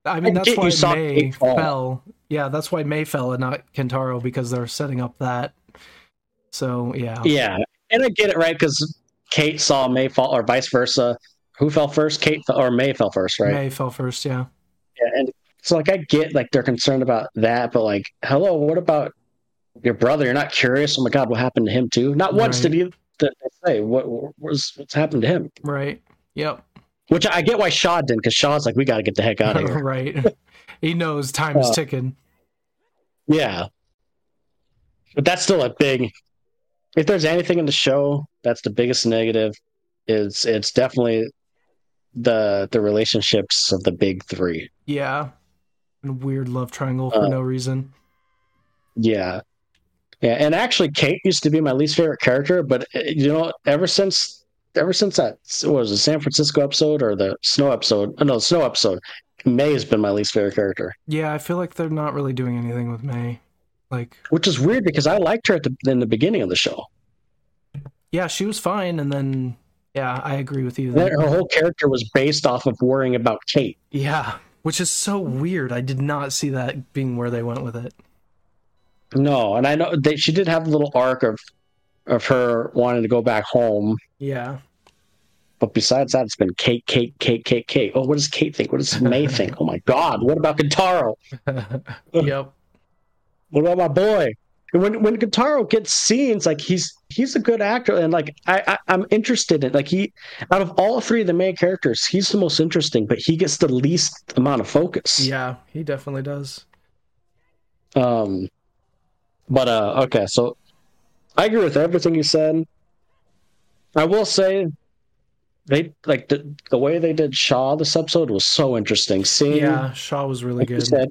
Speaker 1: I mean,
Speaker 2: I
Speaker 1: that's
Speaker 2: get you
Speaker 1: why
Speaker 2: saw
Speaker 1: May
Speaker 2: Kate fall.
Speaker 1: fell. Yeah, that's why May fell and not Kentaro because they're setting up that. So yeah,
Speaker 2: Yeah, and I get it right because Kate saw May fall, or vice versa. Who fell first? Kate fell, or May fell first, right?
Speaker 1: May fell first. Yeah,
Speaker 2: Yeah, and so like I get like they're concerned about that, but like, hello, what about your brother? You're not curious? Oh my god, what happened to him too? Not once
Speaker 1: Right.
Speaker 2: did he did they say what was what's happened to him.
Speaker 1: right. Yep.
Speaker 2: Which I get why Shaw didn't, because Shaw's like, we got to get the heck out of here.
Speaker 1: right. He knows time is
Speaker 2: Uh,
Speaker 1: ticking.
Speaker 2: Yeah. But that's still a big if there's anything in the show that's the biggest negative is it's definitely the the relationships of the big 3.
Speaker 1: Yeah. And a weird love triangle for
Speaker 2: uh,
Speaker 1: no reason.
Speaker 2: Yeah. Yeah, and actually Kate used to be my least favorite character, but eh, you know, ever since ever since that what was the San Francisco episode or the snow episode? uh, No, the snow episode. May has been my least favorite character,
Speaker 1: Yeah, I feel like they're not really doing anything with May. Like,
Speaker 2: which is weird because I liked her at the in the beginning of the show.
Speaker 1: yeah, she was fine, and then yeah, I agree with you.
Speaker 2: Then
Speaker 1: There.
Speaker 2: her whole character was based off of worrying about Kate.
Speaker 1: Yeah, which is so weird. I did not see that being where they went with it.
Speaker 2: No, and I know they, she did have a little arc of of her wanting to go back home,
Speaker 1: Yeah,
Speaker 2: but besides that, it's been Kate, Kate, Kate, Kate, Kate. Oh, what does Kate think? What does May think? Oh my God! What about Kentaro?
Speaker 1: yep.
Speaker 2: What about my boy? And when when Kentaro gets scenes, like he's he's a good actor, and like I, I I'm interested in like he out of all three of the main characters, he's the most interesting, but he gets the least amount of focus.
Speaker 1: Yeah, he definitely does.
Speaker 2: Um, but uh, okay, so I agree with everything you said. I will say they like the the way they did Shaw this episode was so interesting. Seeing
Speaker 1: Yeah, Shaw was really
Speaker 2: Mm. like you
Speaker 1: good.
Speaker 2: said,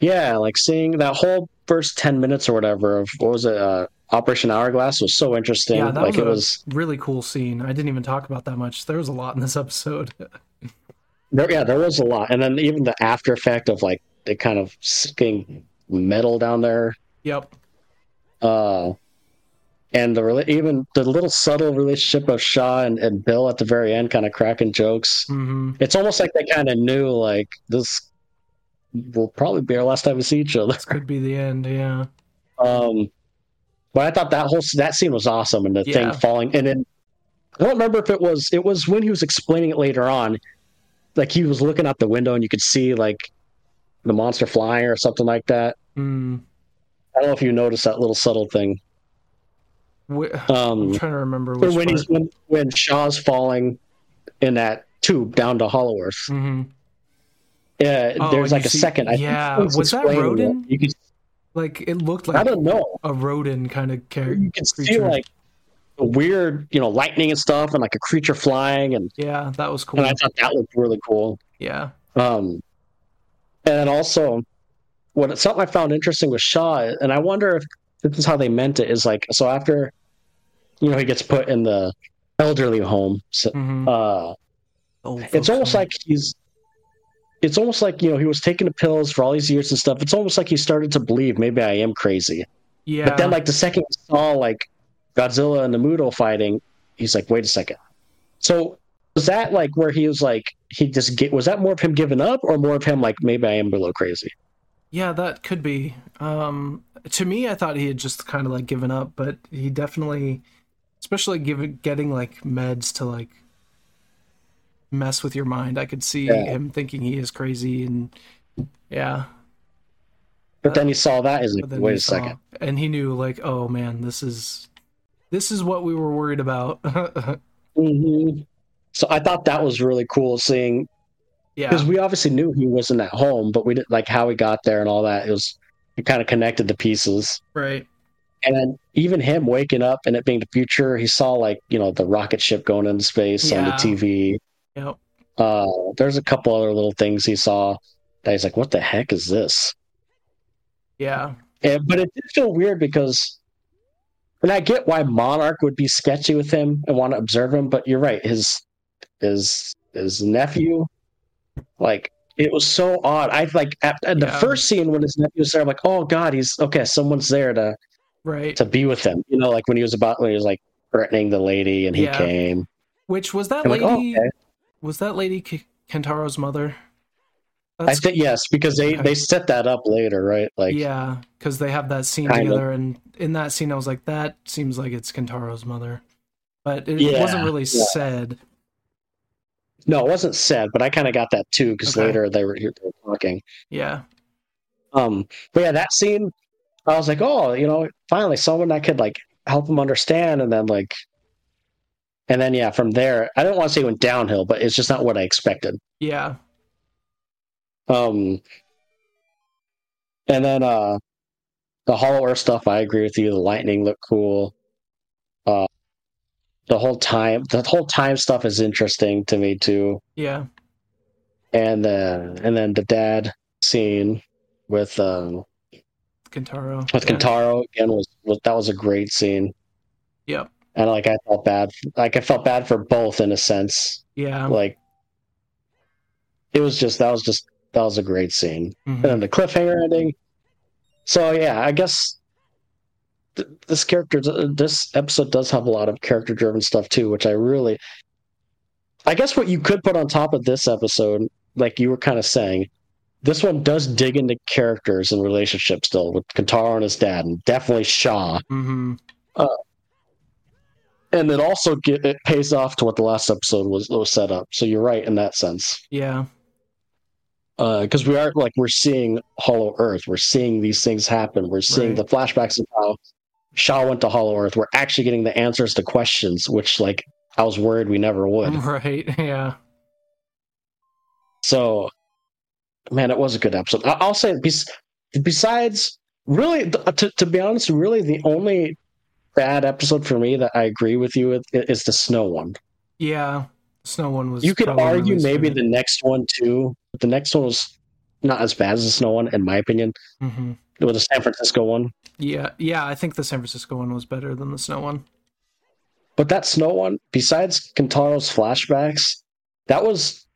Speaker 2: yeah, like seeing that whole first ten minutes or whatever of what was it, uh, Operation Hourglass was so interesting.
Speaker 1: Yeah, that
Speaker 2: like
Speaker 1: was,
Speaker 2: it
Speaker 1: a
Speaker 2: was
Speaker 1: really cool scene. I didn't even talk about that much. There was a lot in this episode.
Speaker 2: there, yeah, there was a lot, and then even the after effect of like the kind of sticking metal down there
Speaker 1: yep.
Speaker 2: uh, and the rela- even the little subtle relationship of Shaw and, and Bill at the very end, kind of cracking jokes.
Speaker 1: hmm
Speaker 2: It's almost like they kind of knew like this will probably be our last time we see each other.
Speaker 1: This could be the end. Yeah.
Speaker 2: Um, but I thought that whole that scene was awesome, and the
Speaker 1: Yeah.
Speaker 2: thing falling, and then I don't remember if it was it was when he was explaining it later on, like he was looking out the window and you could see like the monster flying or something like that.
Speaker 1: Mm.
Speaker 2: I don't know if you noticed that little subtle thing.
Speaker 1: Wh-
Speaker 2: Um,
Speaker 1: I'm trying to remember
Speaker 2: Or
Speaker 1: which
Speaker 2: when
Speaker 1: part.
Speaker 2: he's when, when Shaw's falling in that tube down to Hollow Earth.
Speaker 1: hmm
Speaker 2: Yeah,
Speaker 1: Oh,
Speaker 2: there's
Speaker 1: you
Speaker 2: like a
Speaker 1: see-
Speaker 2: second. I think
Speaker 1: yeah,
Speaker 2: he
Speaker 1: was that
Speaker 2: explaining
Speaker 1: Rodin?
Speaker 2: it. You could,
Speaker 1: Like it looked
Speaker 2: I
Speaker 1: like
Speaker 2: don't Mm. know.
Speaker 1: a rodent kind of character.
Speaker 2: You can see
Speaker 1: creature.
Speaker 2: like the weird, you know, lightning and stuff, and like a creature flying, and,
Speaker 1: Yeah, that was cool.
Speaker 2: and I thought that looked really cool.
Speaker 1: yeah.
Speaker 2: Um, and then also, what something I found interesting with Shaw, and I wonder if this is how they meant it, is like so after, you know, he gets put in the elderly home. So,
Speaker 1: hmm
Speaker 2: uh,
Speaker 1: Old folks
Speaker 2: it's almost
Speaker 1: home.
Speaker 2: like he's it's almost like you know he was taking the pills for all these years and stuff it's almost like he started to believe maybe i am crazy
Speaker 1: yeah.
Speaker 2: but then like the second he saw like godzilla and the moodle fighting he's like wait a second so was that like where he was like he just get was that more of him giving up or more of him like maybe i am a little crazy
Speaker 1: Yeah, that could be. Um, to me, I thought he had just kind of like given up, but he definitely, especially given getting like meds to like mess with your mind. I could see
Speaker 2: Yeah.
Speaker 1: him thinking he is crazy, and yeah.
Speaker 2: but then he saw that is
Speaker 1: But
Speaker 2: like
Speaker 1: then
Speaker 2: wait
Speaker 1: he
Speaker 2: a
Speaker 1: saw-
Speaker 2: second
Speaker 1: and he knew like, oh man, this is this is what we were worried about.
Speaker 2: Mhm. so i thought that was really cool seeing because
Speaker 1: yeah,
Speaker 2: we obviously knew he wasn't at home, but we didn't like how he got there and all that. It was it kind of connected the pieces,
Speaker 1: right.
Speaker 2: and then even him waking up and it being the future, he saw like you know the rocket ship going into space on the
Speaker 1: Yeah.
Speaker 2: TV.
Speaker 1: Yep.
Speaker 2: Uh, there's a couple other little things he saw that he's like, "What the heck is this?"
Speaker 1: Yeah.
Speaker 2: And, but it did feel weird because, and I get why Monarch would be sketchy with him and want to observe him, but you're right. His his his nephew, like it was so odd. I like at, at the
Speaker 1: Yeah.
Speaker 2: first scene when his nephew was there, I'm like, oh god, he's okay. Someone's there to
Speaker 1: Right.
Speaker 2: to be with him. You know, like when he was about when he was like threatening the lady and he
Speaker 1: Yeah.
Speaker 2: came.
Speaker 1: Which was that
Speaker 2: I'm like,
Speaker 1: lady?
Speaker 2: oh, okay.
Speaker 1: Was that lady K- Kentaro's mother?
Speaker 2: I
Speaker 1: That's
Speaker 2: think yes, because they
Speaker 1: Okay.
Speaker 2: they set that up later, right? Like,
Speaker 1: yeah, because they have that scene
Speaker 2: Kind of.
Speaker 1: together, and in that scene, I was like, that seems like it's Kentaro's mother, but it
Speaker 2: Yeah,
Speaker 1: wasn't really
Speaker 2: yeah.
Speaker 1: said.
Speaker 2: no, it wasn't said, but I kind of got that too because
Speaker 1: Okay.
Speaker 2: later they were, they were talking.
Speaker 1: Yeah,
Speaker 2: Um, but yeah, that scene, I was like, oh, you know, finally someone that could like help him understand, and then like, And then yeah, from there, I don't want to say it went downhill, but it's just not what I expected.
Speaker 1: Yeah.
Speaker 2: Um, and then uh, the Hollow Earth stuff, I agree with you. The lightning looked cool. Uh, the whole time, the whole time stuff is interesting to me too.
Speaker 1: Yeah.
Speaker 2: And then, and then the dad scene with um
Speaker 1: Kentaro.
Speaker 2: with
Speaker 1: yeah.
Speaker 2: Kentaro again was, was that was a great scene.
Speaker 1: Yep.
Speaker 2: And like I felt bad, like I felt bad for both in a sense.
Speaker 1: Yeah.
Speaker 2: Like it was just that was just that was a great scene.
Speaker 1: Mhm.
Speaker 2: and then the cliffhanger ending. So yeah, I guess th- this character, this episode does have a lot of character-driven stuff too, which I really, I guess what you could put on top of this episode, like you were kind of saying, this one does dig into characters and relationships still with Kentaro and his dad, and definitely Shaw,
Speaker 1: Mhm.
Speaker 2: and it also get, it pays off to what the last episode was was set up. So you're right in that sense.
Speaker 1: Yeah.
Speaker 2: because Uh, we are like we're seeing Hollow Earth, we're seeing these things happen, we're
Speaker 1: Right.
Speaker 2: seeing the flashbacks of how Shaw went to Hollow Earth. We're actually getting the answers to questions, which like I was worried we never would.
Speaker 1: Mm-hmm. Right. Yeah.
Speaker 2: So, man, it was a good episode. I- I'll say bes- besides really th- to to be honest, really the only bad episode for me that I agree with you with i- is the snow one.
Speaker 1: Yeah. Snow one was.
Speaker 2: you could
Speaker 1: probably
Speaker 2: argue
Speaker 1: least
Speaker 2: maybe the
Speaker 1: good.
Speaker 2: next one too. But the next one was not as bad as the snow one, in my opinion.
Speaker 1: Mhm.
Speaker 2: With the San Francisco one.
Speaker 1: Yeah. Yeah. I think the San Francisco one was better than the snow one.
Speaker 2: But that snow one, besides Kentaro's flashbacks, that was.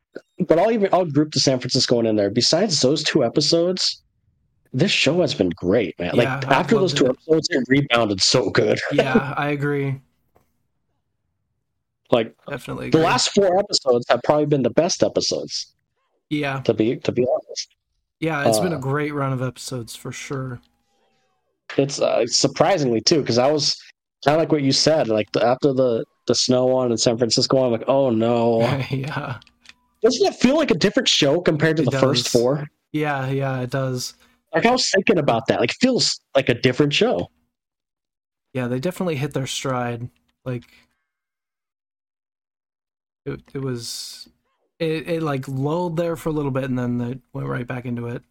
Speaker 2: But I'll even I'll group the San Francisco one in there. Besides those two episodes, this show has been great, man.
Speaker 1: Yeah,
Speaker 2: like
Speaker 1: I've
Speaker 2: after those
Speaker 1: loved
Speaker 2: two
Speaker 1: it.
Speaker 2: episodes, it rebounded so good.
Speaker 1: Yeah. I agree.
Speaker 2: Like
Speaker 1: Definitely.
Speaker 2: the
Speaker 1: agree.
Speaker 2: last four episodes have probably been the best episodes.
Speaker 1: Yeah.
Speaker 2: To be to be honest,
Speaker 1: Yeah. It's been a
Speaker 2: Uh,
Speaker 1: great run of episodes for sure.
Speaker 2: it's uh, surprisingly too because I was kind of like what you said. Like the, after the the snow one and San Francisco one, I'm like, oh no,
Speaker 1: yeah.
Speaker 2: doesn't it feel like a different show compared to
Speaker 1: It
Speaker 2: the first
Speaker 1: does.
Speaker 2: four?
Speaker 1: Yeah. Yeah. It does.
Speaker 2: Like I was thinking about that. Like it feels like a different show.
Speaker 1: Yeah. They definitely hit their stride. Like. It. It was. It, it like lulled there for a little bit and then they went right back into it.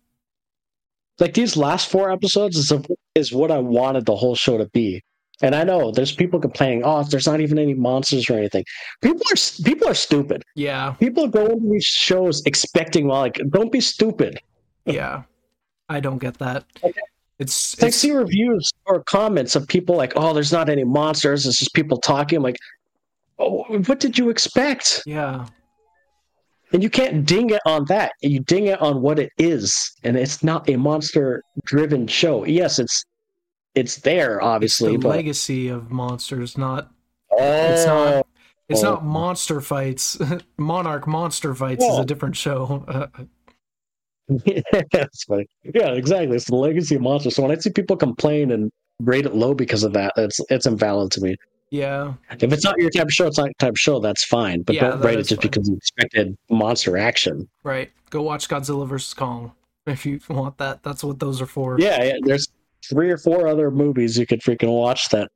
Speaker 2: Like these last four episodes is a, is what I wanted the whole show to be. And I know there's people complaining, oh, there's not even any monsters or anything. People are s- people are stupid.
Speaker 1: Yeah.
Speaker 2: People go into these shows expecting, well, like, don't be stupid.
Speaker 1: Yeah. I don't get that. It's,
Speaker 2: I
Speaker 1: it's
Speaker 2: see reviews or comments of people like, oh, there's not any monsters. It's just people talking. I'm like, oh, what did you expect?
Speaker 1: yeah.
Speaker 2: And you can't ding it on that. You ding it on what it is, and it's not a monster-driven show. Yes, it's it's there, obviously,
Speaker 1: it's the
Speaker 2: but
Speaker 1: legacy of monsters, not
Speaker 2: oh,
Speaker 1: it's not- it's
Speaker 2: Oh.
Speaker 1: not monster fights. Monarch monster fights is
Speaker 2: Yeah.
Speaker 1: a different show. Uh,
Speaker 2: That's funny. Yeah, exactly. It's the legacy of monsters. So when I see people complain and rate it low because of that, it's it's invalid to me.
Speaker 1: yeah,
Speaker 2: If it's not your type of show, it's not your type of show. That's fine, but
Speaker 1: Yeah,
Speaker 2: don't
Speaker 1: that
Speaker 2: rate it
Speaker 1: is
Speaker 2: just
Speaker 1: fine.
Speaker 2: because you expected monster action.
Speaker 1: right. Go watch Godzilla vs Kong if you want that. That's what those are for.
Speaker 2: Yeah, yeah, there's three or four other movies you could freaking watch that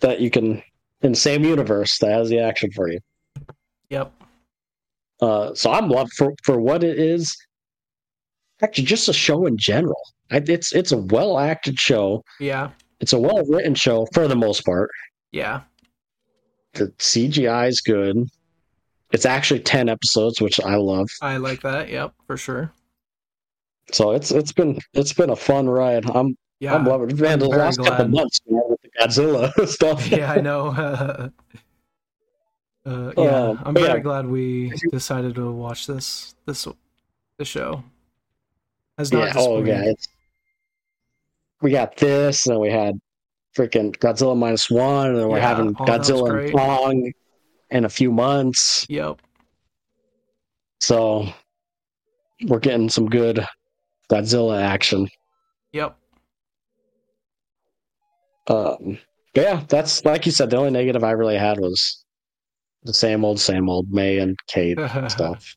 Speaker 2: that you can in the same universe that has the action for you.
Speaker 1: Yep.
Speaker 2: Uh, so I'm loved for for what it is. Actually, just a show in general. I, it's it's a well acted show.
Speaker 1: Yeah.
Speaker 2: It's a well written show for the most part.
Speaker 1: Yeah.
Speaker 2: The CGI is good. It's actually ten episodes, which I love.
Speaker 1: I like that. Yep, for sure.
Speaker 2: So it's it's been it's been a fun ride. I'm
Speaker 1: Yeah.
Speaker 2: I'm loving it. Man, the
Speaker 1: I'm very
Speaker 2: last couple
Speaker 1: glad.
Speaker 2: months man, with the Godzilla stuff.
Speaker 1: yeah, I know. uh, yeah,
Speaker 2: Um,
Speaker 1: I'm
Speaker 2: but
Speaker 1: very
Speaker 2: yeah.
Speaker 1: glad we decided to watch this this this show. Has not
Speaker 2: yeah, oh yeah.
Speaker 1: disappointed.
Speaker 2: It's, we got this, and then we had freaking Godzilla minus one, and then we're
Speaker 1: Yeah,
Speaker 2: having
Speaker 1: oh, that was
Speaker 2: Godzilla and
Speaker 1: great.
Speaker 2: Kong in a few months.
Speaker 1: Yep.
Speaker 2: So we're getting some good Godzilla action.
Speaker 1: Yep.
Speaker 2: Um, but yeah, that's like you said. The only negative I really had was the same old, same old May and Kate stuff.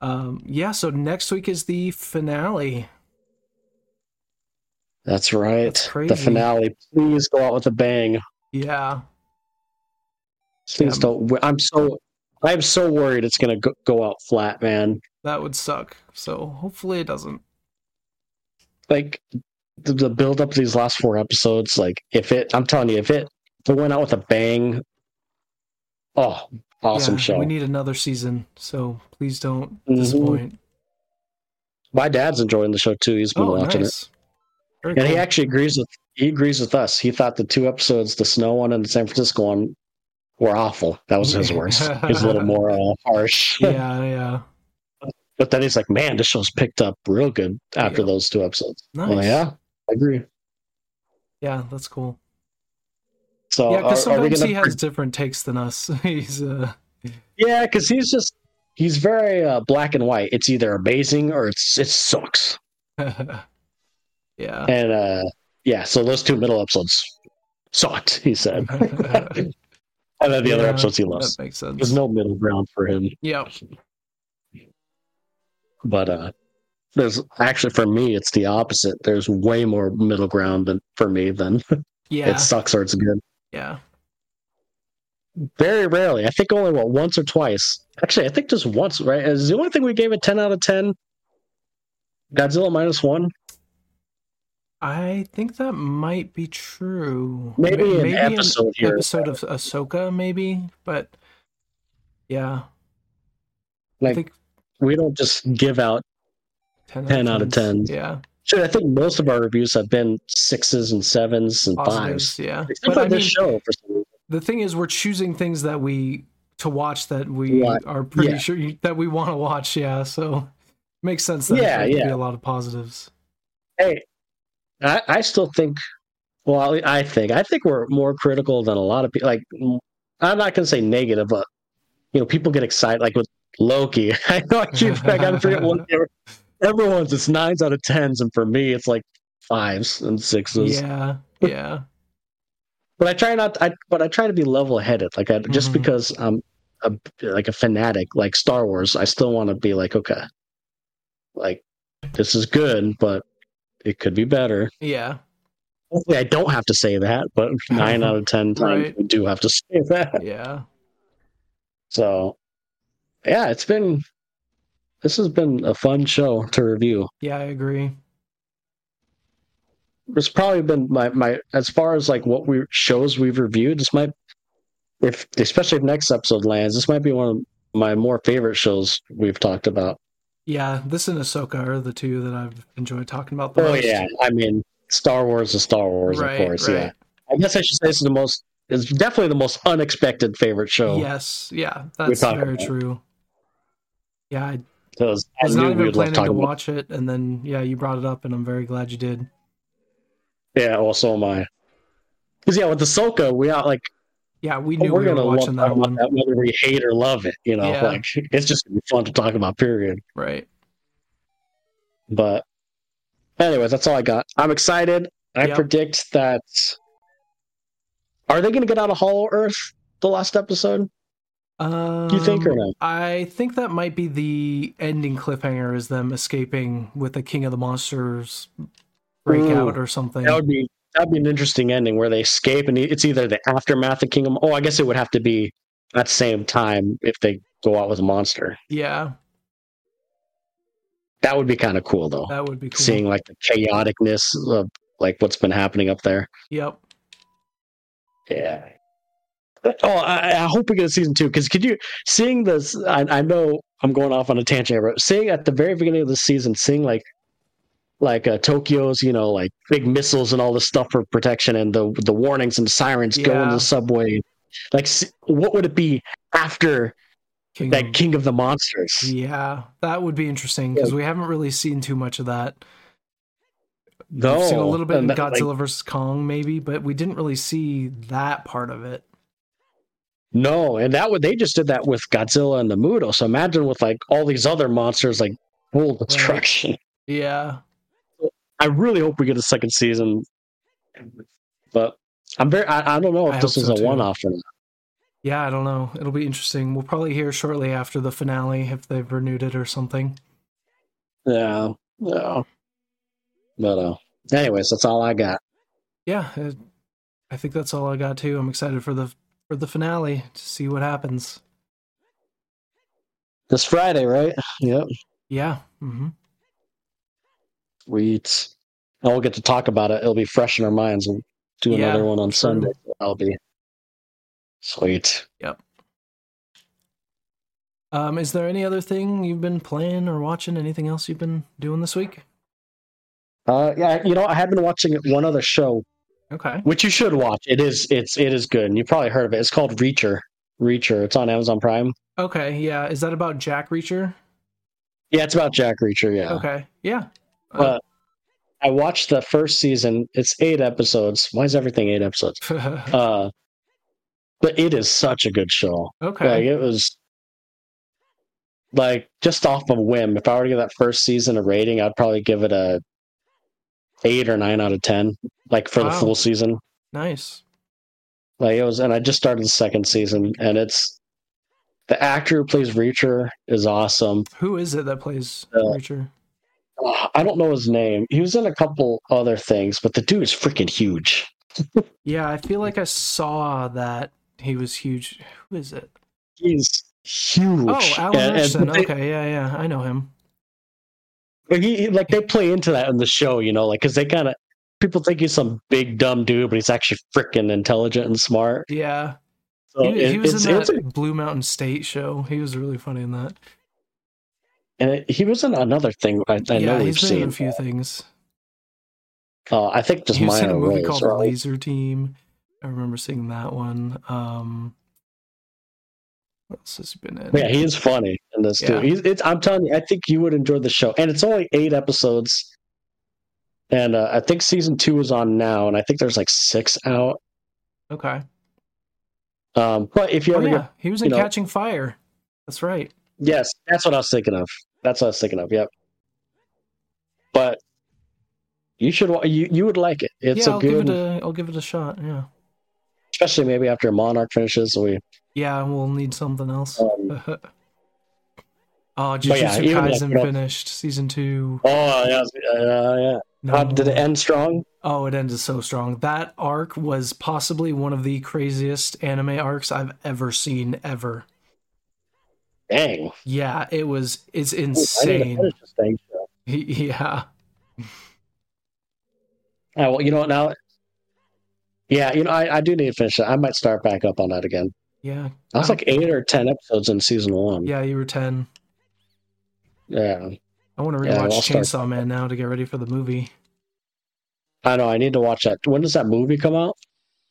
Speaker 1: Um, yeah, so next week is the finale.
Speaker 2: That's right.
Speaker 1: That's
Speaker 2: the
Speaker 1: crazy.
Speaker 2: finale. Please go out with a bang.
Speaker 1: Yeah.
Speaker 2: Please don't. I'm so I'm so worried it's gonna go, go out flat, man.
Speaker 1: That would suck. So hopefully it doesn't.
Speaker 2: Like the, the build up of these last four episodes. Like if it, I'm telling you, if it, if it went out with a bang, oh, awesome
Speaker 1: Yeah,
Speaker 2: show. Mm-hmm.
Speaker 1: We need another season, so please don't disappoint.
Speaker 2: My dad's enjoying the show too. He's been
Speaker 1: Oh,
Speaker 2: watching
Speaker 1: nice. Very
Speaker 2: it, and he
Speaker 1: cool.
Speaker 2: actually agrees with he agrees with us. He thought the two episodes, the snow one and the San Francisco one, were awful. That was his worst. he was a little more uh, harsh.
Speaker 1: yeah, yeah.
Speaker 2: But then he's like, "Man, this show's picked up real good after
Speaker 1: Yeah.
Speaker 2: those two episodes."
Speaker 1: Nice.
Speaker 2: Well, yeah, I agree.
Speaker 1: Yeah, that's cool.
Speaker 2: So,
Speaker 1: yeah, because
Speaker 2: are- are we
Speaker 1: sometimes
Speaker 2: gonna-
Speaker 1: he has different takes than us. He's uh,
Speaker 2: Yeah, because he's just he's very uh, black and white. It's either amazing or it's it sucks.
Speaker 1: yeah.
Speaker 2: And uh yeah, so those two middle episodes sucked, he said. and then the other
Speaker 1: Yeah,
Speaker 2: episodes he loves.
Speaker 1: That makes sense.
Speaker 2: There's no middle ground for him.
Speaker 1: yeah,
Speaker 2: But uh there's actually for me it's the opposite. There's way more middle ground than for me than
Speaker 1: yeah,
Speaker 2: it sucks or it's good.
Speaker 1: yeah.
Speaker 2: Very rarely. I think only what once or twice. Actually, I think just once, right? Is the only thing we gave a ten out of ten Godzilla minus one?
Speaker 1: I think that might be true.
Speaker 2: Maybe
Speaker 1: Ma-
Speaker 2: an episode here.
Speaker 1: episode of Ahsoka, maybe, but yeah, I
Speaker 2: Like
Speaker 1: think
Speaker 2: we don't just give out
Speaker 1: 10,
Speaker 2: 10 out of
Speaker 1: 10s.
Speaker 2: 10s.
Speaker 1: Yeah,
Speaker 2: Dude, I think most of our reviews have been sixes and sevens and
Speaker 1: positives.
Speaker 2: fives.
Speaker 1: Yeah, but
Speaker 2: Except for
Speaker 1: I mean,
Speaker 2: this show for some reason.
Speaker 1: the thing is, we're choosing things that we to watch that we
Speaker 2: Right.
Speaker 1: are pretty
Speaker 2: Yeah.
Speaker 1: sure you, that we want to watch. Yeah, so makes sense. That
Speaker 2: Yeah,
Speaker 1: there could be
Speaker 2: yeah.
Speaker 1: a lot of positives.
Speaker 2: Hey, I, I still think well, I think I think we're more critical than a lot of people like I'm not gonna say negative, but you know, people get excited like with Loki. I know I keep I gotta forget one everyone's it's nines out of tens and for me it's like fives and sixes.
Speaker 1: Yeah, yeah,
Speaker 2: but I try not. I but I try to be level headed. Like I just
Speaker 1: Mhm.
Speaker 2: because I'm a, like a fanatic, like Star Wars, I still want to be like okay, like this is good, but it could be better.
Speaker 1: yeah.
Speaker 2: Hopefully, I don't have to say that. But nine out of ten times
Speaker 1: Right.
Speaker 2: we do have to say that.
Speaker 1: yeah
Speaker 2: So yeah, it's been. This has been a fun show to review.
Speaker 1: yeah i agree
Speaker 2: It's probably been my my as far as like what we shows we've reviewed. This might, if especially if next episode lands, this might be one of my more favorite shows we've talked about.
Speaker 1: yeah this and ahsoka are the two that i've enjoyed talking about the
Speaker 2: Oh
Speaker 1: most.
Speaker 2: yeah, I mean Star Wars is Star Wars,
Speaker 1: Right,
Speaker 2: of course. Yeah,
Speaker 1: right.
Speaker 2: I guess I should say this is the most. It's definitely the most unexpected favorite show.
Speaker 1: yes yeah that's
Speaker 2: talked
Speaker 1: very
Speaker 2: about it.
Speaker 1: true yeah i
Speaker 2: 'cause I
Speaker 1: was
Speaker 2: knew
Speaker 1: not
Speaker 2: we
Speaker 1: even
Speaker 2: would love
Speaker 1: planning to
Speaker 2: talking about.
Speaker 1: watch it and then yeah you brought it up and i'm very glad you did
Speaker 2: Yeah, well, so am I. Because yeah, with Ahsoka, we are like
Speaker 1: yeah we
Speaker 2: oh,
Speaker 1: knew
Speaker 2: we're
Speaker 1: we were
Speaker 2: gonna love
Speaker 1: watching that
Speaker 2: talking
Speaker 1: one
Speaker 2: about that whether we hate or love it. You know,
Speaker 1: Yeah.
Speaker 2: like it's just gonna be fun to talk about. Period.
Speaker 1: right
Speaker 2: But, anyways, that's all I got. I'm excited. I
Speaker 1: Yep.
Speaker 2: predict that. Are they going to get out of Hollow Earth the last episode?
Speaker 1: um,
Speaker 2: Do you think or no?
Speaker 1: i think that might be the ending cliffhanger is them escaping with the king of the monsters breakout or something
Speaker 2: That would be that'd be an interesting ending where they escape and it's either the aftermath of Kingdom. Oh, I guess it would have to be at the same time if they go out with a monster.
Speaker 1: yeah
Speaker 2: That would be kind of cool though.
Speaker 1: that would be cool
Speaker 2: Seeing like the chaoticness of like what's been happening up there.
Speaker 1: yep
Speaker 2: Yeah. Oh, I, I hope we get a season two because could you seeing this? I, I know I'm going off on a tangent, here, but seeing at the very beginning of the season, seeing like like uh, Tokyo's, you know, like big missiles and all this stuff for protection, and the the warnings and sirens go
Speaker 1: Yeah.
Speaker 2: into the subway. Like, s- what would it be after
Speaker 1: Kingdom.
Speaker 2: that King of the Monsters?
Speaker 1: Yeah, that would be interesting because we haven't really seen too much of that.
Speaker 2: No,
Speaker 1: We've seen a little bit in
Speaker 2: Oh, And that, like,
Speaker 1: Godzilla vs Kong, maybe, but we didn't really see that part of it.
Speaker 2: no, and that would they just did that with Godzilla and the Mudo. So imagine with like all these other monsters, like full destruction.
Speaker 1: Yeah,
Speaker 2: I really hope we get a second season, but I'm very I, I don't know if
Speaker 1: I
Speaker 2: this
Speaker 1: hope
Speaker 2: is
Speaker 1: so,
Speaker 2: a
Speaker 1: too.
Speaker 2: one off or not.
Speaker 1: yeah. I don't know. It'll be interesting. We'll probably hear shortly after the finale if they've renewed it or something.
Speaker 2: Yeah, yeah. But uh, anyways, that's all I got.
Speaker 1: uh, Yeah, it, I think that's all I got too. I'm excited for the for the finale to see what happens.
Speaker 2: This Friday, right? Yep.
Speaker 1: Yeah. Mm-hmm.
Speaker 2: Sweet. And we'll get to talk about it. It'll be fresh in our minds and do
Speaker 1: Yeah,
Speaker 2: another one on
Speaker 1: true.
Speaker 2: Sunday. I'll be sweet.
Speaker 1: Um, is there any other thing you've been playing or watching? Anything else you've been doing this week?
Speaker 2: Uh, yeah, you know, I have been watching one other show,
Speaker 1: Okay.
Speaker 2: which you should watch. It is, it's, it is good, and you probably heard of it. It's called Reacher. Reacher. It's on Amazon Prime.
Speaker 1: Okay. Yeah. Is that about Jack Reacher?
Speaker 2: Yeah, it's about Jack Reacher. Yeah,
Speaker 1: Okay. Yeah.
Speaker 2: But I watched the first season. It's eight episodes. Why is everything eight episodes? Uh, but it is such a good show. Like
Speaker 1: okay.
Speaker 2: it was like just off of whim. If I were to give that first season a rating, I'd probably give it a eight or nine out of ten. Like for the
Speaker 1: Wow.
Speaker 2: full season.
Speaker 1: Nice.
Speaker 2: Like it was and I just started the second season and it's the actor who plays Reacher is awesome.
Speaker 1: Who is it that plays
Speaker 2: Uh,
Speaker 1: Reacher?
Speaker 2: Ugh, I don't know his name. He was in a couple other things, but the dude is freaking huge.
Speaker 1: Yeah, I feel like I saw that he was huge. Who is it?
Speaker 2: He's huge.
Speaker 1: Oh, Alan
Speaker 2: And- and
Speaker 1: Ashton.
Speaker 2: they-
Speaker 1: okay, yeah, yeah, I know him.
Speaker 2: Like, he, he- like they play into that in the show, you know, like because they kind of people think he's some big dumb dude, but he's actually freaking intelligent and smart.
Speaker 1: Yeah,
Speaker 2: So
Speaker 1: he, he
Speaker 2: it-
Speaker 1: was
Speaker 2: Oh, it's-
Speaker 1: in
Speaker 2: it's-
Speaker 1: that Blue Mountain State show. He was really funny in that.
Speaker 2: and it- he was in another thing I,
Speaker 1: yeah,
Speaker 2: I know we've
Speaker 1: he's been in
Speaker 2: seen.
Speaker 1: a few things.
Speaker 2: Uh, I think just
Speaker 1: he was in a
Speaker 2: minor
Speaker 1: movie
Speaker 2: roles.
Speaker 1: called
Speaker 2: or at least-
Speaker 1: Laser Team. I remember seeing that one. Um, what else has he been in?
Speaker 2: yeah, he is funny in this
Speaker 1: Yeah.
Speaker 2: too. He's, it's, I'm telling you, I think you would enjoy the show, and it's only eight episodes. And uh, I think season two is on now, and I think there's like six out.
Speaker 1: okay.
Speaker 2: Um, but if you
Speaker 1: Oh
Speaker 2: ever get
Speaker 1: yeah, he was in
Speaker 2: you know-
Speaker 1: Catching Fire. That's right.
Speaker 2: Yes, that's what I was thinking of. That's what I was thinking of. Yep. But you should wa- you you would like it. It's
Speaker 1: yeah,
Speaker 2: a
Speaker 1: I'll
Speaker 2: good,
Speaker 1: give it a. I'll give it a shot. Yeah.
Speaker 2: especially maybe after Monarch finishes. We
Speaker 1: Yeah, we'll need something else.
Speaker 2: um,
Speaker 1: Oh, Jujutsu
Speaker 2: yeah, even if
Speaker 1: Kaisen
Speaker 2: you don't-
Speaker 1: finished season two.
Speaker 2: oh yeah uh, yeah.
Speaker 1: No.
Speaker 2: How did it end strong?
Speaker 1: Oh, it ended so strong. That arc was possibly one of the craziest anime arcs I've ever seen ever.
Speaker 2: Dang,
Speaker 1: Yeah, it was. It's
Speaker 2: I need to
Speaker 1: insane.
Speaker 2: finish this thing.
Speaker 1: Yeah.
Speaker 2: Oh, well, you know what now? Yeah, you know I, I do need to finish it. I might start back up on that again.
Speaker 1: Yeah.
Speaker 2: I was
Speaker 1: Oh.
Speaker 2: like eight or ten episodes in season one.
Speaker 1: Yeah, you were 10.
Speaker 2: yeah.
Speaker 1: I want to
Speaker 2: Yeah,
Speaker 1: rewatch
Speaker 2: I'll start-
Speaker 1: Chainsaw Man now to get ready for the movie.
Speaker 2: I know. I need to watch that. When does that movie come out?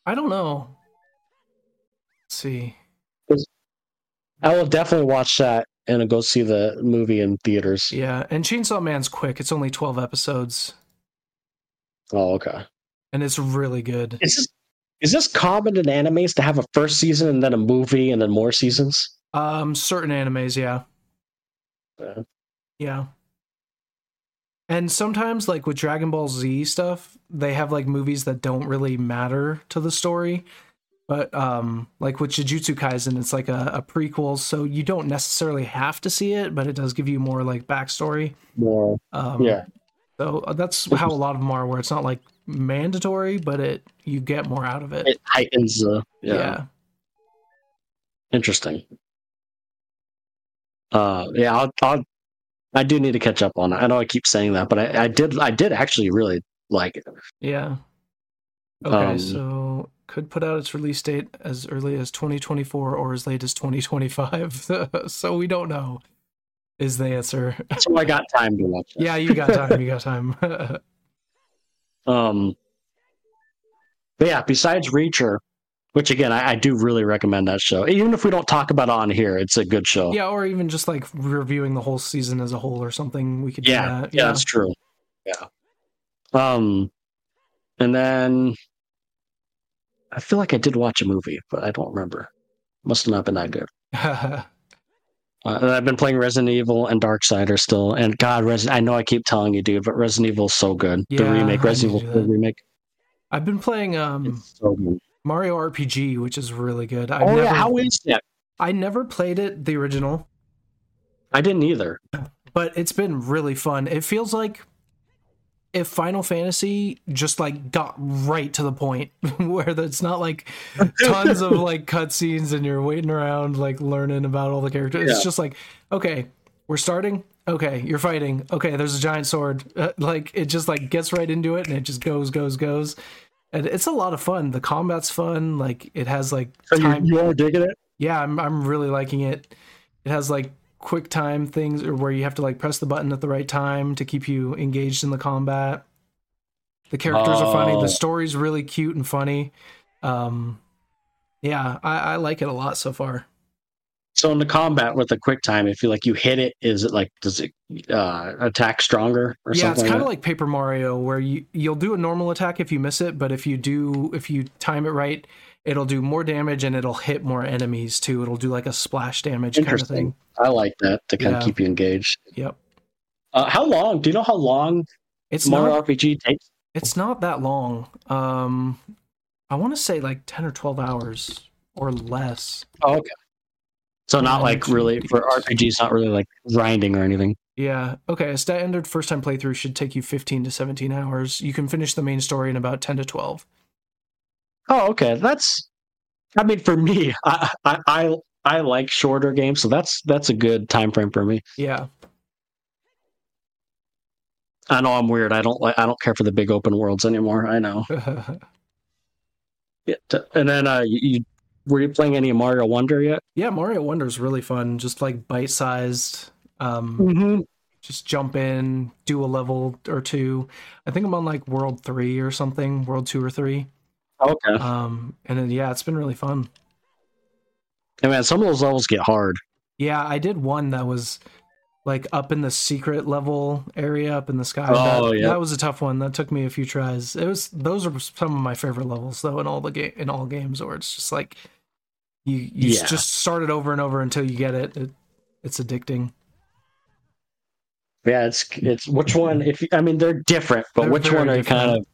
Speaker 1: I don't know. Let's see.
Speaker 2: I will definitely watch that and go see the movie in theaters.
Speaker 1: Yeah, and Chainsaw Man's quick. It's only 12 episodes,
Speaker 2: Oh, okay.
Speaker 1: and it's really good.
Speaker 2: Is this, is this common in animes to have a first season and then a movie and then more seasons?
Speaker 1: Um, certain animes, yeah.
Speaker 2: Uh,
Speaker 1: Yeah. And sometimes, like with Dragon Ball Z stuff, they have like movies that don't really matter to the story. But um, like with Jujutsu Kaisen, it's like a, a prequel, so you don't necessarily have to see it, but it does give you more like backstory.
Speaker 2: more.
Speaker 1: Um,
Speaker 2: Yeah.
Speaker 1: So uh, that's how a lot of them are, where it's not like mandatory, but it you get more out of it.
Speaker 2: It heightens the. Yeah. Interesting. Uh, yeah, I'll, I'll, I do need to catch up on it. I know I keep saying that, but I, I did, I did actually really like it.
Speaker 1: Yeah. Okay,
Speaker 2: Um,
Speaker 1: so could put out its release date as early as 2024 or as late as 2025. so we don't know is the answer.
Speaker 2: So I got time to watch it.
Speaker 1: yeah, you got time. You got time.
Speaker 2: Um, but yeah, besides Reacher, which again, I, I do really recommend that show. Even if we don't talk about it on here, it's a good show.
Speaker 1: yeah, or even just like reviewing the whole season as a whole or something. We could
Speaker 2: yeah,
Speaker 1: do that.
Speaker 2: yeah, that's true. Yeah. Um, and then I feel like I did watch a movie, but I don't remember. Must have not been that good.
Speaker 1: Yeah.
Speaker 2: Uh, and I've been playing Resident Evil and Dark Darksider still. And God, Resident, I know I keep telling you, dude, but Resident Evil's so good.
Speaker 1: Yeah,
Speaker 2: the remake,
Speaker 1: I need to
Speaker 2: Resident Evil
Speaker 1: do
Speaker 2: 4
Speaker 1: that.
Speaker 2: remake.
Speaker 1: I've been playing um,
Speaker 2: It's so good.
Speaker 1: Mario RPG, which is really good. I
Speaker 2: oh,
Speaker 1: never,
Speaker 2: yeah. How is that?
Speaker 1: I never played it, the original,
Speaker 2: I didn't either.
Speaker 1: but it's been really fun. It feels like if Final Fantasy just like got right to the point where it's not like tons of like cutscenes and you're waiting around like learning about all the characters. It's
Speaker 2: Yeah.
Speaker 1: just like, okay, we're starting. Okay, you're fighting. Okay, there's a giant sword. Uh, like it just like gets right into it and it just goes, goes, goes. And it's a lot of fun. The combat's fun. Like it has like
Speaker 2: So you,
Speaker 1: time
Speaker 2: you are digging it?
Speaker 1: yeah i'm i'm really liking it it has like quick time things or where you have to like press the button at the right time to keep you engaged in the combat the characters are funny
Speaker 2: Oh.
Speaker 1: the story's really cute and funny um yeah i i like it a lot so far
Speaker 2: So in the combat with the quick time, if you like you hit it, is it like does it uh, attack stronger or
Speaker 1: yeah it's
Speaker 2: something?
Speaker 1: kind of like paper mario where you you'll do a normal attack if you miss it but if you do if you time it right it'll do more damage and it'll hit more enemies too ittle do like a splash damage kind of
Speaker 2: Interesting.
Speaker 1: thing
Speaker 2: I like that to kind
Speaker 1: Yeah.
Speaker 2: of keep you engaged.
Speaker 1: yep
Speaker 2: Uh, how long? Do you know how long
Speaker 1: it's
Speaker 2: Mario
Speaker 1: not
Speaker 2: RPG takes?
Speaker 1: It's not that long. Um, I want to say like ten or twelve hours or less.
Speaker 2: Oh, okay. So not like
Speaker 1: Mario
Speaker 2: really for RPGs, not really like grinding or anything.
Speaker 1: Yeah. Okay. A standard first time playthrough should take you fifteen to seventeen hours. You can finish the main story in about ten to twelve.
Speaker 2: Oh, okay. That's. I mean, for me, I I I, I like shorter games, so that's that's a good time frame for me.
Speaker 1: Yeah.
Speaker 2: I know I'm weird. I don't like I don't care for the big open worlds anymore. I know.
Speaker 1: yeah.
Speaker 2: Yeah, t- And then uh, you, you were you playing any Mario Wonder yet?
Speaker 1: Mario Wonder's really fun. Just like bite sized. Um,
Speaker 2: Mm-hmm.
Speaker 1: just jump in, do a level or two. I think I'm on like world three or something, world two or three.
Speaker 2: Okay.
Speaker 1: Um, and then yeah, it's been really fun.
Speaker 2: And man, some of those levels get hard.
Speaker 1: Yeah, I did one that was like up in the secret level area up in the sky.
Speaker 2: Oh,
Speaker 1: that,
Speaker 2: yeah.
Speaker 1: that was a tough one. That took me a few tries. It was those are some of my favorite levels though in all the game in all games where it's just like you you s-
Speaker 2: Yeah.
Speaker 1: just start it over and over until you get it. it it's addicting.
Speaker 2: Yeah, it's it's which one? If you, I mean, they're different, but
Speaker 1: They're
Speaker 2: which
Speaker 1: very
Speaker 2: one are you
Speaker 1: different.
Speaker 2: kind of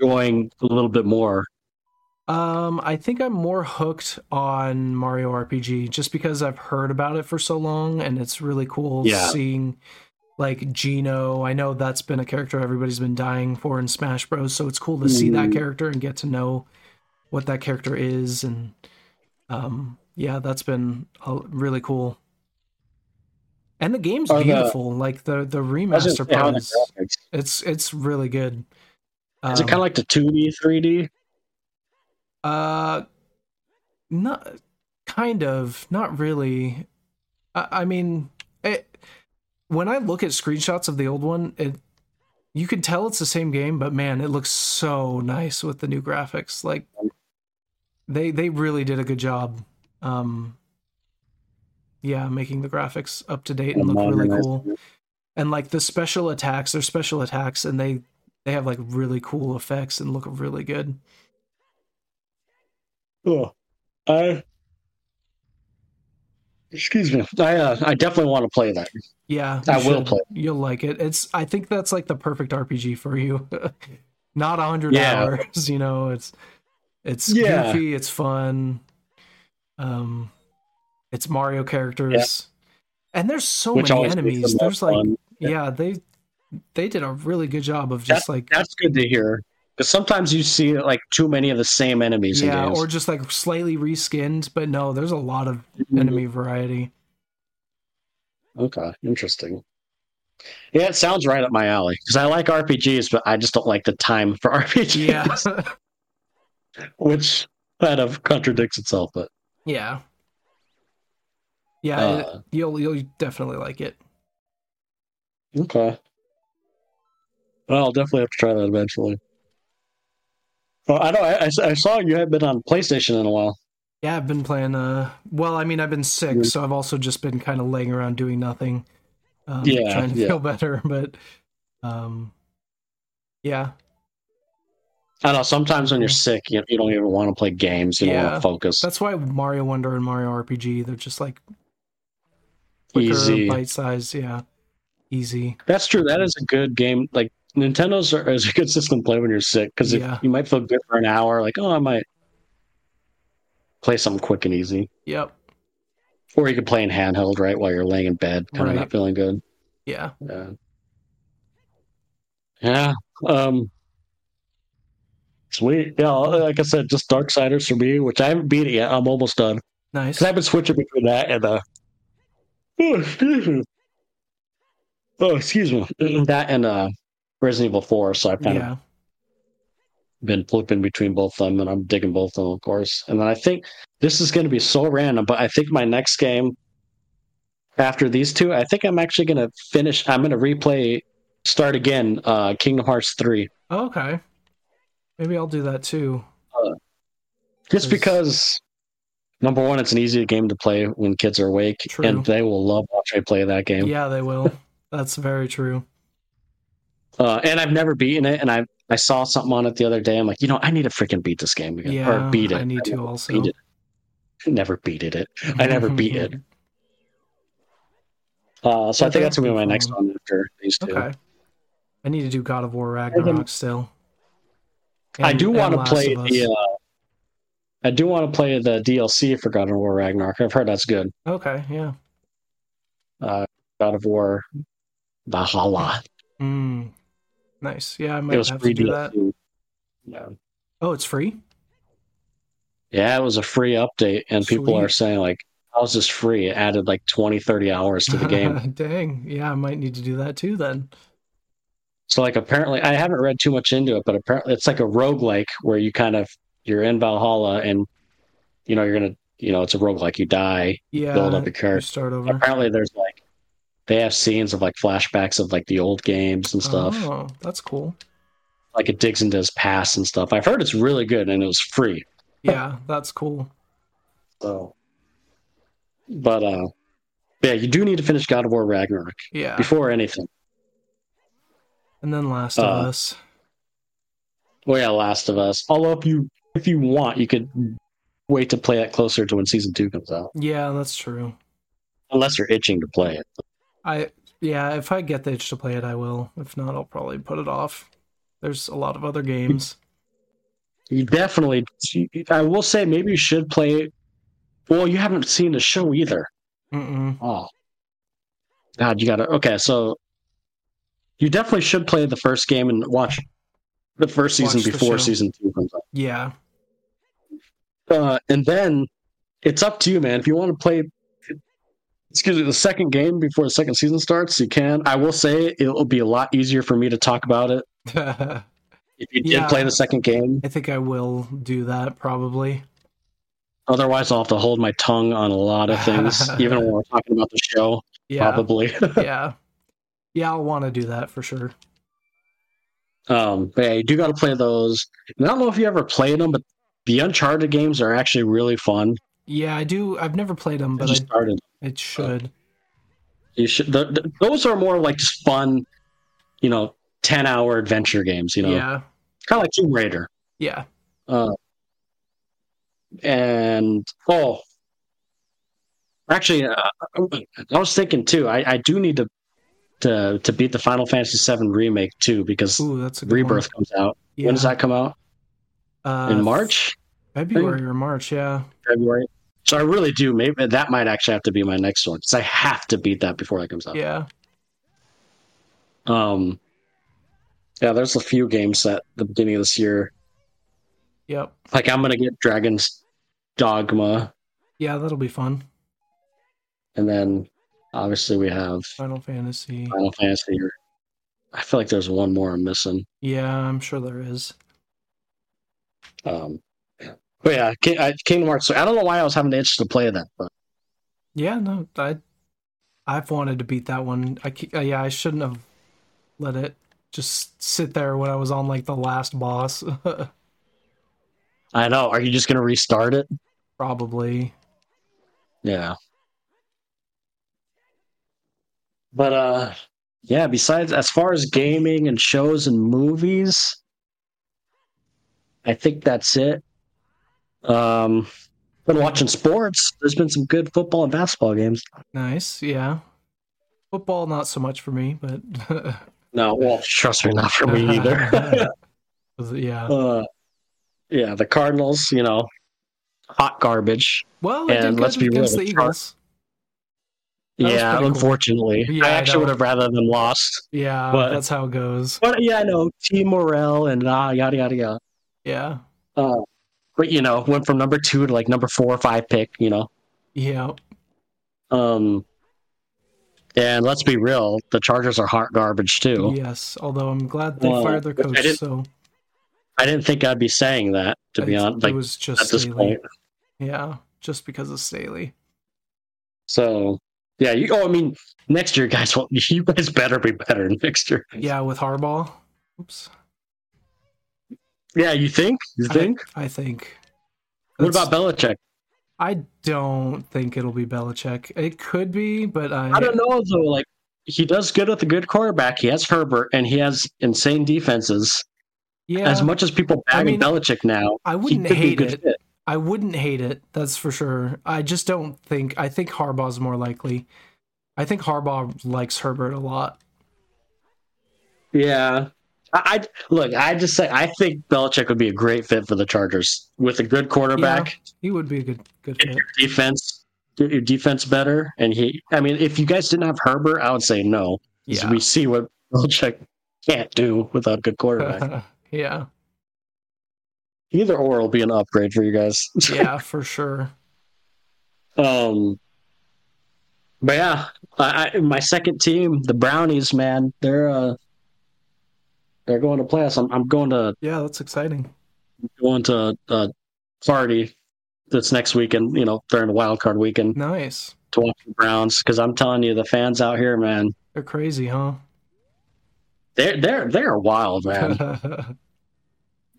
Speaker 2: enjoying a little bit more?
Speaker 1: Um, I think I'm more hooked on Mario RPG just because I've heard about it for so long, and it's really cool
Speaker 2: Yeah.
Speaker 1: seeing like Gino. I know that's been a character everybody's been dying for in Smash Bros, so it's cool to see that
Speaker 2: Mhm.
Speaker 1: character and get to know what that character is, and um, yeah, that's been uh, really cool. And the game's
Speaker 2: Are the-
Speaker 1: beautiful, like the the
Speaker 2: I was gonna
Speaker 1: remaster
Speaker 2: say, how are the
Speaker 1: part is-
Speaker 2: graphics?
Speaker 1: it's it's really good.
Speaker 2: Is it
Speaker 1: Um,
Speaker 2: kind of like the two D, three D?
Speaker 1: uh, not kind of, not really. I, I mean, it, when I look at screenshots of the old one, it you can tell it's the same game, but man, it looks so nice with the new graphics. Like they they really did a good job. Um, yeah, making the graphics up to date and look really cool and like the special attacks they're special attacks and they they have like really cool effects and look really good
Speaker 2: Oh, I. Excuse me. I uh, I definitely want to play that.
Speaker 1: yeah
Speaker 2: I
Speaker 1: you
Speaker 2: will
Speaker 1: should.
Speaker 2: play.
Speaker 1: you'll like it it's i think that's like the perfect rpg for you not a 100
Speaker 2: Yeah.
Speaker 1: hours you know it's it's
Speaker 2: Yeah.
Speaker 1: goofy it's fun um it's mario characters and there's so
Speaker 2: Which
Speaker 1: many
Speaker 2: always makes
Speaker 1: enemies
Speaker 2: them more
Speaker 1: there's like
Speaker 2: fun.
Speaker 1: yeah. they they did a really good job of just like
Speaker 2: That's good to hear. Because sometimes you see like too many of the same enemies
Speaker 1: yeah
Speaker 2: in games.
Speaker 1: or just like slightly reskinned but no there's a lot of
Speaker 2: Mhm.
Speaker 1: enemy variety
Speaker 2: Okay, interesting. Yeah, it sounds right up my alley because I like RPGs, but I just don't like the time for RPGs,
Speaker 1: yeah
Speaker 2: which kind of contradicts itself. But
Speaker 1: yeah yeah it-
Speaker 2: uh,
Speaker 1: you'll you'll definitely like it
Speaker 2: okay, well, I'll definitely have to try that eventually. Well, I know I, I- I saw you have been on PlayStation in a while.
Speaker 1: yeah i've been playing uh well i mean i've been sick
Speaker 2: Mm.
Speaker 1: so i've also just been kind of laying around doing nothing um,
Speaker 2: Yeah,
Speaker 1: trying to
Speaker 2: yeah.
Speaker 1: feel better but um yeah
Speaker 2: I know sometimes when you're sick, you, you don't even want to play games. You don't
Speaker 1: Yeah.
Speaker 2: want to focus.
Speaker 1: that's why mario wonder and mario rpg they're just like quicker
Speaker 2: Easy.
Speaker 1: bite size yeah easy
Speaker 2: That's true. That is a good game. Like Nintendo's are, is a good system to play when you're sick because
Speaker 1: Yeah.
Speaker 2: you might feel good for an hour. Like, oh, I might play something quick and easy,
Speaker 1: yep
Speaker 2: or you could play in handheld, right, while you're laying in bed, kind
Speaker 1: Right.
Speaker 2: of not feeling good.
Speaker 1: yeah
Speaker 2: Yeah. Yeah. Um, sweet. Yeah, like I said, just Dark Siders for me, which I haven't beat it yet. I'm almost done.
Speaker 1: Nice.
Speaker 2: Because I've been switching between that and uh oh, excuse me. Oh, excuse me. That and uh Resident Evil 4, so I've kind of
Speaker 1: Yeah.
Speaker 2: been flipping between both of them and I'm digging both of them, of course. And then I think this is going to be so random, but I think my next game after these two, I think I'm actually going to finish. I'm going to replay, start again, uh, Kingdom Hearts 3.
Speaker 1: Oh, okay. Maybe I'll do that too. Nice.
Speaker 2: Just because, number one, it's an easy game to play when kids are awake,
Speaker 1: True.
Speaker 2: and they will love watching me play that game.
Speaker 1: Yeah, they will. That's very true.
Speaker 2: Uh, and I've never beaten it, and I I saw something on it the other day. I'm like, you know, I need to freaking beat this game again,
Speaker 1: Yeah,
Speaker 2: or beat it.
Speaker 1: I need to
Speaker 2: never
Speaker 1: also.
Speaker 2: Beat it. Never beat it. it. I never beat it. Uh, so I
Speaker 1: Okay.
Speaker 2: think that's gonna be my next one after these two.
Speaker 1: Okay. I need to do God of War Ragnarok still.
Speaker 2: I do
Speaker 1: And-
Speaker 2: want
Speaker 1: and Last
Speaker 2: to play
Speaker 1: of Us.
Speaker 2: the. Uh, I do want to play the DLC for God of War Ragnarok. I've heard that's good.
Speaker 1: Okay, yeah.
Speaker 2: Uh, God of War Valhalla.
Speaker 1: Mm. Nice. Yeah, I
Speaker 2: it
Speaker 1: might
Speaker 2: was
Speaker 1: have
Speaker 2: free
Speaker 1: to do
Speaker 2: DLC.
Speaker 1: that.
Speaker 2: Yeah.
Speaker 1: Oh, it's free?
Speaker 2: yeah, it was a free update, and people
Speaker 1: Sweet.
Speaker 2: are saying like, "How's this free?" It added like 20, 30 hours to the game.
Speaker 1: Dang. Yeah, I might need to do that too then.
Speaker 2: So like apparently I haven't read too much into it, but apparently it's like a roguelike where you kind of you're in Valhalla and you know you're gonna you know it's a roguelike, you die,
Speaker 1: Yeah.
Speaker 2: build up your
Speaker 1: you
Speaker 2: character.
Speaker 1: start over.
Speaker 2: Apparently there's like they have scenes of like flashbacks of like the old games and stuff.
Speaker 1: Oh, that's cool.
Speaker 2: Like it digs into his past and stuff. I've heard it's really good and it was free.
Speaker 1: Yeah, that's cool.
Speaker 2: So but uh yeah, you do need to finish God of War Ragnarok
Speaker 1: Yeah.
Speaker 2: before anything.
Speaker 1: And then Last of
Speaker 2: Uh,
Speaker 1: Us.
Speaker 2: Well yeah, Last of Us. Although if you if you want, you could wait to play it closer to when season two comes out.
Speaker 1: Yeah, that's true.
Speaker 2: unless you're itching to play it.
Speaker 1: I yeah, if I get the itch to play it, I will. If not, I'll probably put it off. There's a lot of other games.
Speaker 2: You definitely, I will say, maybe you should play it. Well, you haven't seen the show either.
Speaker 1: Mm-mm.
Speaker 2: Oh, God, you gotta. Okay, so you definitely should play the first game and watch the first season
Speaker 1: Watch the
Speaker 2: before
Speaker 1: show.
Speaker 2: season two comes out.
Speaker 1: Yeah,
Speaker 2: Uh, and then it's up to you, man. If you want to play, excuse me, the second game before the second season starts, you can. I will say it'll be a lot easier for me to talk about it
Speaker 1: I
Speaker 2: if you did
Speaker 1: Yeah.
Speaker 2: play the second game.
Speaker 1: think I will do that probably.
Speaker 2: Otherwise, I'll have to hold my tongue on a lot of things, even when we're talking about the show,
Speaker 1: Yeah,
Speaker 2: probably.
Speaker 1: yeah, yeah. I'll want to do that for sure.
Speaker 2: Um, but yeah, you do got to play those. And I don't know if you ever played them, but the Uncharted games are actually really fun.
Speaker 1: Yeah, I do. I've never played them,
Speaker 2: I
Speaker 1: but
Speaker 2: just
Speaker 1: I,
Speaker 2: started.
Speaker 1: it should.
Speaker 2: You should. The, the, those are more like just fun, you know, ten-hour adventure games. You know,
Speaker 1: Yeah,
Speaker 2: kind of like Tomb Raider.
Speaker 1: yeah.
Speaker 2: Uh, and oh, actually, uh, I was thinking too. I, I do need to to to beat the Final Fantasy VII remake too because
Speaker 1: Ooh, that's a good
Speaker 2: Rebirth comes out.
Speaker 1: One.
Speaker 2: When does
Speaker 1: Yeah.
Speaker 2: that come out?
Speaker 1: Uh,
Speaker 2: In March,
Speaker 1: February or March? Yeah,
Speaker 2: February. So I really do. Maybe that might actually have to be my next one because I have to beat that before that comes out.
Speaker 1: yeah.
Speaker 2: Um. Yeah, there's a few games at the beginning of this year.
Speaker 1: Yep.
Speaker 2: Like I'm gonna get Dragon's Dogma,
Speaker 1: Yeah, that'll be fun.
Speaker 2: and then obviously we have
Speaker 1: Final Fantasy.
Speaker 2: Final Fantasy. Or I feel like there's one more I'm missing.
Speaker 1: Yeah, I'm sure there is.
Speaker 2: Um. But yeah, King, I, Kingdom Hearts. I don't know why I was having the itch to play that, but
Speaker 1: Yeah, no, I, I've wanted to beat that one. I ke- uh, yeah, I shouldn't have let it just sit there when I was on like the last boss.
Speaker 2: I know. Are you just gonna restart it?
Speaker 1: Probably.
Speaker 2: Yeah. But uh yeah, besides as far as gaming and shows and movies, I think that's it. Um been watching sports. There's been some good football and basketball games.
Speaker 1: Nice. Yeah. Football, not so much for me, but
Speaker 2: No, well, trust me, not for me either.
Speaker 1: Was it- yeah.
Speaker 2: uh, yeah, the Cardinals, you know, hot garbage.
Speaker 1: Well, they did
Speaker 2: and
Speaker 1: good
Speaker 2: let's be real,
Speaker 1: against the
Speaker 2: the
Speaker 1: Eagles. That was
Speaker 2: yeah,
Speaker 1: pretty cool.
Speaker 2: unfortunately,
Speaker 1: Yeah,
Speaker 2: I
Speaker 1: I
Speaker 2: actually
Speaker 1: know.
Speaker 2: would have rather than lost.
Speaker 1: Yeah,
Speaker 2: But-
Speaker 1: that's how it goes.
Speaker 2: But yeah, I know T Morel and ah yada yada yada.
Speaker 1: Yeah,
Speaker 2: Uh, but you know, went from number two to like number four or five pick. You know,
Speaker 1: yeah,
Speaker 2: um, and let's be real, the Chargers are hot garbage too.
Speaker 1: yes. Although I'm glad they
Speaker 2: Well,
Speaker 1: fired their
Speaker 2: which I
Speaker 1: coach,
Speaker 2: didn't-
Speaker 1: so
Speaker 2: I didn't think I'd be saying that to
Speaker 1: I
Speaker 2: be
Speaker 1: think
Speaker 2: honest.
Speaker 1: it
Speaker 2: Like
Speaker 1: was just
Speaker 2: at this
Speaker 1: Staley.
Speaker 2: point,
Speaker 1: Yeah, just because of Staley.
Speaker 2: so yeah. You, oh, I mean, next year, guys, well, you guys better be better next year.
Speaker 1: Yeah, with Harbaugh. Oops.
Speaker 2: Yeah, you think? You
Speaker 1: I-
Speaker 2: think?
Speaker 1: I, think.
Speaker 2: what
Speaker 1: That's-
Speaker 2: about Belichick?
Speaker 1: I don't think it'll be Belichick. It could be, but I,
Speaker 2: I don't know though. Like he does good with a good quarterback. He has Herbert, and he has insane defenses.
Speaker 1: yeah,
Speaker 2: As much as people
Speaker 1: I
Speaker 2: bag
Speaker 1: mean,
Speaker 2: Belichick now,
Speaker 1: I
Speaker 2: he
Speaker 1: wouldn't
Speaker 2: could be a
Speaker 1: hate
Speaker 2: good
Speaker 1: it.
Speaker 2: fit.
Speaker 1: I wouldn't hate it. That's for sure. I just don't think. I think Harbaugh's more likely. I think Harbaugh likes Herbert a lot.
Speaker 2: Yeah. I, I look. I just say I think Belichick would be a great fit for the Chargers with a good quarterback,
Speaker 1: He would be a good good fit.
Speaker 2: defense, get your defense better, and he. I mean, if you guys didn't have Herbert, I would say no. 'cause
Speaker 1: Yeah.
Speaker 2: We see what Belichick can't do without a good quarterback.
Speaker 1: yeah.
Speaker 2: Either or will be an upgrade for you guys.
Speaker 1: Yeah, for sure.
Speaker 2: Um, but yeah, I, I, my second team, the Brownies, man, they're uh, they're going to playoffs. I'm, I'm going to
Speaker 1: Yeah, that's exciting.
Speaker 2: going to a party that's next weekend. You know, during the wild card weekend
Speaker 1: Nice.
Speaker 2: to watch the Browns because I'm telling you, the fans out here, man,
Speaker 1: They're crazy, huh?
Speaker 2: they're they're they're wild, man.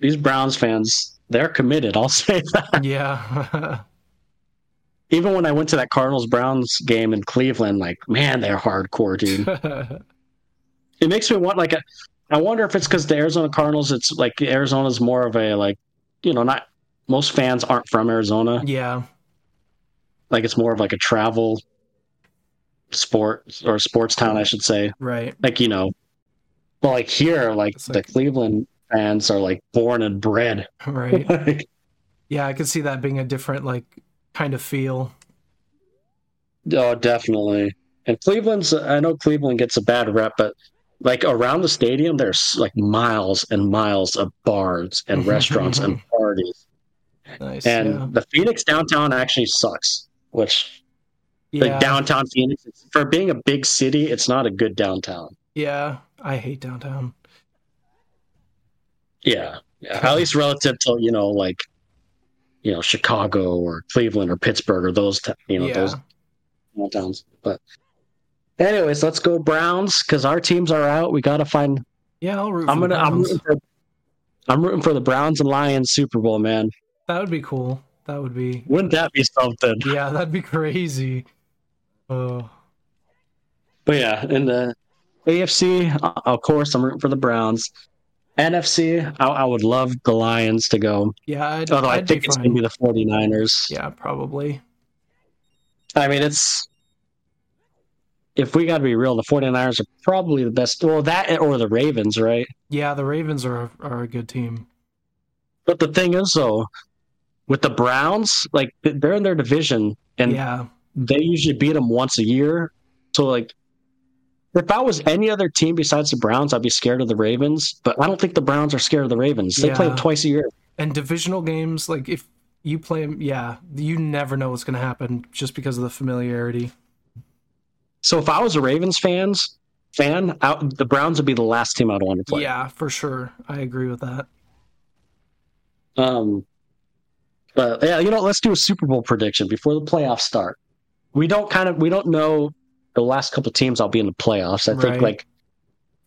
Speaker 2: These Browns fans, they're committed. I'll say that.
Speaker 1: yeah.
Speaker 2: Even when I went to that Cardinals Browns game in Cleveland, like, man, they're hardcore, dude. it makes me want like a, I wonder if it's because the Arizona Cardinals. It's like Arizona's more of a like you know not most fans aren't from Arizona.
Speaker 1: yeah.
Speaker 2: Like it's more of like a travel sport or sports town, I should say.
Speaker 1: Right.
Speaker 2: Like you know, well like here like
Speaker 1: It's
Speaker 2: the
Speaker 1: like-
Speaker 2: Cleveland fans are like born and bred.
Speaker 1: Right.
Speaker 2: Like,
Speaker 1: Yeah, I could see that being a different like kind of feel.
Speaker 2: oh, definitely. And Cleveland's I know Cleveland gets a bad rep, but like around the stadium, there's like miles and miles of bars and restaurants and parties.
Speaker 1: Nice.
Speaker 2: and the Phoenix downtown actually sucks. Which
Speaker 1: yeah.
Speaker 2: like downtown Phoenix for being a big city, it's not a good downtown.
Speaker 1: yeah. I hate downtown.
Speaker 2: Yeah, yeah. at least relative to you know like you know Chicago or Cleveland or Pittsburgh or those t- you know
Speaker 1: yeah.
Speaker 2: those downtowns. But anyways, let's go Browns because our teams are out. We gotta find.
Speaker 1: Yeah, I'll root for
Speaker 2: I'm
Speaker 1: the
Speaker 2: gonna. I'm
Speaker 1: Browns.
Speaker 2: rooting, for, I'm rooting for the Browns and Lions Super Bowl, man.
Speaker 1: That would be cool. That would be
Speaker 2: Wouldn't that be something?
Speaker 1: Yeah, that'd be crazy. Oh,
Speaker 2: But yeah, in the AFC, uh, of course, I'm rooting for the Browns. NFC, I, I would love the Lions to go.
Speaker 1: yeah, I'd,
Speaker 2: Although i
Speaker 1: I'd
Speaker 2: think
Speaker 1: be
Speaker 2: it's
Speaker 1: fine.
Speaker 2: going to be the 49ers.
Speaker 1: Yeah, probably.
Speaker 2: I mean, it's. If we got to be real, the 49ers are probably the best. Well, that or the Ravens, right?
Speaker 1: Yeah, the Ravens are are a good team.
Speaker 2: But the thing is, though, with the Browns, like they're in their division and
Speaker 1: yeah,
Speaker 2: they usually beat them once a year. So, like, if I was any other team besides the Browns, I'd be scared of the Ravens. But I don't think the Browns are scared of the Ravens. They play
Speaker 1: Yeah.
Speaker 2: them twice a year.
Speaker 1: and divisional games like if you play 'em- yeah, you never know what's gonna happen just because of the familiarity.
Speaker 2: So if I was a Ravens fans fan, out the Browns would be the last team I'd want to play.
Speaker 1: Yeah, for sure. I agree with that.
Speaker 2: Um, but yeah, you know, let's do a Super Bowl prediction before the playoffs start. We don't kind of we don't know the last couple teams I'll be in the playoffs. I
Speaker 1: Right.
Speaker 2: think like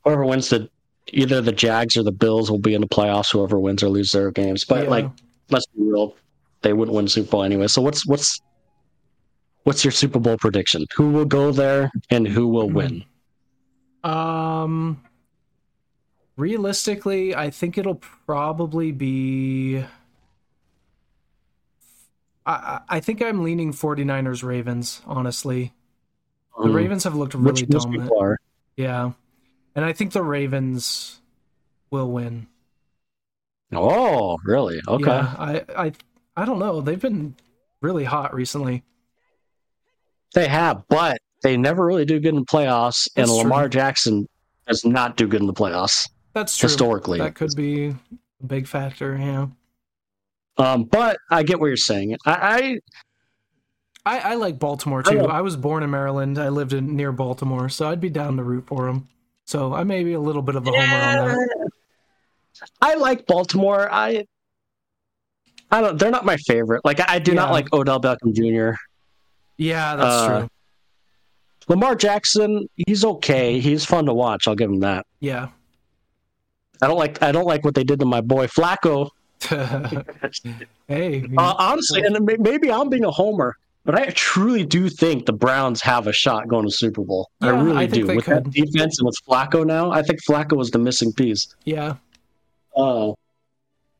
Speaker 2: whoever wins the either the Jags or the Bills will be in the playoffs. Whoever wins or loses their games, but
Speaker 1: Yeah.
Speaker 2: like let's be real, they wouldn't win Super Bowl anyway. So what's what's what's your Super Bowl prediction? Who will go there and who will
Speaker 1: Hmm.
Speaker 2: win?
Speaker 1: Um, realistically, I think it'll probably be. I, I I think I'm leaning 49ers Ravens, honestly. The
Speaker 2: Um,
Speaker 1: Ravens have looked
Speaker 2: which
Speaker 1: really
Speaker 2: most
Speaker 1: dominant.
Speaker 2: people are.
Speaker 1: Yeah. And I think the Ravens will win.
Speaker 2: Oh, really? Okay.
Speaker 1: Yeah, I, I, I don't know. They've been really hot recently.
Speaker 2: They have, but they never really do good in the playoffs,
Speaker 1: That's
Speaker 2: and
Speaker 1: true.
Speaker 2: Lamar Jackson does not do good in the playoffs
Speaker 1: That's true.
Speaker 2: historically.
Speaker 1: That could be a big factor. Yeah,
Speaker 2: Um, but I get what you're saying. I,
Speaker 1: I, I like Baltimore
Speaker 2: I
Speaker 1: too.
Speaker 2: like-
Speaker 1: I was born in Maryland. I lived in near Baltimore, so I'd be down to root for them. So I may be a little bit of a
Speaker 2: I,
Speaker 1: homer on that.
Speaker 2: I like Baltimore. I I don't. They're not my favorite. Like I, I do not
Speaker 1: Yeah.
Speaker 2: like Odell Beckham Jr.
Speaker 1: Yeah, that's
Speaker 2: Uh,
Speaker 1: true.
Speaker 2: Lamar Jackson. He's okay. He's fun to watch. I'll give him that.
Speaker 1: Yeah.
Speaker 2: I don't like. I don't like what they did to my boy Flacco.
Speaker 1: hey, you-
Speaker 2: Uh, honestly, and may- maybe I'm being a homer, but I truly do think the Browns have a shot going to Super Bowl.
Speaker 1: Yeah,
Speaker 2: I really
Speaker 1: I think
Speaker 2: do.
Speaker 1: they
Speaker 2: With that
Speaker 1: could.
Speaker 2: defense and with Flacco now, I think Flacco was the missing piece.
Speaker 1: yeah,
Speaker 2: Uh,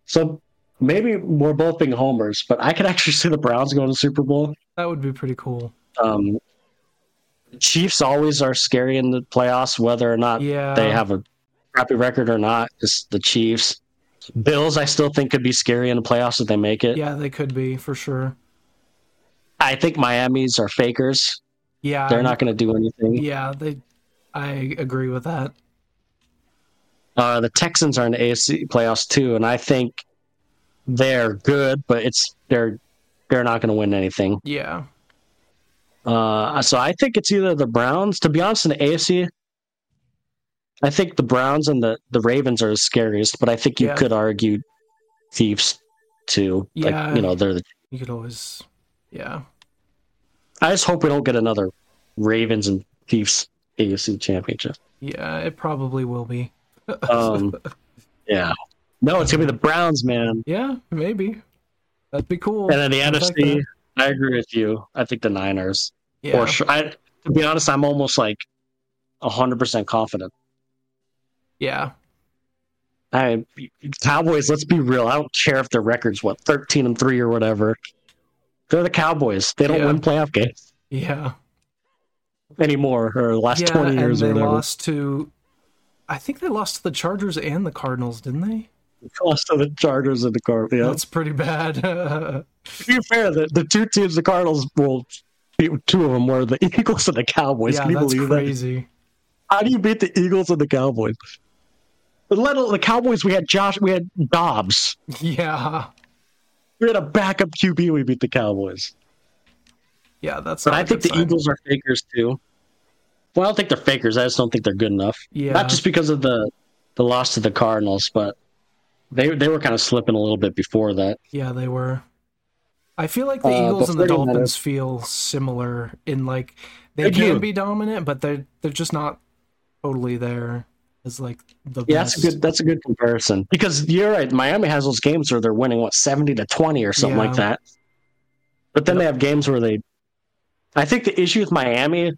Speaker 2: so maybe we're both being homers, but I could actually see the Browns going to Super Bowl.
Speaker 1: that would be pretty cool.
Speaker 2: Um, Chiefs always are scary in the playoffs, whether or not
Speaker 1: Yeah,
Speaker 2: uh, they have a crappy record or not. It's the Chiefs. Bills, I still think could be scary in the playoffs if they make it.
Speaker 1: yeah, they could be for sure.
Speaker 2: I think Miami's are fakers.
Speaker 1: Yeah,
Speaker 2: They're not going to do anything.
Speaker 1: Yeah, they. I agree with that.
Speaker 2: Uh, the Texans are in the AFC playoffs too, and I think they're good, but it's they're they're not going to win anything.
Speaker 1: Yeah,
Speaker 2: Uh, so I think it's either the Browns. To be honest, in the AFC, I think the Browns and the the Ravens are the scariest, but I think you
Speaker 1: Yeah.
Speaker 2: could argue Chiefs too.
Speaker 1: Yeah.
Speaker 2: Like you know, they're the.
Speaker 1: you could always. Yeah,
Speaker 2: I just hope we don't get another Ravens and Chiefs AFC championship.
Speaker 1: yeah, it probably will be.
Speaker 2: Um, yeah. No, it's gonna be the Browns, man.
Speaker 1: Yeah, maybe. That'd be cool.
Speaker 2: And then the
Speaker 1: I'd like
Speaker 2: NFC,
Speaker 1: that.
Speaker 2: I agree with you. I think the Niners.
Speaker 1: Yeah.
Speaker 2: Or sh- I, to be honest, I'm almost like 100% confident.
Speaker 1: yeah.
Speaker 2: I Cowboys, let's be real. I don't care if their record's what 13 and 3 or whatever. They're the Cowboys. They don't
Speaker 1: Yeah.
Speaker 2: win playoff games
Speaker 1: Yeah.
Speaker 2: anymore or the last
Speaker 1: yeah,
Speaker 2: 20 years
Speaker 1: and
Speaker 2: or
Speaker 1: they
Speaker 2: whatever.
Speaker 1: lost to I think they lost to the Chargers and the Cardinals, didn't they?
Speaker 2: Lost to the Chargers and the Cardinals.
Speaker 1: That's pretty bad.
Speaker 2: To be fair, the, the two teams, the Cardinals, well, two of them were the Eagles and the Cowboys.
Speaker 1: yeah,
Speaker 2: Can you
Speaker 1: that's
Speaker 2: believe that?
Speaker 1: crazy.
Speaker 2: How do you beat the Eagles and the Cowboys? Let alone the Cowboys, we had Josh, we had Dobbs.
Speaker 1: Yeah.
Speaker 2: We had a backup QB. We beat the Cowboys,
Speaker 1: Yeah, that's
Speaker 2: but
Speaker 1: not
Speaker 2: I
Speaker 1: a
Speaker 2: think
Speaker 1: good
Speaker 2: the
Speaker 1: sign.
Speaker 2: Eagles are fakers too. Well, I don't think they're fakers. I just don't think they're good enough.
Speaker 1: Yeah.
Speaker 2: Not just because of the the loss to the Cardinals, but they they were kind of slipping a little bit before that.
Speaker 1: Yeah, they were. I feel like the
Speaker 2: Uh,
Speaker 1: Eagles and the
Speaker 2: before they met
Speaker 1: Dolphins feel similar in like they,
Speaker 2: They
Speaker 1: can
Speaker 2: do.
Speaker 1: be dominant, but they're they're just not totally there as like the
Speaker 2: Yeah,
Speaker 1: best.
Speaker 2: that's a good that's a good comparison because you're right. Miami has those games where they're winning what seventy to twenty or something
Speaker 1: Yeah.
Speaker 2: like that. But then they have games where they. I think the issue with Miami,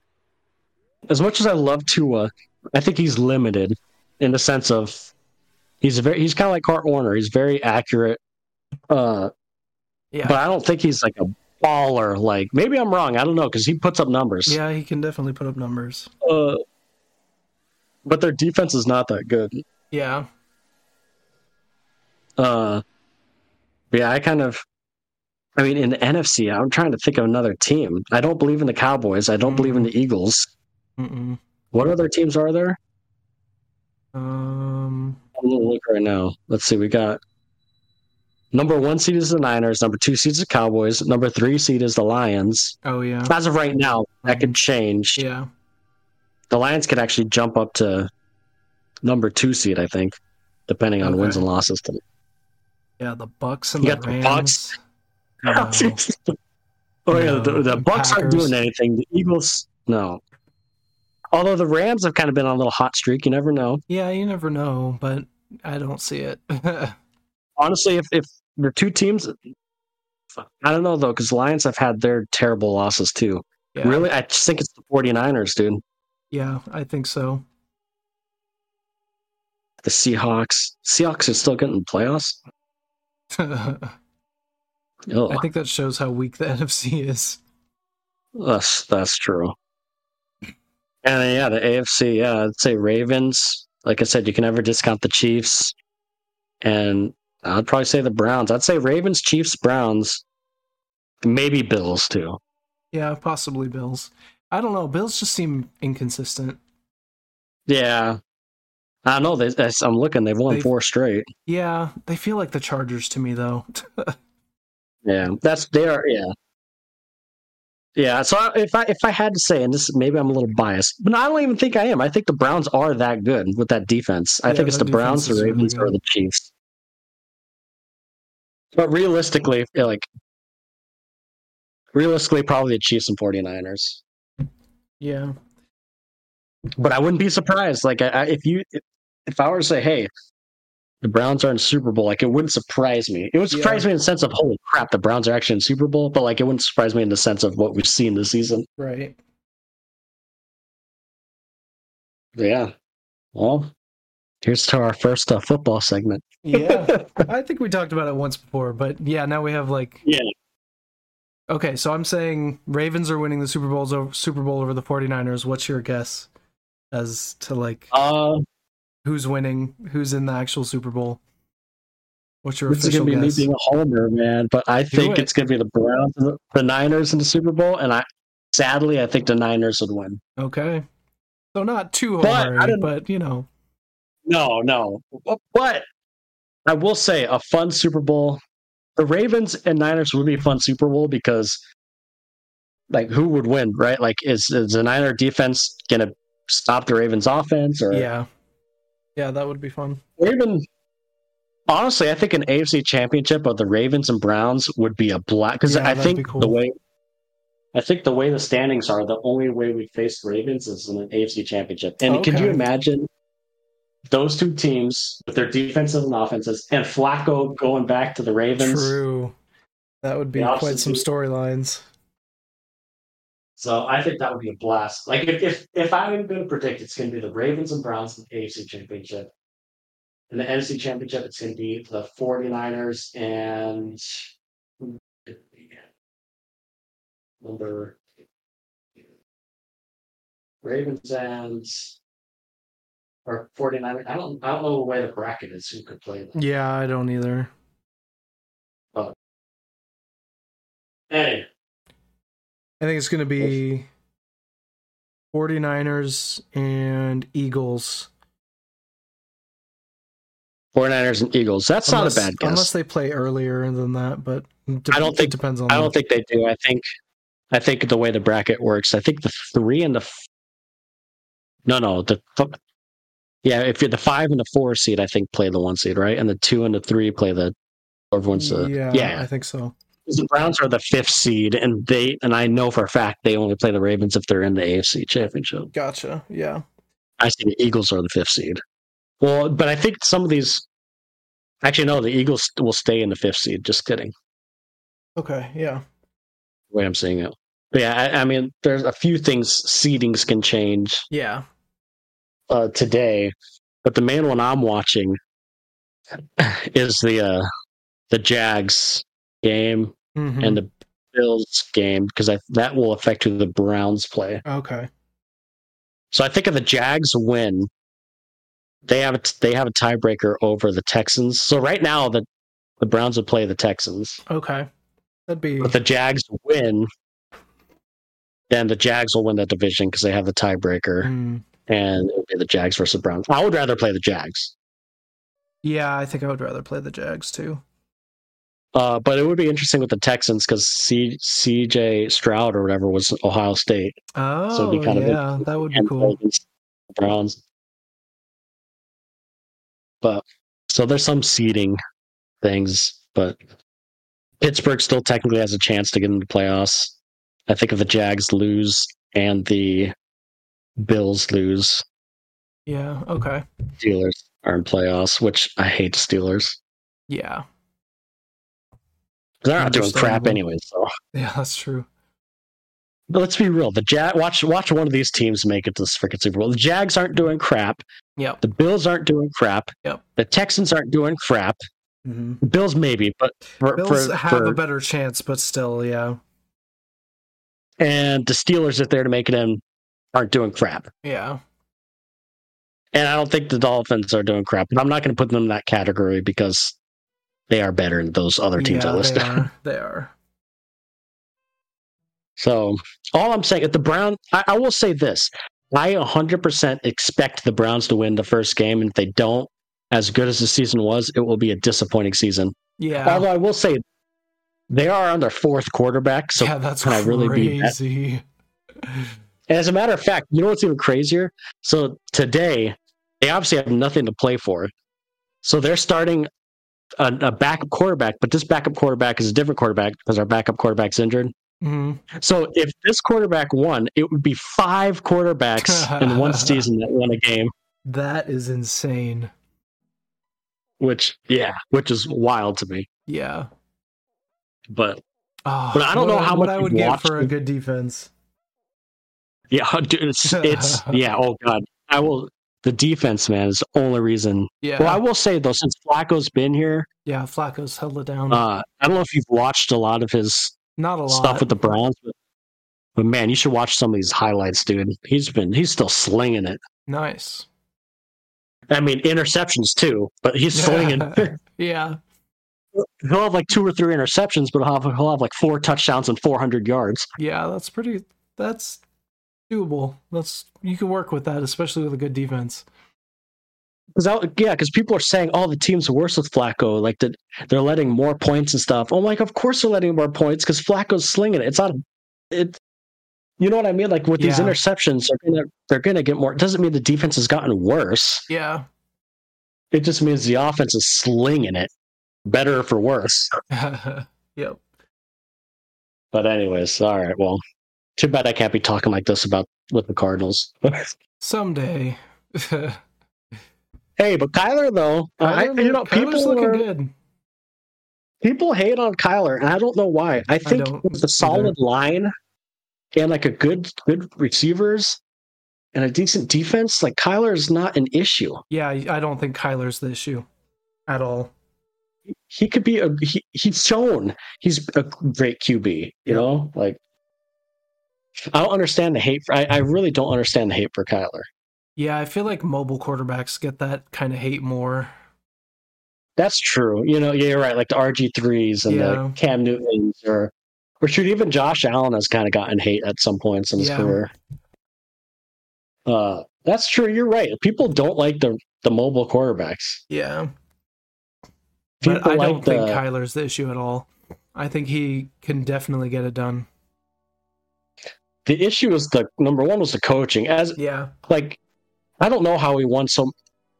Speaker 2: as much as I love Tua, I think he's limited in the sense of he's a very he's kind of like Cart Warner. He's very accurate, uh,
Speaker 1: yeah.
Speaker 2: but I don't think he's like a baller. Like maybe I'm wrong. I don't know because he puts up numbers.
Speaker 1: yeah, he can definitely put up numbers.
Speaker 2: Uh, but their defense is not that good.
Speaker 1: Yeah.
Speaker 2: Uh, yeah, I kind of. I mean, in the NFC, I'm trying to think of another team. I don't believe in the Cowboys. I don't believe in
Speaker 1: Mm-hmm.
Speaker 2: the Eagles.
Speaker 1: Mm-mm.
Speaker 2: What other teams are there?
Speaker 1: Um
Speaker 2: I'm gonna look right now. Let's see. We got number one seed is the Niners. Number two seed is the Cowboys. Number three seed is the Lions.
Speaker 1: oh yeah.
Speaker 2: As of right now, that could change.
Speaker 1: Yeah.
Speaker 2: The Lions could actually jump up to number two seed, I think, depending on
Speaker 1: Okay.
Speaker 2: wins and losses. To
Speaker 1: Yeah, the Bucks and
Speaker 2: You
Speaker 1: the
Speaker 2: got the
Speaker 1: Rams. Uh,
Speaker 2: Bucks?
Speaker 1: No.
Speaker 2: oh yeah,
Speaker 1: No,
Speaker 2: the, the
Speaker 1: the
Speaker 2: Bucks aren't
Speaker 1: Packers.
Speaker 2: doing anything. The Eagles, no. Although the Rams have kind of been on a little hot streak, you never know.
Speaker 1: Yeah, you never know, but I don't see it.
Speaker 2: Honestly, if if the two teams, I don't know though, because Lions have had their terrible losses too.
Speaker 1: yeah.
Speaker 2: Really, I just think it's the 49ers, dude.
Speaker 1: Yeah, I think so.
Speaker 2: The Seahawks. Seahawks are still getting playoffs.
Speaker 1: I
Speaker 2: Ugh,
Speaker 1: think that shows how weak the NFC is.
Speaker 2: that's that's true. And then, yeah, the AFC. Yeah, I'd say Ravens. Like I said, you can never discount the Chiefs, and I'd probably say the Browns. I'd say Ravens, Chiefs, Browns, maybe Bills too.
Speaker 1: Yeah, possibly Bills. I don't know. Bills just seem inconsistent.
Speaker 2: Yeah, I know. They, that's- I'm looking. They've won
Speaker 1: They've-
Speaker 2: four straight.
Speaker 1: Yeah, they feel like the Chargers to me though.
Speaker 2: Yeah, that's they are. Yeah, yeah. So I, if I if I had to say, and this maybe I'm a little biased, but I don't even think I am. I think the Browns are that good with that defense. I
Speaker 1: Yeah,
Speaker 2: think it's
Speaker 1: that
Speaker 2: the Browns,
Speaker 1: defense
Speaker 2: the
Speaker 1: is really
Speaker 2: Ravens, or
Speaker 1: good.
Speaker 2: the Chiefs. But realistically, yeah, like realistically, probably the Chiefs and 49ers.
Speaker 1: yeah.
Speaker 2: But I wouldn't be surprised. Like I, I, if you if, if I were to say, hey. The Browns are in Super Bowl. Like it wouldn't surprise me. It would
Speaker 1: Yeah.
Speaker 2: surprise me in the sense of holy crap, the Browns are actually in Super Bowl. But like it wouldn't surprise me in the sense of what we've seen this season.
Speaker 1: Right.
Speaker 2: Yeah. Well, here's to our first uh, football segment.
Speaker 1: Yeah. I think we talked about it once before, but yeah, now we have like
Speaker 2: Yeah.
Speaker 1: Okay, so I'm saying Ravens are winning the Super Bowls over Super Bowl over the 49ers. What's your guess as to like
Speaker 2: Uh,
Speaker 1: who's winning, who's in the actual Super Bowl? What's your
Speaker 2: this is
Speaker 1: official
Speaker 2: gonna be
Speaker 1: guess?
Speaker 2: me being a homer, man. But I think
Speaker 1: it.
Speaker 2: it's gonna be the Browns, and the, the Niners in the Super Bowl, and I sadly I think the Niners would win.
Speaker 1: Okay. So not too
Speaker 2: But I
Speaker 1: homery,
Speaker 2: didn't-
Speaker 1: but you know.
Speaker 2: No, no. But I will say a fun Super Bowl. The Ravens and Niners would be a fun Super Bowl because, like, who would win, right? Like, is, is the Niner defense gonna stop the Ravens offense, or
Speaker 1: Yeah. Yeah, that would be fun.
Speaker 2: or even honestly, I think an AFC championship of the Ravens and Browns would be a black because
Speaker 1: Yeah,
Speaker 2: I
Speaker 1: that'd be
Speaker 2: think
Speaker 1: cool.
Speaker 2: the way I think the way the standings are, the only way we face the Ravens is in an AFC championship. And could
Speaker 1: Okay.
Speaker 2: you imagine those two teams with their defenses and offenses and Flacco going back to the Ravens?
Speaker 1: True. That would be
Speaker 2: The
Speaker 1: quite some
Speaker 2: opposite.
Speaker 1: storylines.
Speaker 2: So I think that would be a blast. Like if if, if I'm going to predict, it's going to be the Ravens and Browns in the AFC Championship. In the NFC Championship, it's going to be the 49ers and number Ravens and or 49ers. I don't I don't know the way the bracket is who could play them.
Speaker 1: Yeah, I don't either.
Speaker 2: Anyway,
Speaker 1: I think it's going to be 49ers and Eagles.
Speaker 2: 49ers and Eagles. That's
Speaker 1: unless, Unless they play earlier than that, but it
Speaker 2: I don't
Speaker 1: dep-
Speaker 2: think-
Speaker 1: it depends on
Speaker 2: I don't think they do. I think I think the way the bracket works, I think the three and the f- no no the f- yeah if you're the five and the four seed, I think play the one seed right, and the two and the three play the whoever wins the
Speaker 1: yeah,
Speaker 2: yeah.
Speaker 1: I think so.
Speaker 2: 'Cause The Browns are the fifth seed, and they and I know for a fact they only play the Ravens if they're in the AFC Championship.
Speaker 1: Gotcha. Yeah.
Speaker 2: I see the Eagles are the fifth seed. Well, but I think some of these actually no, the Eagles will stay in the fifth seed. Just kidding.
Speaker 1: Okay. Yeah.
Speaker 2: the way I'm seeing it. But yeah, I, I mean, there's a few things seedings can change
Speaker 1: Yeah.
Speaker 2: uh, today, but the main one I'm watching is the uh, the Jags game
Speaker 1: Mhm.
Speaker 2: and the Bills game because that will affect who the Browns play.
Speaker 1: okay.
Speaker 2: So I think if the Jags win, they have a t- they have a tiebreaker over the Texans. So right now the the Browns would play the Texans.
Speaker 1: Okay. That'd be
Speaker 2: But the Jags win, then the Jags will win that division because they have the tiebreaker.
Speaker 1: Hmm.
Speaker 2: and it would be the Jags versus Browns. I would rather play the Jags,
Speaker 1: Yeah, I think I would rather play the Jags too.
Speaker 2: uh, but it would be interesting with the Texans because C- CJ Stroud or whatever was Ohio State
Speaker 1: Oh,
Speaker 2: it'd be kind of
Speaker 1: yeah, that would be
Speaker 2: and
Speaker 1: cool.
Speaker 2: played against the Browns. But so there's some seeding things, but Pittsburgh still technically has a chance to get into the playoffs. I think if the Jags lose and the Bills lose,
Speaker 1: Yeah. Okay.
Speaker 2: Steelers are in playoffs, which I hate Steelers.
Speaker 1: Yeah.
Speaker 2: They're not doing crap
Speaker 1: Understandable.
Speaker 2: anyway, so
Speaker 1: Yeah, that's true.
Speaker 2: But let's be real. The Jag watch watch one of these teams make it to this freaking Super Bowl. The Jags aren't doing crap.
Speaker 1: Yep.
Speaker 2: The Bills aren't doing crap.
Speaker 1: Yep.
Speaker 2: The Texans aren't doing crap.
Speaker 1: Mhm.
Speaker 2: The Bills maybe, but for,
Speaker 1: Bills
Speaker 2: for,
Speaker 1: have
Speaker 2: for-
Speaker 1: a better chance, but still, yeah.
Speaker 2: and the Steelers if they're to make it in aren't doing crap.
Speaker 1: Yeah.
Speaker 2: And I don't think the Dolphins are doing crap. But I'm not going to put them in that category because they are better than those other teams
Speaker 1: yeah,
Speaker 2: I listed.
Speaker 1: They are. They are.
Speaker 2: So all I'm saying, if the Browns, I, I will say this: I 100% expect the Browns to win the first game, and if they don't, as good as the season was, it will be a disappointing season.
Speaker 1: Yeah.
Speaker 2: Although I will say, they are on their fourth quarterback, so
Speaker 1: yeah, that's
Speaker 2: can I
Speaker 1: crazy.
Speaker 2: really be that? And as a matter of fact, you know what's even crazier? So today, they obviously have nothing to play for. So they're starting a, a backup quarterback, but this backup quarterback is a different quarterback because our backup quarterback's injured.
Speaker 1: Mhm.
Speaker 2: So if this quarterback won, it would be five quarterbacks in one season that won a game,
Speaker 3: That is insane.
Speaker 2: which yeah, which is wild to me.
Speaker 1: Yeah.
Speaker 2: But
Speaker 1: Oh,
Speaker 2: But I don't
Speaker 3: What
Speaker 2: know how
Speaker 3: what
Speaker 2: much
Speaker 3: I
Speaker 2: you've
Speaker 3: would get
Speaker 2: watched
Speaker 3: for a
Speaker 2: it.
Speaker 3: good defense.
Speaker 2: yeah, dude, it's it's yeah. Oh god, I will. The defense, man, is the only reason.
Speaker 1: yeah.
Speaker 2: Well, I will say though, since Flacco's been here,
Speaker 1: yeah, Flacco's held it down.
Speaker 2: uh, I don't know if you've watched a lot of his
Speaker 1: Not a lot.
Speaker 2: stuff with the Browns, but, but man, you should watch some of these highlights, dude. He's been he's still slinging it.
Speaker 1: nice.
Speaker 2: I mean, interceptions too, but he's slinging.
Speaker 1: Yeah.
Speaker 2: he'll have like two or three interceptions, but he'll have, he'll have like four touchdowns and 400 yards.
Speaker 1: Yeah, that's pretty that's doable. That's you can work with that, especially with a good defense.
Speaker 2: Cause I, yeah, because people are saying, oh, the team's worse with Flacco. Like that they're letting more points and stuff. I'm like, of course they're letting more points because Flacco's slinging it. It's not, it, you know what I mean? Like with these
Speaker 1: Yeah.
Speaker 2: interceptions, they're gonna they're gonna get more. It doesn't mean the defense has gotten worse.
Speaker 1: Yeah.
Speaker 2: It just means the offense is slinging it, better for worse.
Speaker 1: yep.
Speaker 2: But anyways, all right. Well, too bad I can't be talking like this about with the Cardinals.
Speaker 1: Someday. Kyler's,
Speaker 2: hey, but Kyler though, I, you know,
Speaker 1: Kyler's
Speaker 2: people
Speaker 1: looking
Speaker 2: are,
Speaker 1: good.
Speaker 2: people hate on Kyler, and I don't know why. I think
Speaker 1: don't
Speaker 2: with a solid
Speaker 1: either.
Speaker 2: line and like a good good receivers and a decent defense, like Kyler is not an issue.
Speaker 1: Yeah, I don't think Kyler's the issue at all.
Speaker 2: He could be a he, he's shown he's a great QB. You know, like I don't understand the hate. For, I I really don't understand the hate for Kyler.
Speaker 1: Yeah, I feel like mobile quarterbacks get that kind of hate more.
Speaker 2: That's true. You know, yeah, you're right. Like the RG threes and
Speaker 1: Yeah.
Speaker 2: the Cam Newtons, or or shoot, even Josh Allen has kind of gotten hate at some points in his
Speaker 1: Yeah.
Speaker 2: career. Uh, that's true. You're right. People don't like the the mobile quarterbacks.
Speaker 1: Yeah.
Speaker 2: People
Speaker 1: but I
Speaker 2: like
Speaker 1: don't
Speaker 2: the
Speaker 1: think Kyler's the issue at all. I think he can definitely get it done.
Speaker 2: the issue is the number one was the coaching. As
Speaker 1: Yeah.
Speaker 2: like I don't know how he won so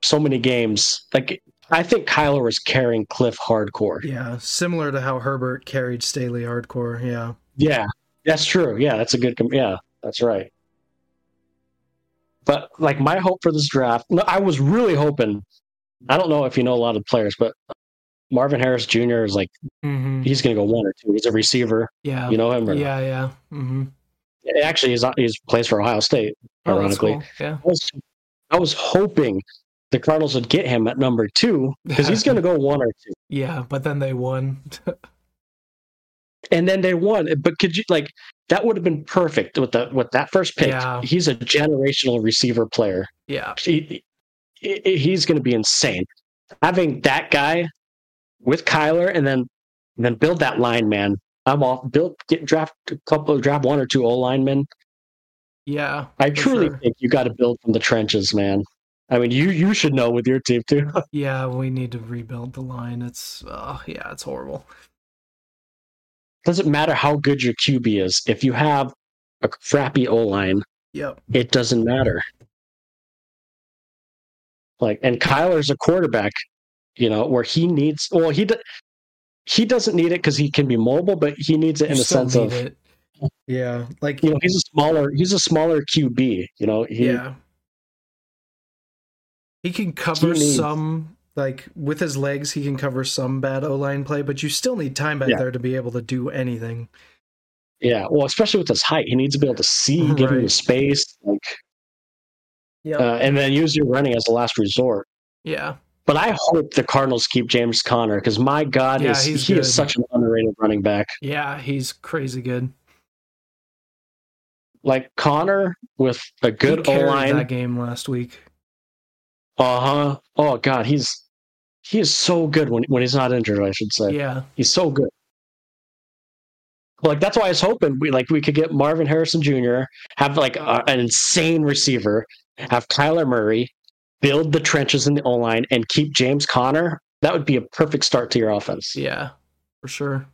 Speaker 2: so many games. Like I think Kyler was carrying Cliff hardcore.
Speaker 1: Yeah. Similar to how Herbert carried Staley hardcore. Yeah.
Speaker 2: Yeah, that's true. Yeah, that's a good. Com- yeah, that's right. But like my hope for this draft, no, I was really hoping. I don't know if you know a lot of players, but Marvin Harris Jr. is like
Speaker 1: Mm-hmm.
Speaker 2: he's going to go one or two. He's a receiver.
Speaker 1: Yeah.
Speaker 2: You know him? Or not?
Speaker 1: yeah. Yeah. Mm-hmm. Oh,
Speaker 2: Actually, he's not, he's plays for Ohio State. Ironically,
Speaker 1: Yeah.
Speaker 2: I was, I was hoping the Cardinals would get him at number two because he's going to go one or two.
Speaker 1: Yeah. But then they won.
Speaker 2: and then they won. But could you like that would have been perfect with the with that first pick?
Speaker 1: Yeah.
Speaker 2: He's a generational receiver player.
Speaker 1: yeah.
Speaker 2: He, he- he's going to be insane. Having that guy with Kyler and then and then build that line man. I'm all build get draft a couple draft one or two O linemen.
Speaker 1: Yeah.
Speaker 2: I
Speaker 1: For
Speaker 2: truly
Speaker 1: sure.
Speaker 2: think you got to build from the trenches, man. I mean, you you should know with your team too.
Speaker 1: Yeah. We need to rebuild the line. It's, oh, yeah, it's horrible.
Speaker 2: doesn't matter how good your QB is. If you have a crappy O line,
Speaker 1: Yep.
Speaker 2: it doesn't matter. Like, and Kyler's a quarterback, you know, where he needs. Well, he do, he doesn't need it because he can be mobile, but he needs it in
Speaker 1: You
Speaker 2: the
Speaker 1: still
Speaker 2: sense
Speaker 1: need
Speaker 2: of
Speaker 1: it. Yeah. Like,
Speaker 2: you know he's a smaller he's a smaller QB. You know, he,
Speaker 1: yeah. He can cover
Speaker 2: needs-
Speaker 1: some like with his legs he can cover some bad O-line play, but you still need time back
Speaker 2: Yeah.
Speaker 1: there to be able to do anything.
Speaker 2: yeah. Well, especially with his height, he needs to be able to see, give him
Speaker 1: Right.
Speaker 2: the space, like,
Speaker 1: Yeah.
Speaker 2: uh, and then use your running as a last resort.
Speaker 1: yeah.
Speaker 2: But I hope the Cardinals keep James Conner because my God,
Speaker 1: Yeah,
Speaker 2: is
Speaker 1: he's
Speaker 2: he
Speaker 1: good.
Speaker 2: is such an underrated running back.
Speaker 1: Yeah, he's crazy good.
Speaker 2: Like Connor with a
Speaker 1: he
Speaker 2: good O
Speaker 1: carried
Speaker 2: line.
Speaker 1: that game last week.
Speaker 2: Uh huh. Oh God, he's he is so good when when he's not injured. I should say
Speaker 1: Yeah.
Speaker 2: he's so good. like that's why I was hoping we like we could get Marvin Harrison Jr. have like a, an insane receiver, have Kyler Murray build the trenches in the O line and keep James Conner. That would be a perfect start to your offense.
Speaker 1: Yeah, for sure.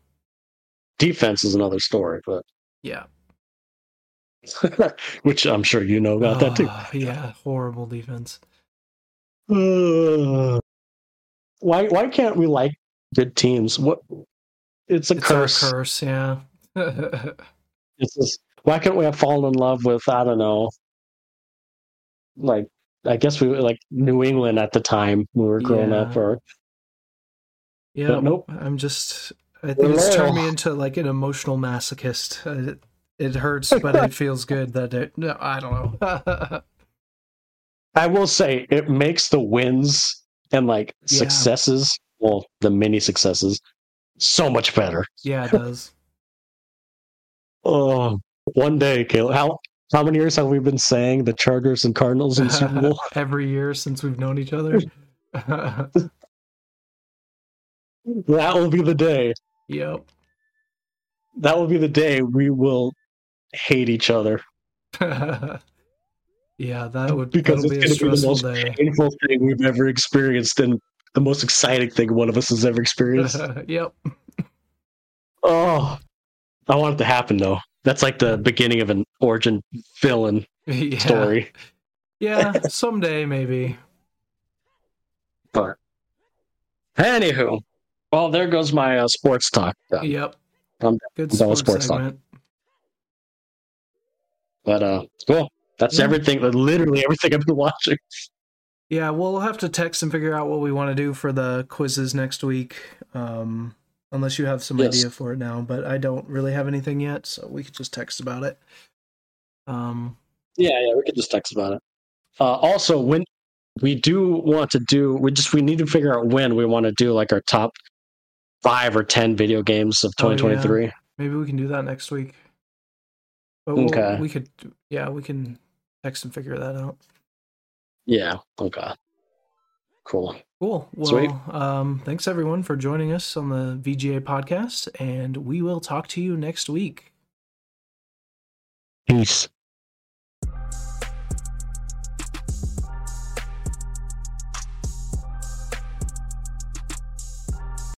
Speaker 2: Defense is another story, but
Speaker 1: Yeah.
Speaker 2: which I'm sure you know about that too.
Speaker 1: Ah, yeah, horrible defense.
Speaker 2: Uh, why why can't we like good teams? What it's a
Speaker 1: It's
Speaker 2: curse.
Speaker 1: a curse, yeah.
Speaker 2: It's just, why couldn't we have fallen in love with I don't know, like I guess we were like New England at the time when we were growing
Speaker 1: Yeah.
Speaker 2: up, or
Speaker 1: yeah,
Speaker 2: but nope.
Speaker 1: I'm just I
Speaker 2: We're
Speaker 1: think it's turned
Speaker 2: loyal.
Speaker 1: me into like an emotional masochist. Uh, It, it hurts, but it feels good that it, no, I don't know.
Speaker 2: I will say it makes the wins and like
Speaker 1: Yeah.
Speaker 2: successes, well, the mini successes, so much better.
Speaker 1: yeah, it does.
Speaker 2: Oh, one day, Caleb. How how many years have we been saying the Chargers and Cardinals in Super Bowl?
Speaker 1: Every year since we've known each other.
Speaker 2: that will be the day.
Speaker 1: yep.
Speaker 2: That will be the day we will hate each other
Speaker 1: yeah, that would
Speaker 2: because
Speaker 1: that'll
Speaker 2: it's
Speaker 1: be a
Speaker 2: going to be the
Speaker 1: stressful
Speaker 2: most painful thing we've ever experienced and the most exciting thing one of us has ever experienced.
Speaker 1: day. yep.
Speaker 2: oh, I want it to happen though. That's like the beginning of an origin villain
Speaker 1: Yeah.
Speaker 2: story.
Speaker 1: Yeah, someday maybe.
Speaker 2: But anywho, well, there goes my uh, sports talk. done.
Speaker 1: Yep.
Speaker 2: I'm-
Speaker 1: Good
Speaker 2: that was
Speaker 1: sports,
Speaker 2: sports talk.
Speaker 1: segment.
Speaker 2: But uh, cool. That's
Speaker 1: Yeah.
Speaker 2: everything. Literally everything I've been watching.
Speaker 1: Yeah, we'll have to text and figure out what we want to do for the quizzes next week. Um, unless you have some
Speaker 2: Yes.
Speaker 1: idea for it now, but I don't really have anything yet, so we could just text about it. Um,
Speaker 2: Yeah, yeah. We could just text about it. Uh, also, when we do want to do, we just we need to figure out when we want to do like our top five or ten video games of
Speaker 1: Oh, yeah.
Speaker 2: 2023.
Speaker 1: maybe we can do that next week. But we'll,
Speaker 2: Okay.
Speaker 1: we could, yeah, we can text and figure that out.
Speaker 2: Yeah. Okay. Cool.
Speaker 1: Cool.
Speaker 2: Sweet.
Speaker 1: Well, um, thanks everyone for joining us on the VGA podcast, and we will talk to you next week.
Speaker 2: Peace.